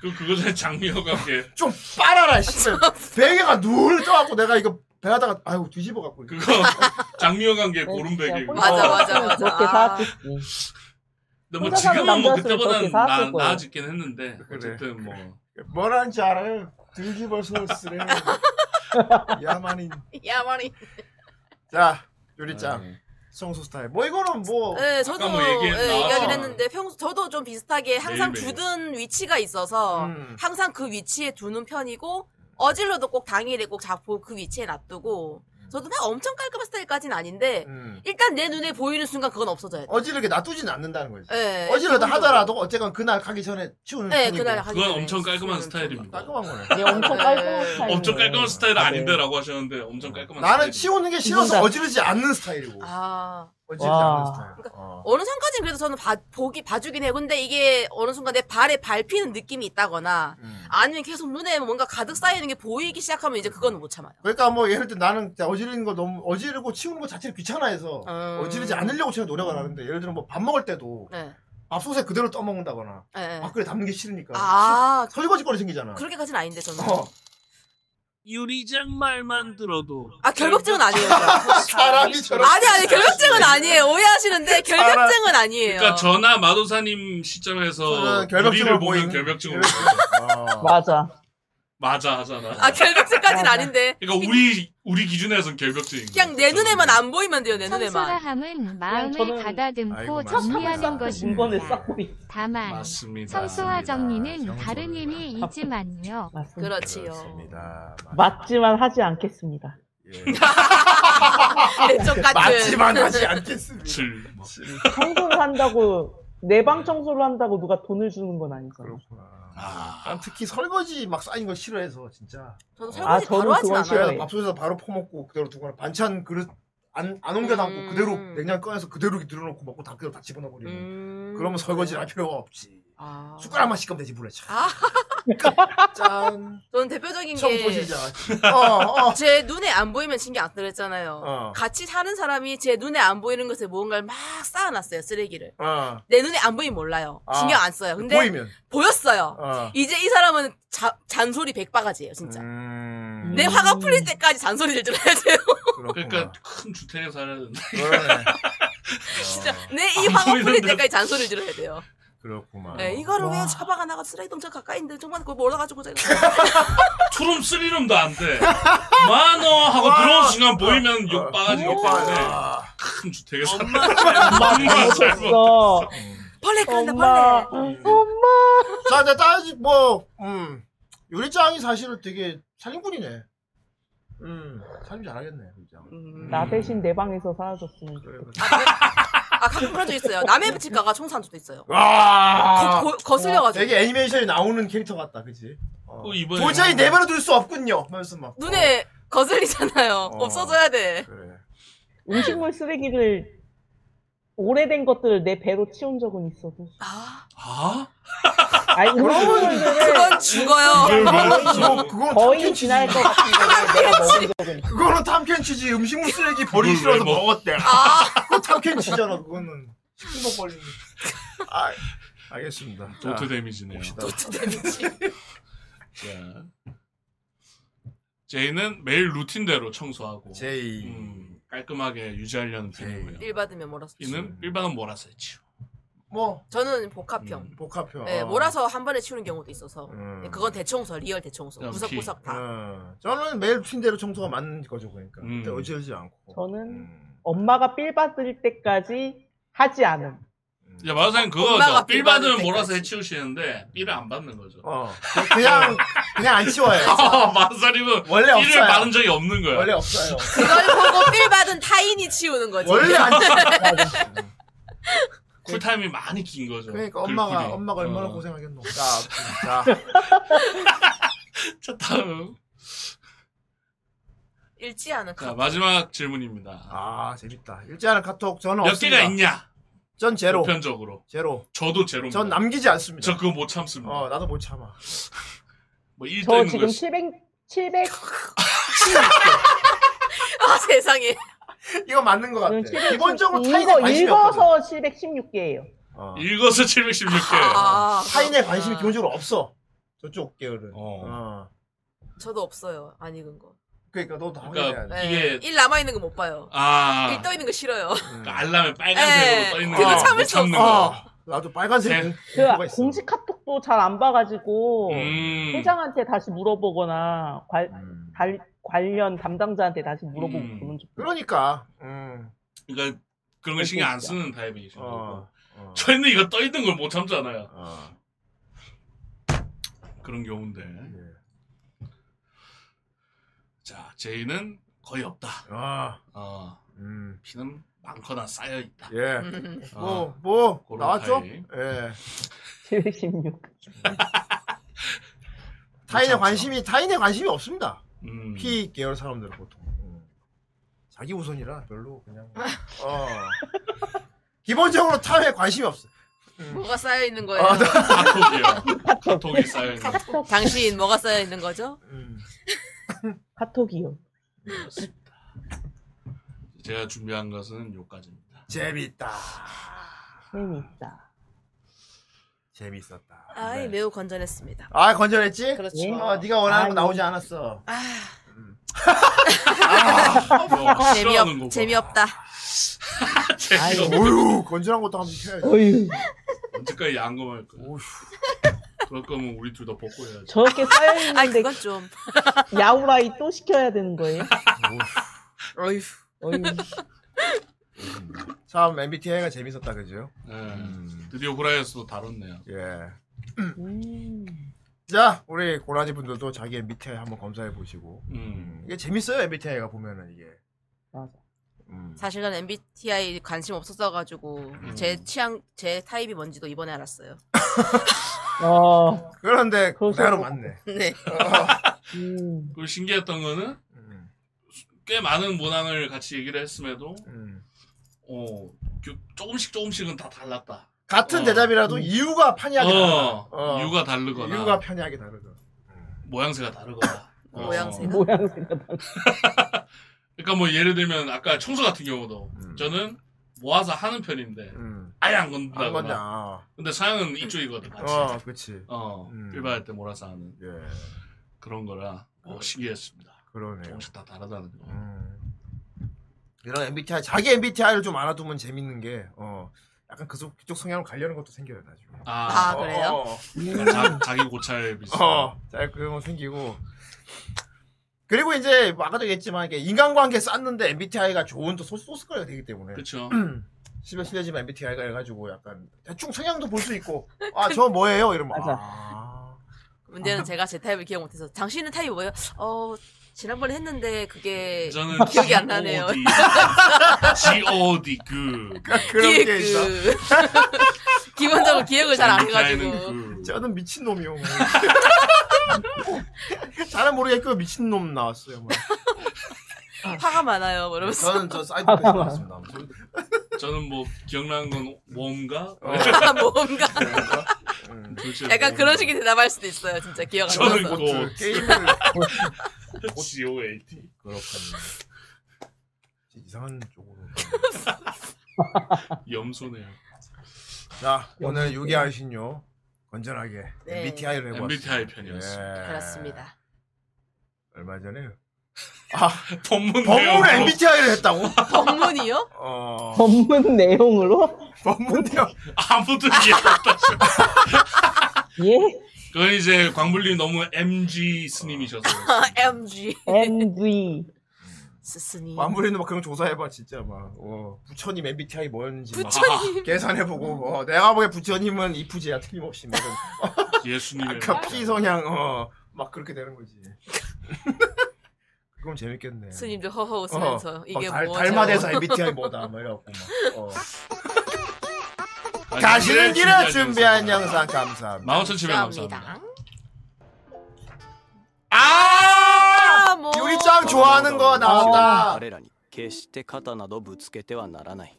그, 그거에 장미호가 이렇게. 좀 빨아라, 씨발. 베개가 눈을 떠갖고 내가 이거 베하다가 아유 뒤집어갖고. 그거 장미호가 게 고름베개. 맞아, 맞아, 맞아. 그렇게 아. 근데 뭐 혼자 사는 지금은 뭐 남자였으면 그때보다는 그렇게 살았을 나, 거예요. 아, 나아지긴 했는데, 어쨌든 뭐. 뭐라는지 알아요? 뒤집어서 쓰래. 야만인. 야 말이. 자, 아, 네. 요리짱. 성수 스타일. 뭐 이거는 뭐. 네, 저도 예, 얘기하긴 했는데 평소 저도 좀 비슷하게 항상 매일매일. 두둔 위치가 있어서 음. 항상 그 위치에 두는 편이고 어질러도 꼭 당일에 꼭 잡고 그 위치에 놔두고 저도 막 엄청 깔끔한 스타일까지는 아닌데 음. 일단 내 눈에 보이는 순간 그건 없어져야 돼. 어지르게 놔두지는 않는다는 거지. 네, 어지르다 기본적으로. 하더라도 어쨌건 그날 가기 전에 치우는 네, 편이고. 그날 가기 그건 엄청 깔끔한 스타일입니다. 깔끔한 거네. 엄청 깔끔한 엄청 깔끔한 스타일 아닌데라고 하셨는데, 엄청 깔끔한 네. 나는 스타일. 치우는 게 싫어서 어지르지 않는 스타일이고. 아. 어지르지 와. 않는 스타일. 어. 어느 선까지는 그래도 저는 봐, 보기 봐주긴 해요. 근데 이게 어느 순간 내 발에 밟히는 느낌이 있다거나 음. 아니면 계속 눈에 뭐 뭔가 가득 쌓이는 게 보이기 시작하면 이제 그건 못 참아요. 그러니까 뭐 예를 들어 나는 진짜 어지르는 거 너무 어지르고 치우는 거 자체를 귀찮아해서 음. 어지르지 않으려고 제가 노력을 하는데 예를 들어 뭐 밥 먹을 때도 네. 밥솥에 그대로 떠먹는다거나 네. 밥그릇 담는 게 싫으니까 아. 설거지 거리 생기잖아. 그렇게까지는 아닌데 저는. 어. 유리장 말만 들어도 아 결벽증은 아니에요. 사람이 저렇게 아니 아니 결벽증은 아니에요. 오해하시는데 결벽증은 아니에요. 그러니까 저나 마도사님 시점에서 저는 결벽증을 우리를 보는 보인- 결벽증으로 그렇죠. 맞아. 맞아 하잖아. 아 결벽증까지는 아닌데 그러니까 우리 우리 기준에선 결벽증인 거야. 그냥 내 음. 눈에만 안 보이면 돼요. 내 눈에만. 청소라함은 마음을 저는- 가다듬고 아이고, 정리하는 것입니다. 다만 맞습니다. 청소와 정리는 다른 의미이지만요. 그렇지요. 맞지만 하지 않겠습니다. 내적 같은. 맞지만 하지 않겠습니다. 청소를 한다고 내 방 청소를 한다고 누가 돈을 주는 건 아니잖아. 아, 난 특히 설거지 막 쌓인 걸 싫어해서 진짜. 저도 설거지 아, 저는 바로 하진 그건 않아요. 싫어해요. 밥솥에서 바로 퍼먹고 그대로 두거나 반찬 그릇 안, 안 옮겨 담고 음. 그대로 냉장 꺼내서 그대로 들어놓고 먹고 다 그대로 다 집어넣어버리는 음. 그러면 설거지를 할 필요가 없지 아. 아. 숟가락만 씻으면 되지 물에 차 짠. 저는 대표적인 처음 보시죠. 게. 어, 어. 제 눈에 안 보이면 신경 안 쓰랬잖아요. 어. 같이 사는 사람이 제 눈에 안 보이는 것에 무언가를 막 쌓아놨어요, 쓰레기를. 어. 내 눈에 안 보이면 몰라요. 아. 신경 안 써요. 근데. 보이면. 보였어요. 어. 이제 이 사람은 자- 잔소리 백바가지예요, 진짜. 음. 내 화가 풀릴 때까지 잔소리를 들어야 돼요. 그러니까 큰 주택에 살아야 된다. 진짜. 내 아, 이 화가 풀릴 때까지 잔소리를 들어야 돼요. 그렇구만 네, 이거를 왜 잡아가 나가 쓰레기 동전 가까이 있는데 정말 그걸 몰아가지고 제가 투룸 쓰리룸도 안 돼. 만원 하고 와. 들어온 순간 보이면 욕 빠가지기 오. 때문에 큰 주택에 살아야 된다. 엄마 잘못. 벌레 끓는다 벌레 엄마 자 이제 따지 뭐 음. 요리짱이 사실은 되게 살림꾼이네 음 살림 잘하겠네 요리짱 나 대신 내 방에서 사라졌으면 좋겠다. 아 가끔 그런 적 있어요. 남의 집 가가 청소한적도 있어요. 와 거- 거- 거슬려가지고. 아, 되게 애니메이션이 나오는 캐릭터 같다 그치 어. 네. 이번에 뭐 도저히 이번에. 내버려 둘 수 없군요 하면서 막 눈에 거슬리잖아요. 없어져야 돼. 음식물 쓰레기를 오래된 것들을 내 배로 치운 적은 있어도. 아? 아니, 음식물들을 그건 죽어요. 그건 그건 거의 지날 것 같은 거 내가 먹은 적은 있어. 그거는 탐켄치지 음식물 쓰레기 버리기 그걸 왜 싫어서 먹- 먹었대 그거 탐켄치잖아 그거는 식구복 벌리는 아, 알겠습니다 자, 도트 데미지네요. 아, 봅시다. 자. 제이는 매일 루틴대로 청소하고 음, 제이 깔끔하게 유지하려는 편이고요. 일 받으면 몰아서. 이는 일반은 몰아서 치우. 뭐 저는 복합형. 복합형. 네, 몰아서 한 번에 치우는 경우도 있어서. 네, 그건 대청소, 리얼 대청소. 음. 그냥 구석구석 피. 다. 어, 예. 저는 매일 핀대로 청소가 맞는 거죠 그러니까 음. 근데 어지러지 않고 저는 엄마가 삘 받을 때까지 하지 않음. 야, 마사님 엄마가 그거죠. 삘 삘 받을 받으면 몰아서 때까지. 해치우시는데 삘을 안 받는 거죠. 어. 그냥 그냥 안 치워요. 어, 마사님은 원래 삘을 없어요. 받은 적이 없는 거야. 원래 없어요. 그걸 보고 필 받은 타인이 치우는 거지. 원래 안 쿨타임이 많이 긴 거죠. 그러니까 엄마가 글풀이. 엄마가 얼마나 어. 고생하겠노. 자, 자. 자 다음. 읽지 않은 자 카 마지막 질문입니다. 아 재밌다. 일자는 카톡 저는 몇 없습니다. 개가 있냐? 전 제로. 보편적으로. 제로. 저도 제로입니다. 전 남기지 않습니다. 저 그거 못 참습니다. 어 나도 못 참아. 뭐 일도 저 있는 지금 거 700 700 아, 세상에. 이거 맞는 것 같아. 네. 칠백십- 기본적으로 읽어- 타인에 관심이 없거든. 읽어서 716개예요. 아. 읽어서 아. 716개. 아, 타인에 관심이 기본적으로 없어. 저쪽 계열은. 어. 저도 없어요. 안 읽은 거. 그러니까 너도 당연히 그러니까 해야 돼. 네, 이게- 일 남아 있는 거 못 봐요. 아. 일 떠 있는 거 싫어요. 그 알람에 빨간색으로 네, 떠 있는 그거 거. 참을 못 수 참는 없어. 거. 아, 나도 빨간색 그 공식 카톡도 잘 안 봐가지고 음. 회장한테 다시 물어보거나 관, 달- 관련 담당자한테 다시 물어보고 음. 그러면 좋 그러니까. 음. 그러니까 그런 거 신경 안 쓰는 타입이죠. 어. 어. 저희는 이거 떠 있는 걸 못 참잖아요. 어. 그런 경우인데. 예. 자, 제이는 거의 없다. 아. 어. 음. 피는 많거나 쌓여 있다. 예. 음. 어, 뭐, 뭐, 그런 나왔죠? 타입. 예. 716. 타인의 관심이, 타인의 관심이 없습니다. 음. 피 계열 사람들은 보통. 음. 자기 우선이라 별로 그냥. 어. 기본적으로 타인에 관심이 없어. 뭐가 쌓여 있는 거예요? 아, 나- 카톡이요. 카톡이 쌓여 있는 거. 당신 뭐가 쌓여 있는 거죠? 카톡이요. 제가 준비한 것은 요까지입니다. 재밌다. 재밌다. 재밌었다. 아이 네. 매우 건전했습니다. 아, 건전했지? 그렇죠. 어, 네가 원하는 거 아이고. 나오지 않았어. 어, 싫어하는 거 재미없 재미없다. 봐. 재미없다. 어휴, 건전한 것도 한번 켜야지. 어휴. 언제까지 양검할 거야? 그럴 거면 우리 둘 다 벗고 해야지. 저렇게 쌓여있는데 아이 그건 좀. 야우라이 또 시켜야 되는 거예요? 어휴. 어휴. 참, MBTI가 재밌었다, 그죠? 네. 드디어 후라이에서도 다뤘네요. 예. 음. 자, 우리 고라지 분들도 자기 MBTI 한번 검사해 보시고. 음. 이게 재밌어요, MBTI가 보면은 이게. 음. 맞아. 사실 난 MBTI 관심 없었어가지고 음. 제 취향 제 타입이 뭔지도 이번에 알았어요. 어. 그런데 그러셔. 그대로 맞네. 음. 네. 음. 그리고 신기했던 거는 꽤 많은 문항을 같이 얘기를 했음에도 어, 그 조금씩 조금씩은 다 달랐다. 같은 어. 대답이라도 이유가 판이하게 달라. 어, 이유가 다르거나 이유가 편하게 다르죠. 모양새가 다르거나 어. 모양새가? 모양새가 그러니까 뭐 예를 들면 아까 청소 같은 경우도 저는 모아서 하는 편인데 아예 음. 안 건다거나 안 건다. 근데 사연은 이쪽이거든 같이 어, 그렇지. 어, 일반할 때 몰아서 하는 예. 그런 거라 어, 신기했습니다 그러니까. 그러네요. 음. 조금씩 다 다르다는 거 이런 MBTI 자기 MBTI를 좀 알아두면 재밌는 게 어. 약간 그 속- 그쪽 성향으로 가려는 것도 생겨요 나중에. 아, 어, 그래요? 어. 음. 자- 자기 고찰 비슷한 어, 자 그런 거 생기고. 그리고 이제 뭐 아까도 얘기했지만 이게 인간관계 쌓는데 MBTI가 좋은 또 소- 소스거리가 되기 때문에. 그렇죠. 음. 실례 실례지만 MBTI가 해가지고 약간 대충 성향도 볼 수 있고. 아 저 뭐예요 이러면. 아, 문제는 제가 제 타입을 기억 못해서 당신은 타입이 뭐예요? 어 지난번에 했는데 그게 네. 저는 기억이 안 나네요. G.O.D. 그 그런 게 기획 있어. 그- 기본적으로 기획을 잘 안 그러니까 해가지고 저는 미친 놈이요. 잘은 모르겠고 미친 놈 나왔어요. 뭐. 그- 화가 많아요. 뭐 이러면서 저는 저 사이드패스 나왔습니다. 저는 뭐 기억나는 건 모험가 뭔가 도대체 약간 모험가. 그런 식의 대답할 수도 있어요. 진짜 기억 안뭐 음. 저는 나서. 그 게임을 네. G.O.A.T. 그렇군요 이상한 쪽으로. 염소네요 자 오늘 유기하신요 건전하게 네. MBTI를 해봤습니다. MBTI 편이었습니다. 예. 그렇습니다. 얼마 전에 아 법문 법문을 내용으로. MBTI를 했다고? 아. 법문이요? 어 법문 내용으로? 법문 내용 아무도 이해 못하죠 예? 그건 이제 광불님 너무 MG 스님이셔서 MG MV 스스님 마무리는 막 그런 거 조사해봐 진짜 막 어, 부처님 MBTI 뭐였는지 막 부처님. 계산해보고 어, 내가 보기엔 부처님은 이프제야 틀림없이 막 예수님의 아까 그 피성향 어, 막 그렇게 되는 거지 그럼 재밌겠네 스님들 허허 웃으면서 어, 이게 막 달, 뭐죠? 달마대사 MBTI 뭐다 막 이래갖고 막 어. 가시는 길에 준비한 영상 감사합니다 15,700 감사합니다 아 뭐. 유리짱 좋아하는 거 나왔다 彼らに決して肩などぶつけてはならない。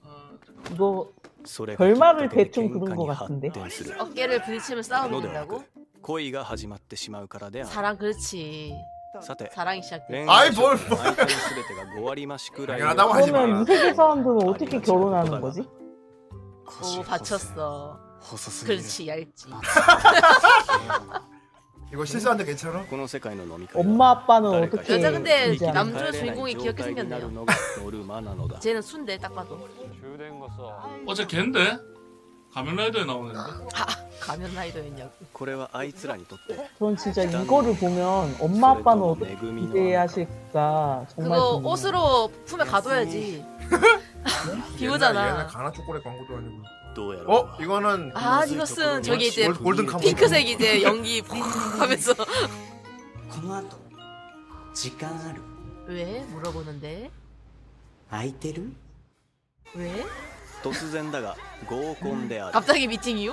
이거 それが 결말을 きっかけで 대충 喧 들은 것嘩に 같은데 発展する 어깨를 부딪히면 の 싸움이 ではな 된다고? く、恋が始まってしまうからである。 사랑 그렇지. さて、 네. 사랑이 시작돼. 恋 아 愛 뭘 諸君 뭐. 相手のすべてが5割増しくらい。 그러면 이 세계 사람들은 어떻게 결혼하는 거지? 오 받쳤어. 그렇지 얇지. 이거 실수한데 괜찮아? この世界の飲み会 엄마 아빠는 어떻게 여자 근데 유지하는 거야? 남자 네. 주인공이 귀엽게 생겼네요. のがノルマなのだ。 쟤는 순대 딱 봐도. 어제 걔인데? 가면라이더에 나오는데 가면 라이더였냐고. これはあいつらにとって。 전 아, 진짜 이거를 보면 엄마 아빠는 어떻게 기대하실까 정말 그거 궁금해요. 옷으로 품에 가둬야지. 비오잖아. 가나 초콜릿 광고도 아니고 도 어? 이거는 아 이것은 저기 이제 골- 골든 카모 핑크색 이제 연기 뭐, 푹 하면서 この後時間ある 왜 물어보는데 空いてる 왜? 突然だが合コンである。 갑자기 미팅 이후?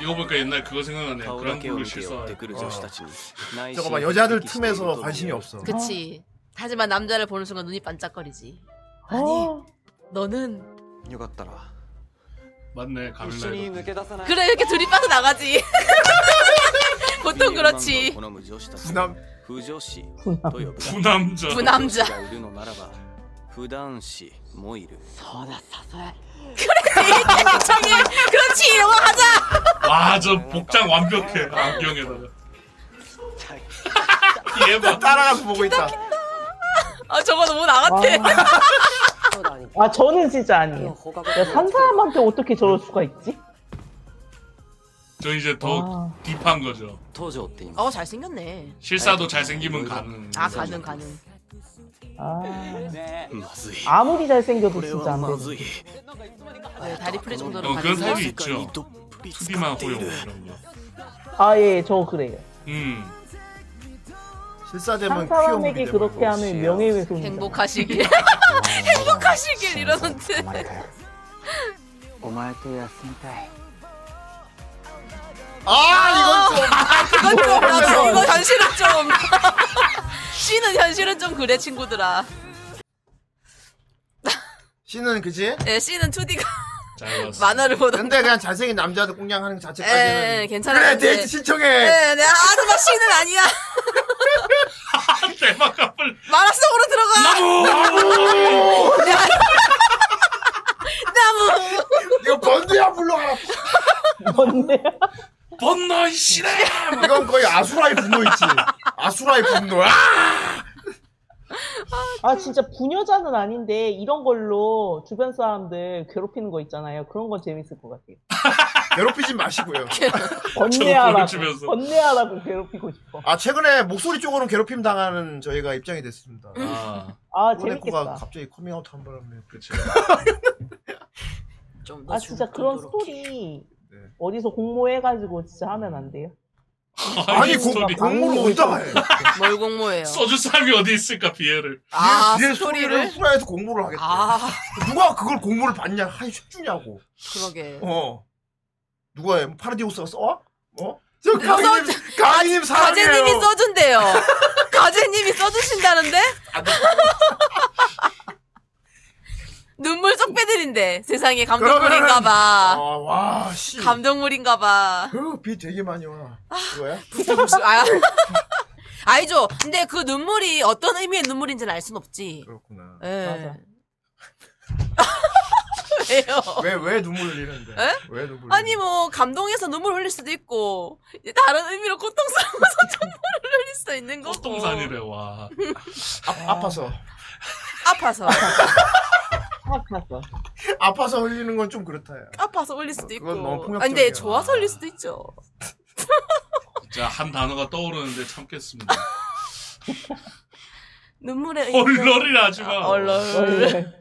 이거 보니까 옛날 그거 생각나네 顔 그 だ 랑 けを 블루 見て寄 실사 ってくる女子たちに内 음. 어. 저거 心 봐 여자들 틈에서 관심이 없어 그치. 하지만 남자를 보는 순간 눈이 반짝거리지. 아니 너는 맞네 가면라이더 抜 그래 이렇게 둘이 빠져나가지. 보통 그렇지. 뭐 好む女子たち不男不女子と呼ぶ不男者不男者がいるのならば不男子も뭐いるそうだ 저기 그렇지 이러고 하자. 와 저 복장 완벽해 안경에다가 얘봐 따라가서 보고 있다 아 저거 너무 나 같아. 아 저는 진짜 아니에요. 야, 산 사람한테 어떻게 저럴 수가 있지? 저 이제 더 딥한 거죠 登場って言い 어 잘생겼네. 실사도 음, 잘생기면 가능 아 가능 가능. 아 まずい 아무리 잘생겨도 진짜 안 돼. 네 다리 풀릴 정도로 어 그런 가능. 사람이 있죠 투디만 호용 이런 거 아예 저 그래요. 음. 한 실사되면 사람에게 퀴어무기 그렇게 하면 명예훼손이다. 행복하시길 아. 행복하시길 이러는데 お前と休みたい 아, 이건 좀. 아, 그건 좀. 나도 이거 현실은 좀. 씨는 현실은 좀 그래, 친구들아. 씨는 그지? 예, 씨는 2D가. 만화를 보던. 근데 그냥 잘생긴 남자들 공략하는 것 아, 예, 자체까지는. 예, 괜찮아. 그래, 데이트 신청해. 예, 내가 아줌마 씨는 아니야. 만화 속으로 들어가. 나무! 야, 나무. 이거 번드야 불러가라. 번드야. 번너 이씨네. 이건 거의 아수라의 분노 있지. 아수라의 분노. 아! 아 진짜 부녀자는 아닌데 이런 걸로 주변 사람들 괴롭히는 거 있잖아요. 그런 건 재밌을 것 같아요. 괴롭히지 마시고요. 번뇌하라고 번뇌하라고 괴롭히고 싶어. 아 최근에 목소리 쪽으로는 괴롭힘 당하는 저희가 입장이 됐습니다. 아. 아, 꼬네코가 재밌겠다. 갑자기 커밍아웃 한 바람에 그치. 아 진짜 그런 스토리 어디서 공모해가지고 진짜 하면 안 돼요? 아니, 고- 공모를 어디다가 해? 뭘 공모해요? 써줄 사람이 어디 있을까 비애를. 아, 뒤에 스토리를? 소리를 후라이에서 공모를 하겠대. 아. 누가 그걸 공모를 받냐? 하이 쉽주냐고. 그러게. 어. 누가 해? 뭐 파라디오스가 써? 어? 저 강희님, 강희님 어, 사랑해요. 가재님이 써준대요. 가재님이 써주신다는데? 눈물 쏙 빼드린대. 세상에 감동물인가봐. 그러면은- 어, 와, 씨. 감동물인가봐. 그비 되게 많이 와. 아. 그거야? 무슨- 아, 알죠. 근데 그 눈물이 어떤 의미의 눈물인지는 알 순 없지. 그렇구나. 예. 왜요? 왜, 왜 눈물을 흘리는데? 에? 왜 눈물을 아니 뭐 감동해서 눈물 흘릴 수도 있고 다른 의미로 고통스러워서 눈물을 흘릴 수도 어. 있는 거고. 똥산이래 와. 아, 아파서. 아파서 아파서. 아파서 흘리는 건 좀 그렇다. 야. 아파서 흘릴 수도 있고. 그건 너무 아, 근데 폭력적이야. 좋아서 흘릴 수도 있죠. 진짜 한 단어가 떠오르는데 참겠습니다. 눈물의 얼얼이라 하지 마. 아, 얼얼.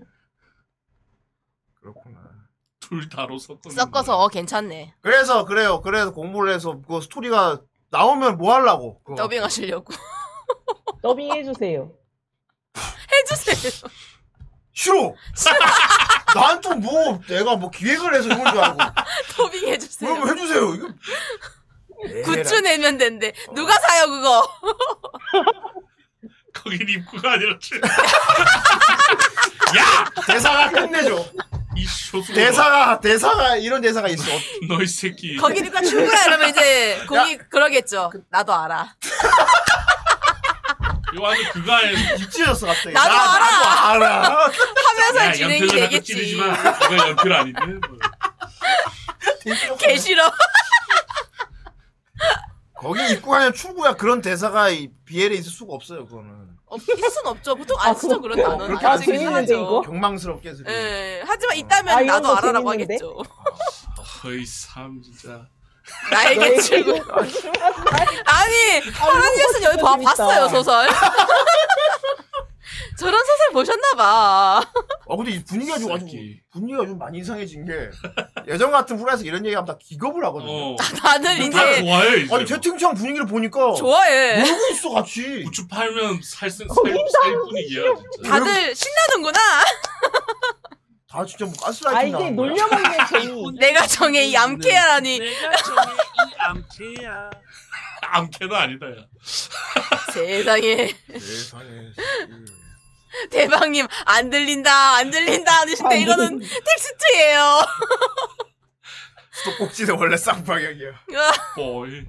둘 다로 섞어. 섞어서 어, 괜찮네. 그래서 그래요. 그래서 공부를 해서 그 스토리가 나오면 뭐 하려고? 그거. 더빙하시려고 더빙 해주세요. 해주세요. 싫어. 난 또 뭐 내가 뭐 기획을 해서 이걸 줄 알고. 더빙 해주세요. 그럼 해주세요. 이거 네. 굿즈 내면 된대. 누가 사요 그거? 거긴 입구가 아니라 출. 대사가 끝내줘. 쇼스. 아, 대사가 대사가 이런 대사가 있어. 너이 새끼. 거기니까 출구야 이러면 이제 공이 그러겠죠. 나도 알아. 이거 완전 그거 아니야. 입질었어 갑자기. 나도 나- 알아. 나도 알아. 하면서 진행이 되겠지. 찌르지 마. 이거 연필 아닌데. 개 싫어. 거기 입구하면 출구야 그런 대사가 이 BL에 있을 수가 없어요. 그거는. 없- 있을 순 없죠. 보통 아, 안 쓰죠 아, 그런 뭐 단어는. 그렇게 안 쓰긴 이상하죠. 하죠. 경망스럽게 쓰고. 예, 하지만 있다면 아, 이런 나도 거 알아라고 재밌는데? 하겠죠. 거의 삶 진짜. 네. 나에게 출구. 아니, 파란이어스 여기 봐, 재밌다. 봤어요, 소설. 저런 소설 보셨나봐. 아 근데 이 분위기가 좀 아주 분위기가 좀 많이 이상해진 게 예전 같은 후라이에서 이런 얘기하면 다 기겁을 하거든요. 어. 그 다들 이제. 아니 채팅창 분위기를 보니까 좋아해. 놀고 있어 같이. 우주 팔면 살살 살 분위기야 진짜. 다들 신나는구나. 다 진짜 뭐 아, 가스라이팅 이게 당한 거야. 놀려먹는 재미. 내가 정해, 이 암캐야라니. 네. 내가 정해 이 암캐야. 암캐도 아니다 야. 세상에. 세상에. 대방님, 안 들린다, 안 들린다 하시는데 이거는 텍스트예요. 수도꼭지는 원래 쌍방향이야. 보이.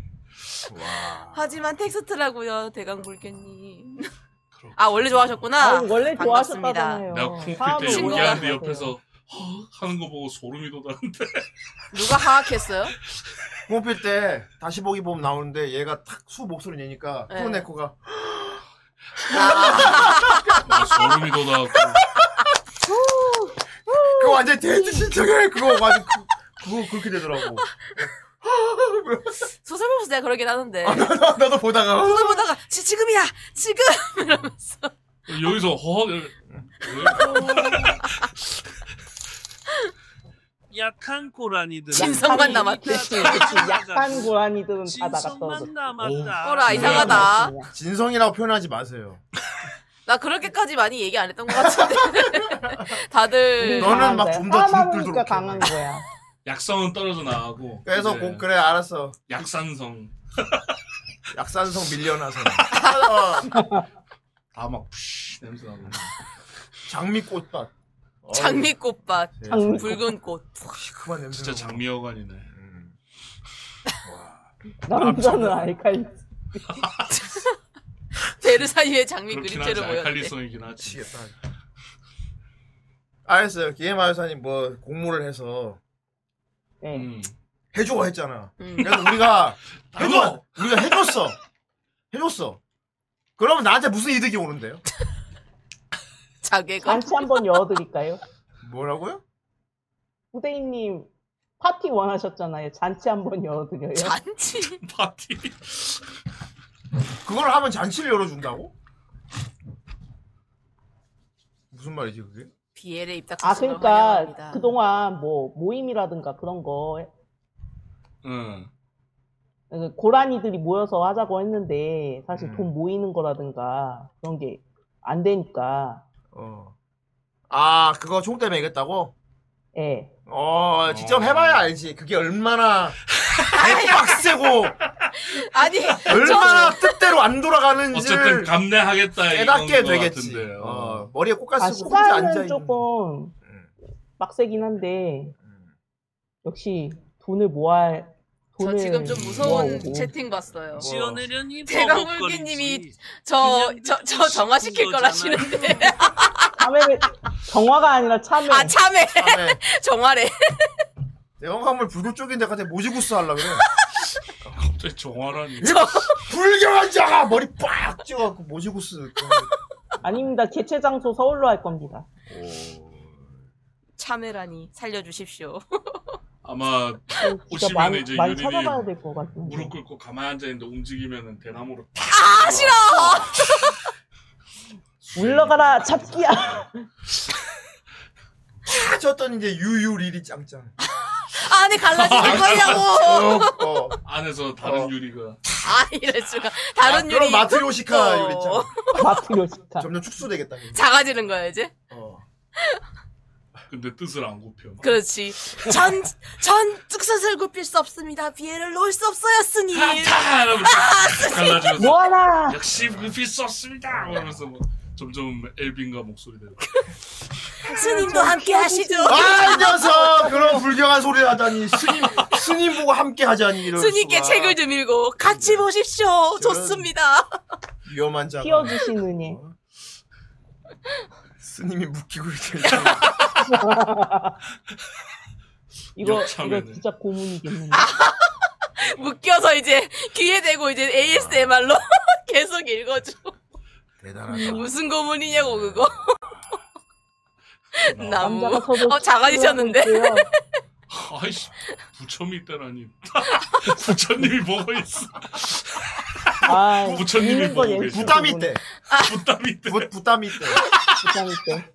와. 하지만 텍스트라고요, 대강 불견님. 아, 원래 좋아하셨구나. 아유, 원래 반갑습니다. 좋아하셨다잖아요. 내가 콩필 어, 사람은 때 친구가 얘기하는데 같아요. 옆에서 허 하는 거 보고 소름이 돋았는데. 누가 하악했어요? 공필 때 다시 보기 보면 나오는데 얘가 탁 수 목소리 내니까 네. 어, 프로네코가 나 아, 소름이 돋았고. 그거 완전 데이트 신청해 그거 완전 그, 그거 그렇게 되더라고. 소설 보면서 내가 그러긴 하는데. 나도 보다가 소설 보다가, 지, 지금이야! 지금! 이러면서. 여기서 허. 이러- 약한 고라니들. 진성만 남았대. 약간 고라니들은 다 나갔어. 아, 남았다. 네. 어라, 이상하다. 네. 진성이라고 표현하지 마세요. 나 그렇게까지 많이 얘기 안 했던 것 같은데. 다들. 네. 너는 막 좀 더 주눅 들도록. 강한 거야. 약성은 떨어져 나가고 그래서 이제 고- 그래 알았어. 약산성 약산성 밀려나서 어. 아, 다막 냄새 나고 장미꽃밭 장미꽃밭, 예. 장미꽃. 붉은 꽃. 그만 냄새 진짜 장미여관이네 남자는 알칼리. 베르 사이의 장미 그렇긴 그림체로 하지 보였네. 알칼리성이긴 하지 알았어요. 기예마요사님 뭐 공모를 해서 네. 음. 음. 해줘 했잖아. 음. 그래서 우리가 해줘 아, 우리가 해줬어 해줬어. 그러면 나한테 무슨 이득이 오는데요? 자개가. 잔치 한번 열어드릴까요? 뭐라고요? 후대인님 파티 원하셨잖아요. 잔치 한번 열어드려요. 잔치? 파티. 그걸 하면 잔치를 열어준다고? 무슨 말이지 그게? 비엘에 입덕. 아 그러니까 그동안 뭐 모임이라든가 그런 거 응. 그 고라니들이 모여서 하자고 했는데 사실 돈 모이는 거라든가 그런 게 안 되니까 어. 아 그거 총 때문에 이겼다고? 예. 어 직접 해봐야 알지. 그게 얼마나 빡세고 아니 얼마나 뜻대로 안 돌아가는지. 어쨌든 감내하겠다 깨닫게 이건 것 되겠지. 같은데요. 어, 머리에 꽃가 아, 쓰고 혼자 앉아 시간은 있는. 조금 빡세긴 한데 역시 돈을 모아 저 돈을 지금 좀 무서운 모아오고. 채팅 봤어요. 뭐. 지어내려니 대강물기님이 저 저 저 정화시킬 걸 하시는데 참외를 정화가 아니라 참외. 아 참외 정화래. 영화물 불교 쪽인데 갑자기 모지구스 하려 그래. 갑자기 정화라니. 불경한 자가 머리 빡 찍어갖고 모지구스. 아닙니다. 개최 장소 서울로 할 겁니다. 참외라니 살려주십시오. 아마 진짜 오시면 많이 이제 많이 유린이 찾아봐야 될 것 같은데. 무릎 꿇고 가만히 앉아 있는데 움직이면은 대나무로 아 싫어. 물러가라 잡기야. 다 쳤더니 이제 유유리리 짱짱. 안에 아, 갈라질 어, 거냐고. 어. 안에서 다른 유리가 아 이럴 수가. 다른 아, 유리. 그럼 마트리오시카 어. 요리 짱. 마트리오시카. 점점 축소되겠다. 작아지는 거야 이제. 근데 뜻을 안 굽혀. 그렇지. 전, 전 뚝서슬 굽힐 수 없습니다. 비애를 놓을 수 없어요, 스님. 타! 이러면서 아, 갈라지면서 뭐하나? 역시 굽힐 수 없습니다! 이러면서 뭐 점점 엘빈과 목소리 되고 스님도 함께 하시죠. 아, 이 녀석! 그런 불경한 소리 하다니. 스님, 스님 보고 함께 하자니. 이럴 스님께 수가. 책을 좀 읽고 같이 보십시오. 좋습니다. 위험한 자가. 키워주시느니. 스님이 묶이고 있을 이거 이거 역참에는. 진짜 고문이겠는데. 묶여서 이제 귀에 대고 이제 ASMR로 계속 읽어줘. 대단하다. 무슨 고문이냐고 그거. 나무. 남자가 서도 어 작아지셨는데. 치료하고 아이씨 부처님 있다라니 부처님이 보고 있어 아, 부처님이 보고 계시 부담이 때. 부담이 때. 부담이 때. 부담이 때.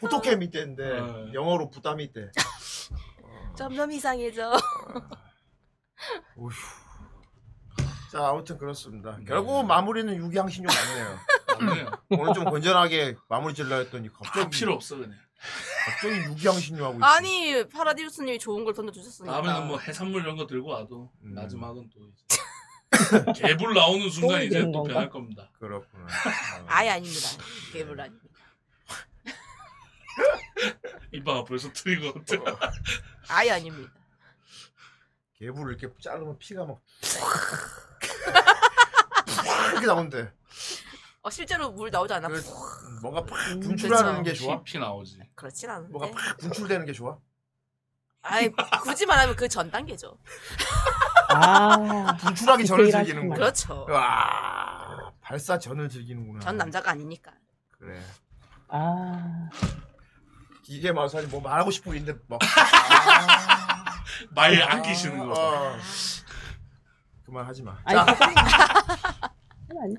포토캠이 때인데, 네. 영어로 부담이 때. 점점 이상해져. 자, 아무튼 그렇습니다. 결국 마무리는 유기양신용 네. 맞네요. 아, 오늘 좀 건전하게 마무리 질러 했더니 갑자기. 필요 없어, 그냥. 갑자기 유기양신용하고 있어. 아니 파라디우스님이 좋은 걸 던져주셨으니까. 다음에는 뭐 해산물 이런 거 들고 와도 마지막은 또 이제 개불 나오는 순간 이제 또 변할 겁니다 그렇구나 어. 아예 아닙니다. 개불 아니. 이봐 벌써 트리거 같아 아예 아닙니다. 개불을 이렇게 자르면 피가 막. 이렇게 나온대. 어 실제로 물 나오지 않아? 뭔가 팍 분출하는 게 좋아? 피 나오지. 그렇진 않은데. 뭐가 팍 분출되는 게 좋아? 아이 굳이 말하면 그 전 단계죠. 아. 분출하기 전을 즐기는 거. 그렇죠. 와. 발사 전을 즐기는구나. 전 남자가 아니니까. 그래. 아. 이게 막 사실 뭐 말하고 싶은 게 있는데 막 말 아끼시는 거. 어. 그만 하지 마. 아니, 아니.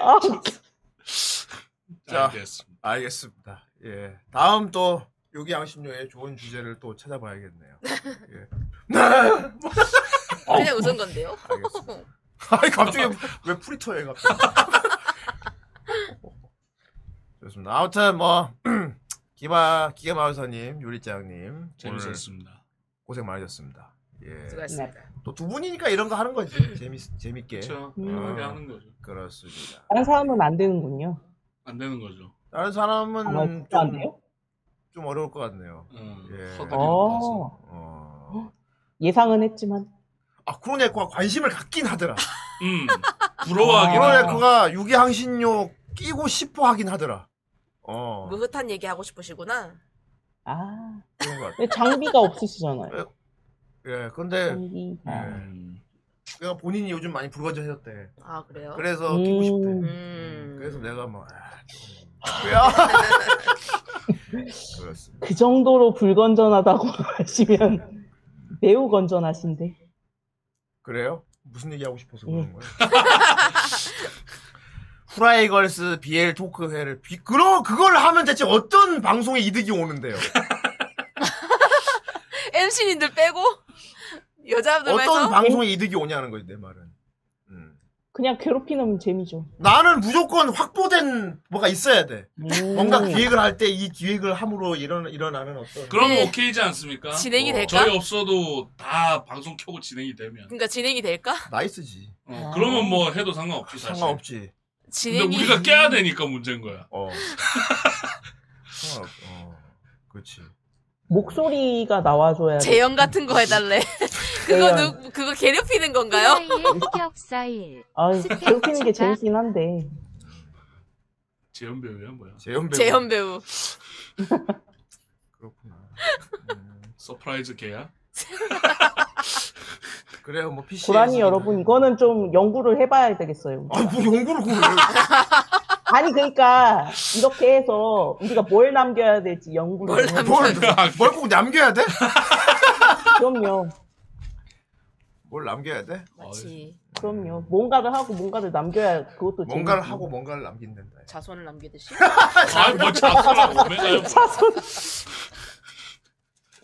아, 자, 알겠습니다. 알겠습니다. 예. 다음 또 여기 양심료의 좋은 주제를 또 찾아봐야겠네요. 예. 그냥 웃은 건데요. 아니 갑자기 왜 프리터에 갑자기? 좋습니다. 아무튼 뭐 기마 기가 마을사님 요리장님 재밌었습니다. 오늘 고생 많으셨습니다. 예. 수고하셨습니다. 또 두 분이니까 이런 거 하는 거지 재밌 재밌게. 그렇죠. 음. 편하게 하는 거죠. 그렇습니다. 다른 사람은 안 되는군요. 안 되는 거죠. 다른 사람은 아, 좀, 진짜 안 돼요? 좀 어려울 것 같네요. 음, 예. 어. 예상은 했지만 아 쿠로네코가 관심을 갖긴 하더라. 음. 부러워하긴 아. 하더라. 쿠로네코가 유기항신료 끼고 싶어 하긴 하더라. 어. 무흐한 얘기 하고 싶으시구나. 아. 그런 것 같아. 근데 장비가 없으시잖아요. 예, 근데 음. 아, 내가 본인이 요즘 많이 불건전해졌대. 아 그래요? 어, 음. 그래서 음, 끼고 싶대. 그래서 내가 뭐 아, 좀... 야. 그렇습니다. 그 정도로 불건전하다고 하시면 매우 건전하신데. 그래요? 무슨 얘기 하고 싶어서 음. 그러는 거예요? 후라이걸스 BL 토크회를 비... 그러 그걸 하면 대체 어떤 방송에 이득이 오는데요? MC님들 빼고 여자분들만 해서 어떤 방송에 이득이 오냐는 거지 내 말은. 음. 그냥 괴롭히는 재미죠. 나는 무조건 확보된 뭐가 있어야 돼. 뭔가 음. 기획을 할 때 이 기획을 함으로 일어, 일어나는 어떤. 그럼 오케이지 않습니까? 진행이 될까? 저희 없어도 다 방송 켜고 진행이 되면 그러니까 진행이 될까? 나이스지. 어, 그러면 뭐 해도 상관없지 사실. 상관없지. 진행이- 근데 우리가 깨야 되니까 문제인 거야. 어. 상관없. 어. 그렇지. 목소리가 나와줘야 돼. 재연 같은 거 해달래. 그거 재연. 누 그거 괴롭히는 건가요? 격사일. 아, 괴롭히는 게 재밌긴 한데. 재현 배우야 뭐야? 재현 재현 배우. 서프라이즈 개야? 그래요, 뭐 PC. 고라니 여러분 이거는 좀 연구를 해봐야 되겠어요. 아, 뭐 연구를 그걸 아니 그러니까 이렇게 해서 우리가 뭘 남겨야 될지 연구를. 뭘 남겨야 돼? 뭘꼭 남겨야 돼? 그럼요. 뭘 남겨야 돼? 그렇지. 그럼요. 뭔가를 하고 뭔가를 남겨야 그것도 뭔가를 재밌고. 하고 뭔가를 남긴다. 자손을 남기듯이. 아니, 뭐 자손하고 오메가요, 뭐. 자손.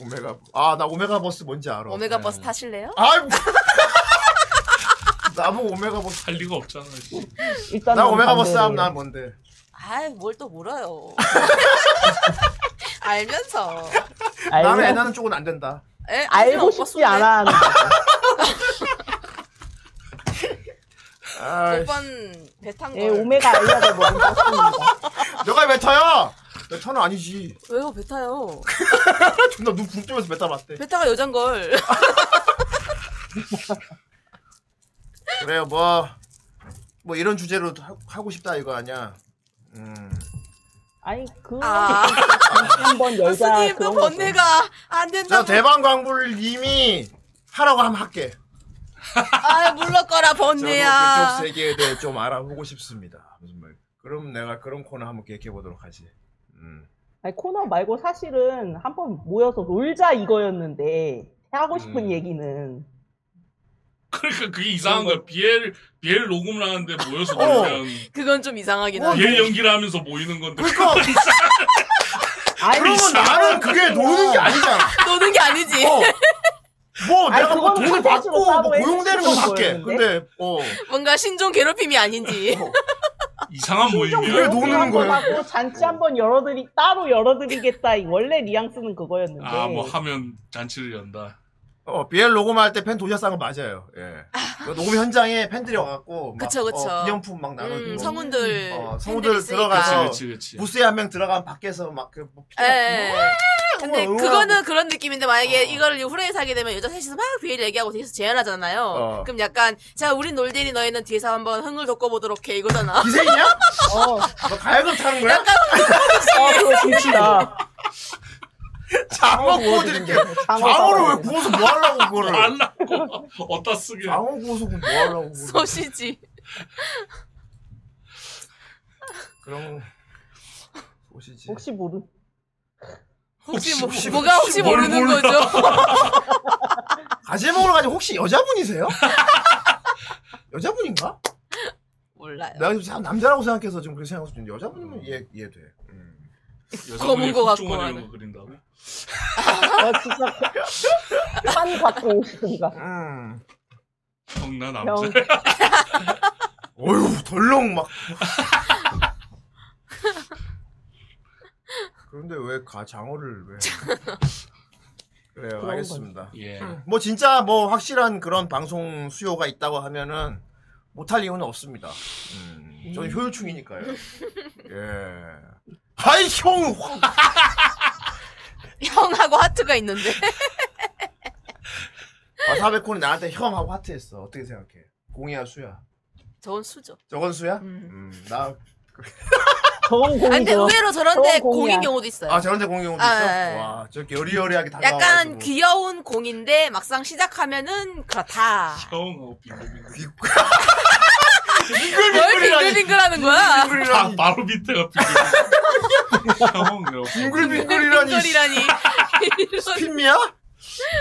오메가. 아, 나 오메가 버스 뭔지 알아. 오메가 버스 타실래요? 아이, 뭐. 나보고 오메가 버스 할 리가 없잖아. 일단 나 오메가 버스 하면 난 뭔데? 아이 뭘 또 물어요. 알면서. 나는 애 나는 쪽은 안 된다. 에? 알고 싶지 않아. 하는 거. 아이, 5번 배탄 거. 예, 오메가 알려고 먹은 버스입니다. 너가 왜 타야? 내 타는 아니지. 왜요 배 타요? 존나 눈 붉뜨면서 메타 봤대. 배 타가 여잔 걸. 그래요 뭐 뭐 이런 주제로 하- 하고 싶다 이거 아니야. 음. 아니 그 아. 한번 열자 스님 또 그런 거. 번뇌가 안 된다. 자 대방 광불님이 하라고 하면 할게. 아 물러거라 번뇌야. 저도 그쪽 세계에 대해 좀 알아보고 싶습니다. 무슨 말? 그럼 내가 그런 코너 한번 기획해 보도록 하지. 음. 아니 코너 말고 사실은 한 번 모여서 놀자 이거였는데 하고 싶은 얘기는 그러니까 그게 이상한 거야. BL BL 녹음을 하는데 모여서 어. 보면 그건 좀 이상하긴 어, 하네. BL 연기를 하면서 모이는 건데. 아니, 그러면 나는 그게 노는 게 아니잖아. 노는 게 아니지. 예. 어. 뭐 아니, 내가 뭐 그거는 돈을 사실은 받고 뭐 따로 고용되는 건 해주시는 받게. 거였는데? 근데 어 뭔가 신종 괴롭힘이 아닌지. 이상한 모임이야. 왜 노는 한번 거야? 하고 잔치 한번 열어드리 따로 열어드리겠다 이 원래 뉘앙스는 그거였는데 아 뭐 하면 잔치를 연다. 어, BL 녹음할 때 팬 도시락 싼거 맞아요. 예. 그 녹음 현장에 팬들이 와갖고 막, 그쵸, 그쵸. 어, 기념품 막 나눠. 음, 성우들 어, 팬들이 성우들 있으니까. 들어가서 그치, 그치, 그치. 부스에 한 명 들어가면 밖에서 막그 뭐, 예, 예. 근데 뭐 응원하고. 그거는 그런 느낌인데 어. 만약에 이거를 후라이에서 하게 되면 여자 셋이서 막 비엘 얘기하고 뒤에서 제안하잖아요. 어. 그럼 약간 자 우린 놀대니 너희는 뒤에서 한번 흥을 돋궈보도록 해 이거잖아. 기생이야? 어. 뭐 너 가야금 타는 거야? 약간 아 그거 재밌다 장어 구워드릴게. 장어를 왜 구워서 뭐 하려고 그거를? 하려고. 어디다 쓰게? 장어 구워서 그럼 뭐 하려고? 그거를. 소시지. 그런 소시지. 혹시 모르 혹시 뭐- 뭐가 혹시 모르는 거죠? 가지 먹으러 가지 혹시 여자분이세요? 여자분인가? 몰라요. 내가 지금 참 남자라고 생각해서 지금 그렇게 생각해서 좀 여자분이면 이해 이해돼. 음. 여자분이 거 흑종아 이런 거 그린다고? 아 진짜 판 갖고 오시던가 음, 형나 형. 남자. 어휴 덜렁 막. 그런데 왜 가 장어를 왜? 그래요, 그런 알겠습니다. 거지. 예. 뭐 진짜 뭐 확실한 그런 방송 수요가 있다고 하면은 못할 이유는 없습니다. 음, 저는 효율충이니까요. 예. 아이 형 형하고 하트가 있는데. 와사베코는 나한테 형하고 하트했어. 어떻게 생각해? 공이야 수야? 저건 수죠. 저건 수야? 음, 나 저건 아, 근데 의외로 저런데 공인 경우도 있어요. 아 저런데 공인 경우도 아, 있어? 예, 예. 와 저렇게 여리여리하게 다가와. 약간 귀여운 공인데 막상 시작하면은 그렇다. 형 뭘 빙글빙글하는 거야? 아, 바로 밑에가 빙글빙글. 빙글빙글이라니. 스피미야?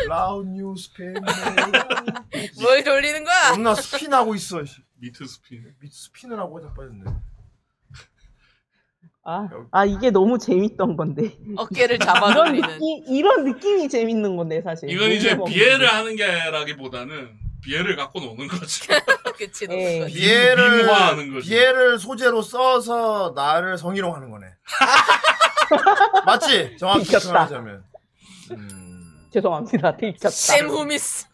라운 뉴 스피미. 뭘 돌리는 거야? 존나 스피나고 있어. 미트 스피드. 미트 스피을 하고 자빠졌네. 아, 아 이게 너무 재밌던 건데. 음. 어깨를 이런 잡아버리는. 느낌 이런 느낌이 재밌는 건데 뭐 사실. 이건 이제 너무 비애를 하는 게라기보다는 비애를 갖고 노는 거지. 그치 예. 비애를 민화하는 거지. 비애를 소재로 써서 나를 성희롱하는 거네. 맞지? 정확히 들켰다. 표현하자면. 음. 죄송합니다. 들켰다. 샘 후미스.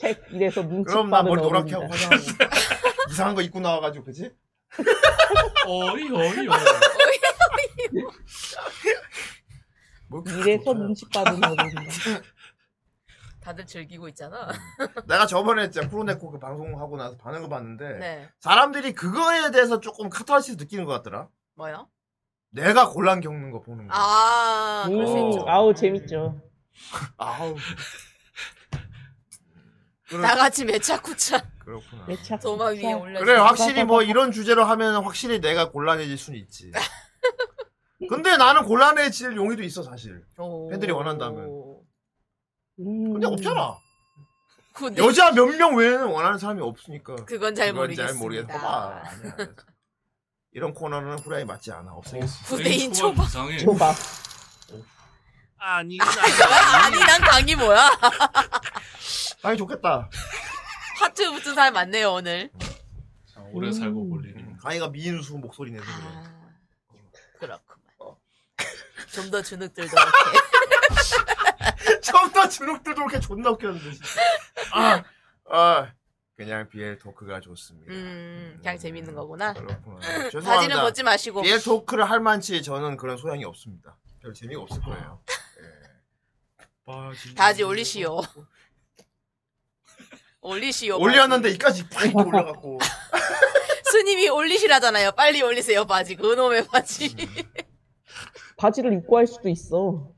책 이래서 눈치 그럼 나 빠른 머리 노랗게 하고 어른이다. 화장하고 이상한 거 입고 나와가지고 그지? 어이 어이 어이. 음, 이래서 눈치 빠른 아, 그렇죠. 어른이다. 다들 즐기고 있잖아. 내가 저번에 진짜 프로네코 그 방송하고 나서 반응을 봤는데 네. 사람들이 그거에 대해서 조금 카타르시스 느끼는 것 같더라. 뭐요? 내가 곤란 겪는 거 보는 거. 아, 그럴 수 있죠. 음, 아우 재밌죠. 아우. 음. 나같이 매차쿠차. 그렇구나. 네. 네. 도마 위에 올라. 그래 확실히 뭐 이런 주제로 하면 확실히 내가 곤란해질 수는 있지. 네. 근데 나는 곤란해질 용의도 있어 사실. 팬들이 원한다면. 음, 근데 없잖아. 근데- 여자 몇 명 외에는 원하는 사람이 없으니까. 그건 잘 모르겠습니다. 모르겠다. 이런 코너는 후라이 맞지 않아. 없으니까. 후대인 초밥. 이상해. 초밥. 아니 아니 난 강이 뭐야? 아니 좋겠다. 하트 붙은 사람 많네요 오늘. 오래 살고 볼 음. 일이. 강희가 미인수 목소리 내서 그래. 아, 그렇구만. 좀 더 주눅들도 이렇게. 처음부터 주눅들도 이렇게 존나 웃겼는데. 진짜. 아, 아, 그냥 비엘 토크가 좋습니다. 음, 그냥 재밌는 거구나. 죄송합니다. 예. 바지는 벗지 마시고. 비엘 토크를 할 만치 저는 그런 소양이 없습니다. 별 재미가 없을 거예요. 바지 올리시오. 올리시오. 올렸는데 이까지 팍 이렇게 올라갔고. 바지. 스님이 올리시라잖아요. 빨리 올리세요 바지. 그놈의 바지. 바지를 입고 할 수도 있어.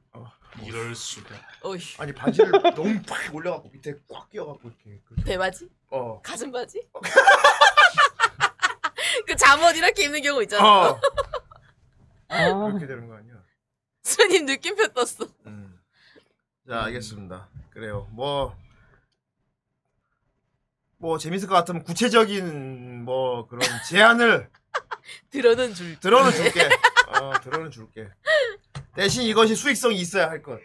이럴 수가. 어휴. 아니 바지를 너무 팍 올려갖고 밑에 꽉 끼워갖고 이렇게. 그- 배바지? 어. 가슴 바지? 그 잠옷 이렇게 입는 경우 있잖아요. 어. 그렇게 되는 거 아니야? 스님 느낌표 떴어. 음. 자, 알겠습니다. 그래요. 뭐, 뭐, 재밌을 것 같으면 구체적인, 뭐, 그런 제안을 들어는 줄. 들어는 줄게. 어, 들어는 줄게. 대신 이것이 수익성이 있어야 할 것.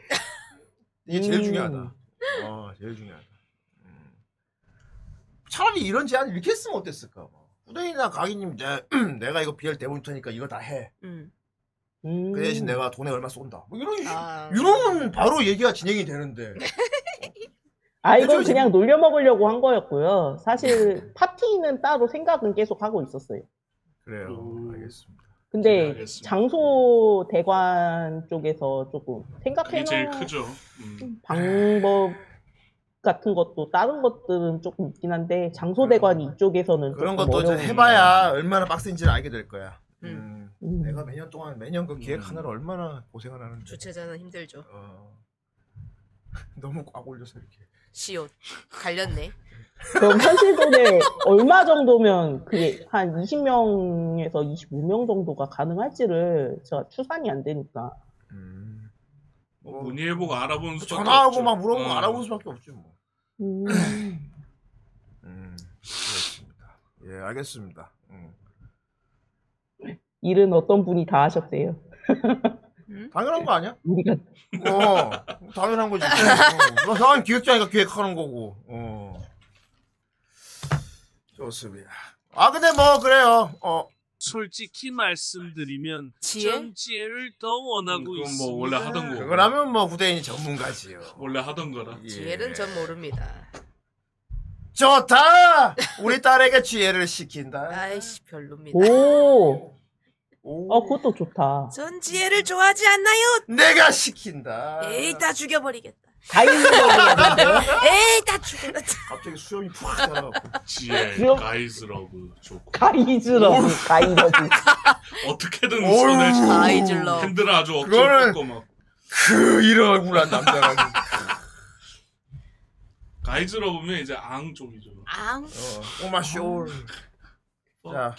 이게 제일 음. 중요하다. 어, 제일 중요하다. 음. 차라리 이런 제안을 이렇게 했으면 어땠을까? 뭐. 후대인이나 강희님, 내, 내가 이거 비엘 대본 터니까 이거 다 해. 음. 그 음. 대신 내가 돈에 얼마 쏜다. 뭐 이런, 아. 이런 바로 얘기가 진행이 되는데. 아 이건 그냥 놀려 먹으려고 한 거였고요. 사실 파티는 따로 생각은 계속 하고 있었어요. 그래요. 네, 알겠습니다. 근데 장소 대관 쪽에서 조금 그게 생각해 제일 놓은 크죠. 음. 방법 같은 것도 다른 것들은 조금 있긴 한데 장소 대관이 이쪽에서는 음. 그런 조금 것도 이제 어려운- 해봐야 얼마나 빡센지를 알게 될 거야. 음. 내가 매년 동안 매년 그 기획하느라 얼마나 고생을 하는데 주최자는 힘들죠. 너무 꽉 올려서 이렇게 시옷 갈렸네. 그럼 현실 돈에 얼마 정도면 그게 한 20명에서 25명 정도가 가능할지를 제가 추산이 안 되니까 음. 뭐 문의해보고 알아보는 수밖에 전화하고 없죠. 막 물어보고 어. 알아보는 수밖에 없지 뭐. 음. 그렇습니다. 음. 예, 알겠습니다. 음. 일은 어떤 분이 다 하셨대요. 당연한 거 아니야? 우리가 어, 당연한 거지. 어. 나 사람 기획자니까 기획하는 거고. 어. 좋습니다. 아 근데 뭐 그래요. 어 솔직히 말씀드리면 지혜? 전 지혜를 더 원하고 그건 있습니다. 뭐 원래 하던 거. 그거라면 뭐 후대인이 전문가지요. 원래 하던 거라. 지혜는 전 모릅니다. 좋다. 우리 딸에게 지혜를 시킨다. 아이씨 별로입니다. 오. 어 그것도 좋다. 전 지혜를 좋아하지 않나요? 내가 시킨다. 에이 다 죽여버리겠다. 가인스러브. 에이 다 죽여라. 갑자기 수염이 푹 달라. 지혜, 지혜? 가이즈러브 좋고. 가이즈러브. 가이즈러브. 어떻게든 어우. 손을 잡고 가이즈러브. 핸들을 아주 그거는- 어쩔 고 막. 그 이러구나 남자라고. 가이즈러브면 이제 앙 쪽이죠. 앙. 어, 오마쇼. 자,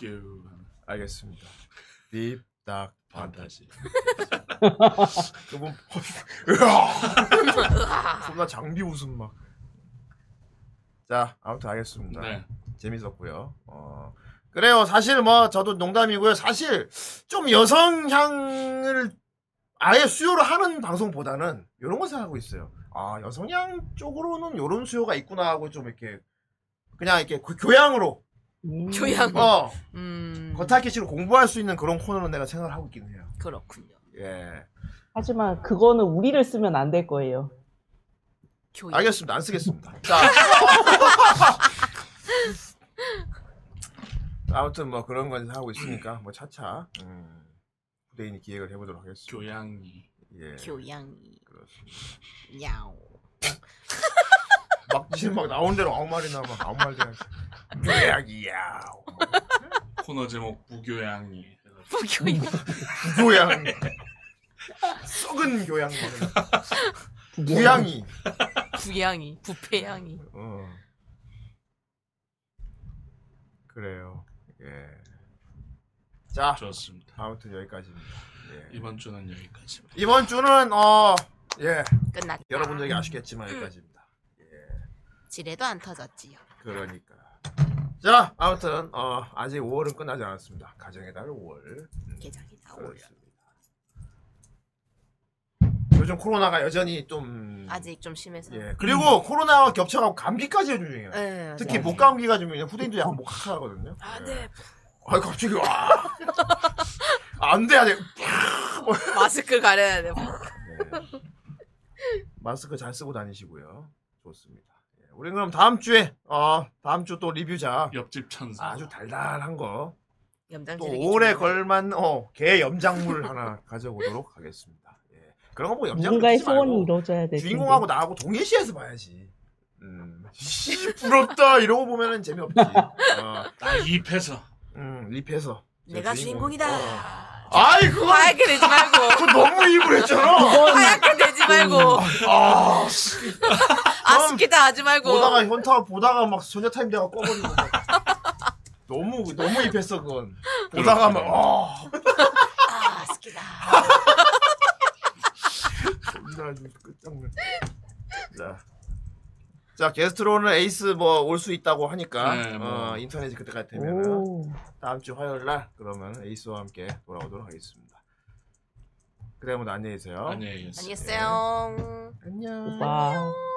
알겠습니다. 딥딱 판타지. 그분 으아! 존나 장비 웃음 막. 자, 아무튼 알겠습니다. 네. 재밌었고요. 어. 그래요. 사실 뭐 저도 농담이고요. 사실 좀 여성향을 아예 수요를 하는 방송보다는 이런 거 생각하고 있어요. 아 여성향 쪽으로는 이런 수요가 있구나 하고 좀 이렇게 그냥 이렇게 그 교양으로 교양으로. 어 음. 겉핥기식으로 공부할 수 있는 그런 코너로 내가 생각을 하고 있긴 해요. 그렇군요. 예. 하지만 그거는 우리를 쓰면 안 될 거예요. 알겠습니다. 안 쓰겠습니다. 자. 아무튼 뭐 그런 건 하고 있으니까 뭐 차차 음, 후대인이 기획을 해보도록 하겠습니다. 교양이. 예. 교양이. 그렇습니다. 야오. 막 지금 막 나온 대로 아무 말이나 막 아무 말도 안 해. 교양이야. 코너 제목 부교양이. 부교양. 부교양. 썩은 교양. 부양이. 부양이. 부패양이. 어. 그래요. 예. 자. 좋습니다. 아무튼 여기까지입니다. 예. 이번 주는 여기까지입니다. 이번 주는 어 예. 끝났다. 여러분들에게 아쉽겠지만 여기까지입니다. 지뢰도 안 터졌지요. 그러니까. 자, 아무튼 어 아직 5월은 끝나지 않았습니다. 가정의 달 5월. 개장의 달 5월. 요즘 코로나가 여전히 좀 아직 좀 심해서. 예. 그리고 코로나와 겹쳐가고 감기까지 요즘 중요해요. 네, 특히 맞아요. 목감기가 좀 그냥 후대인도 약간 목하거든요. 아, 네. 아, 갑자기 와. 안 돼, 안 돼. 마스크 가려야 돼. 마스크 잘 쓰고 다니시고요. 좋습니다. 예, 우리 그럼 다음 주에 어 다음 주 또 리뷰작 옆집 천사 아주 달달한 거 또 염장지르기. 올해 걸만 어개 염장물 하나 가져오도록 하겠습니다. 예. 그런 거 뭐 염장물 누군가의 쓰지 말고 소원이 이루어져야 될 주인공하고 텐데. 나하고 동일시에서 봐야지. 음, 씨 부럽다 이러고 보면은 재미없지. 어. 나 입해서. 음 입해서. 네, 내가 주인공이다. 아이 그거 하얗게 내지 말고. 어. 아, 그거 너무 입을 했잖아. 하얗게 내지 말고. 아, 아쉽기다 하지 말고. 보다가 현타 보다가 막 소녀 타임 내가 꺼버리고 막. 너무 너무 입했어 그건 보다가 막 아. 존나 아주 끝장나. 자. 자 게스트로는 에이스 뭐 올 수 있다고 하니까 네, 뭐. 어, 인터넷이 그때까지 되면은 다음 주 화요일 날 그러면 에이스와 함께 돌아오도록 하겠습니다. 그래 뭐 안녕히 계세요. 안녕히 안녕히 계세요. 안녕. 오빠.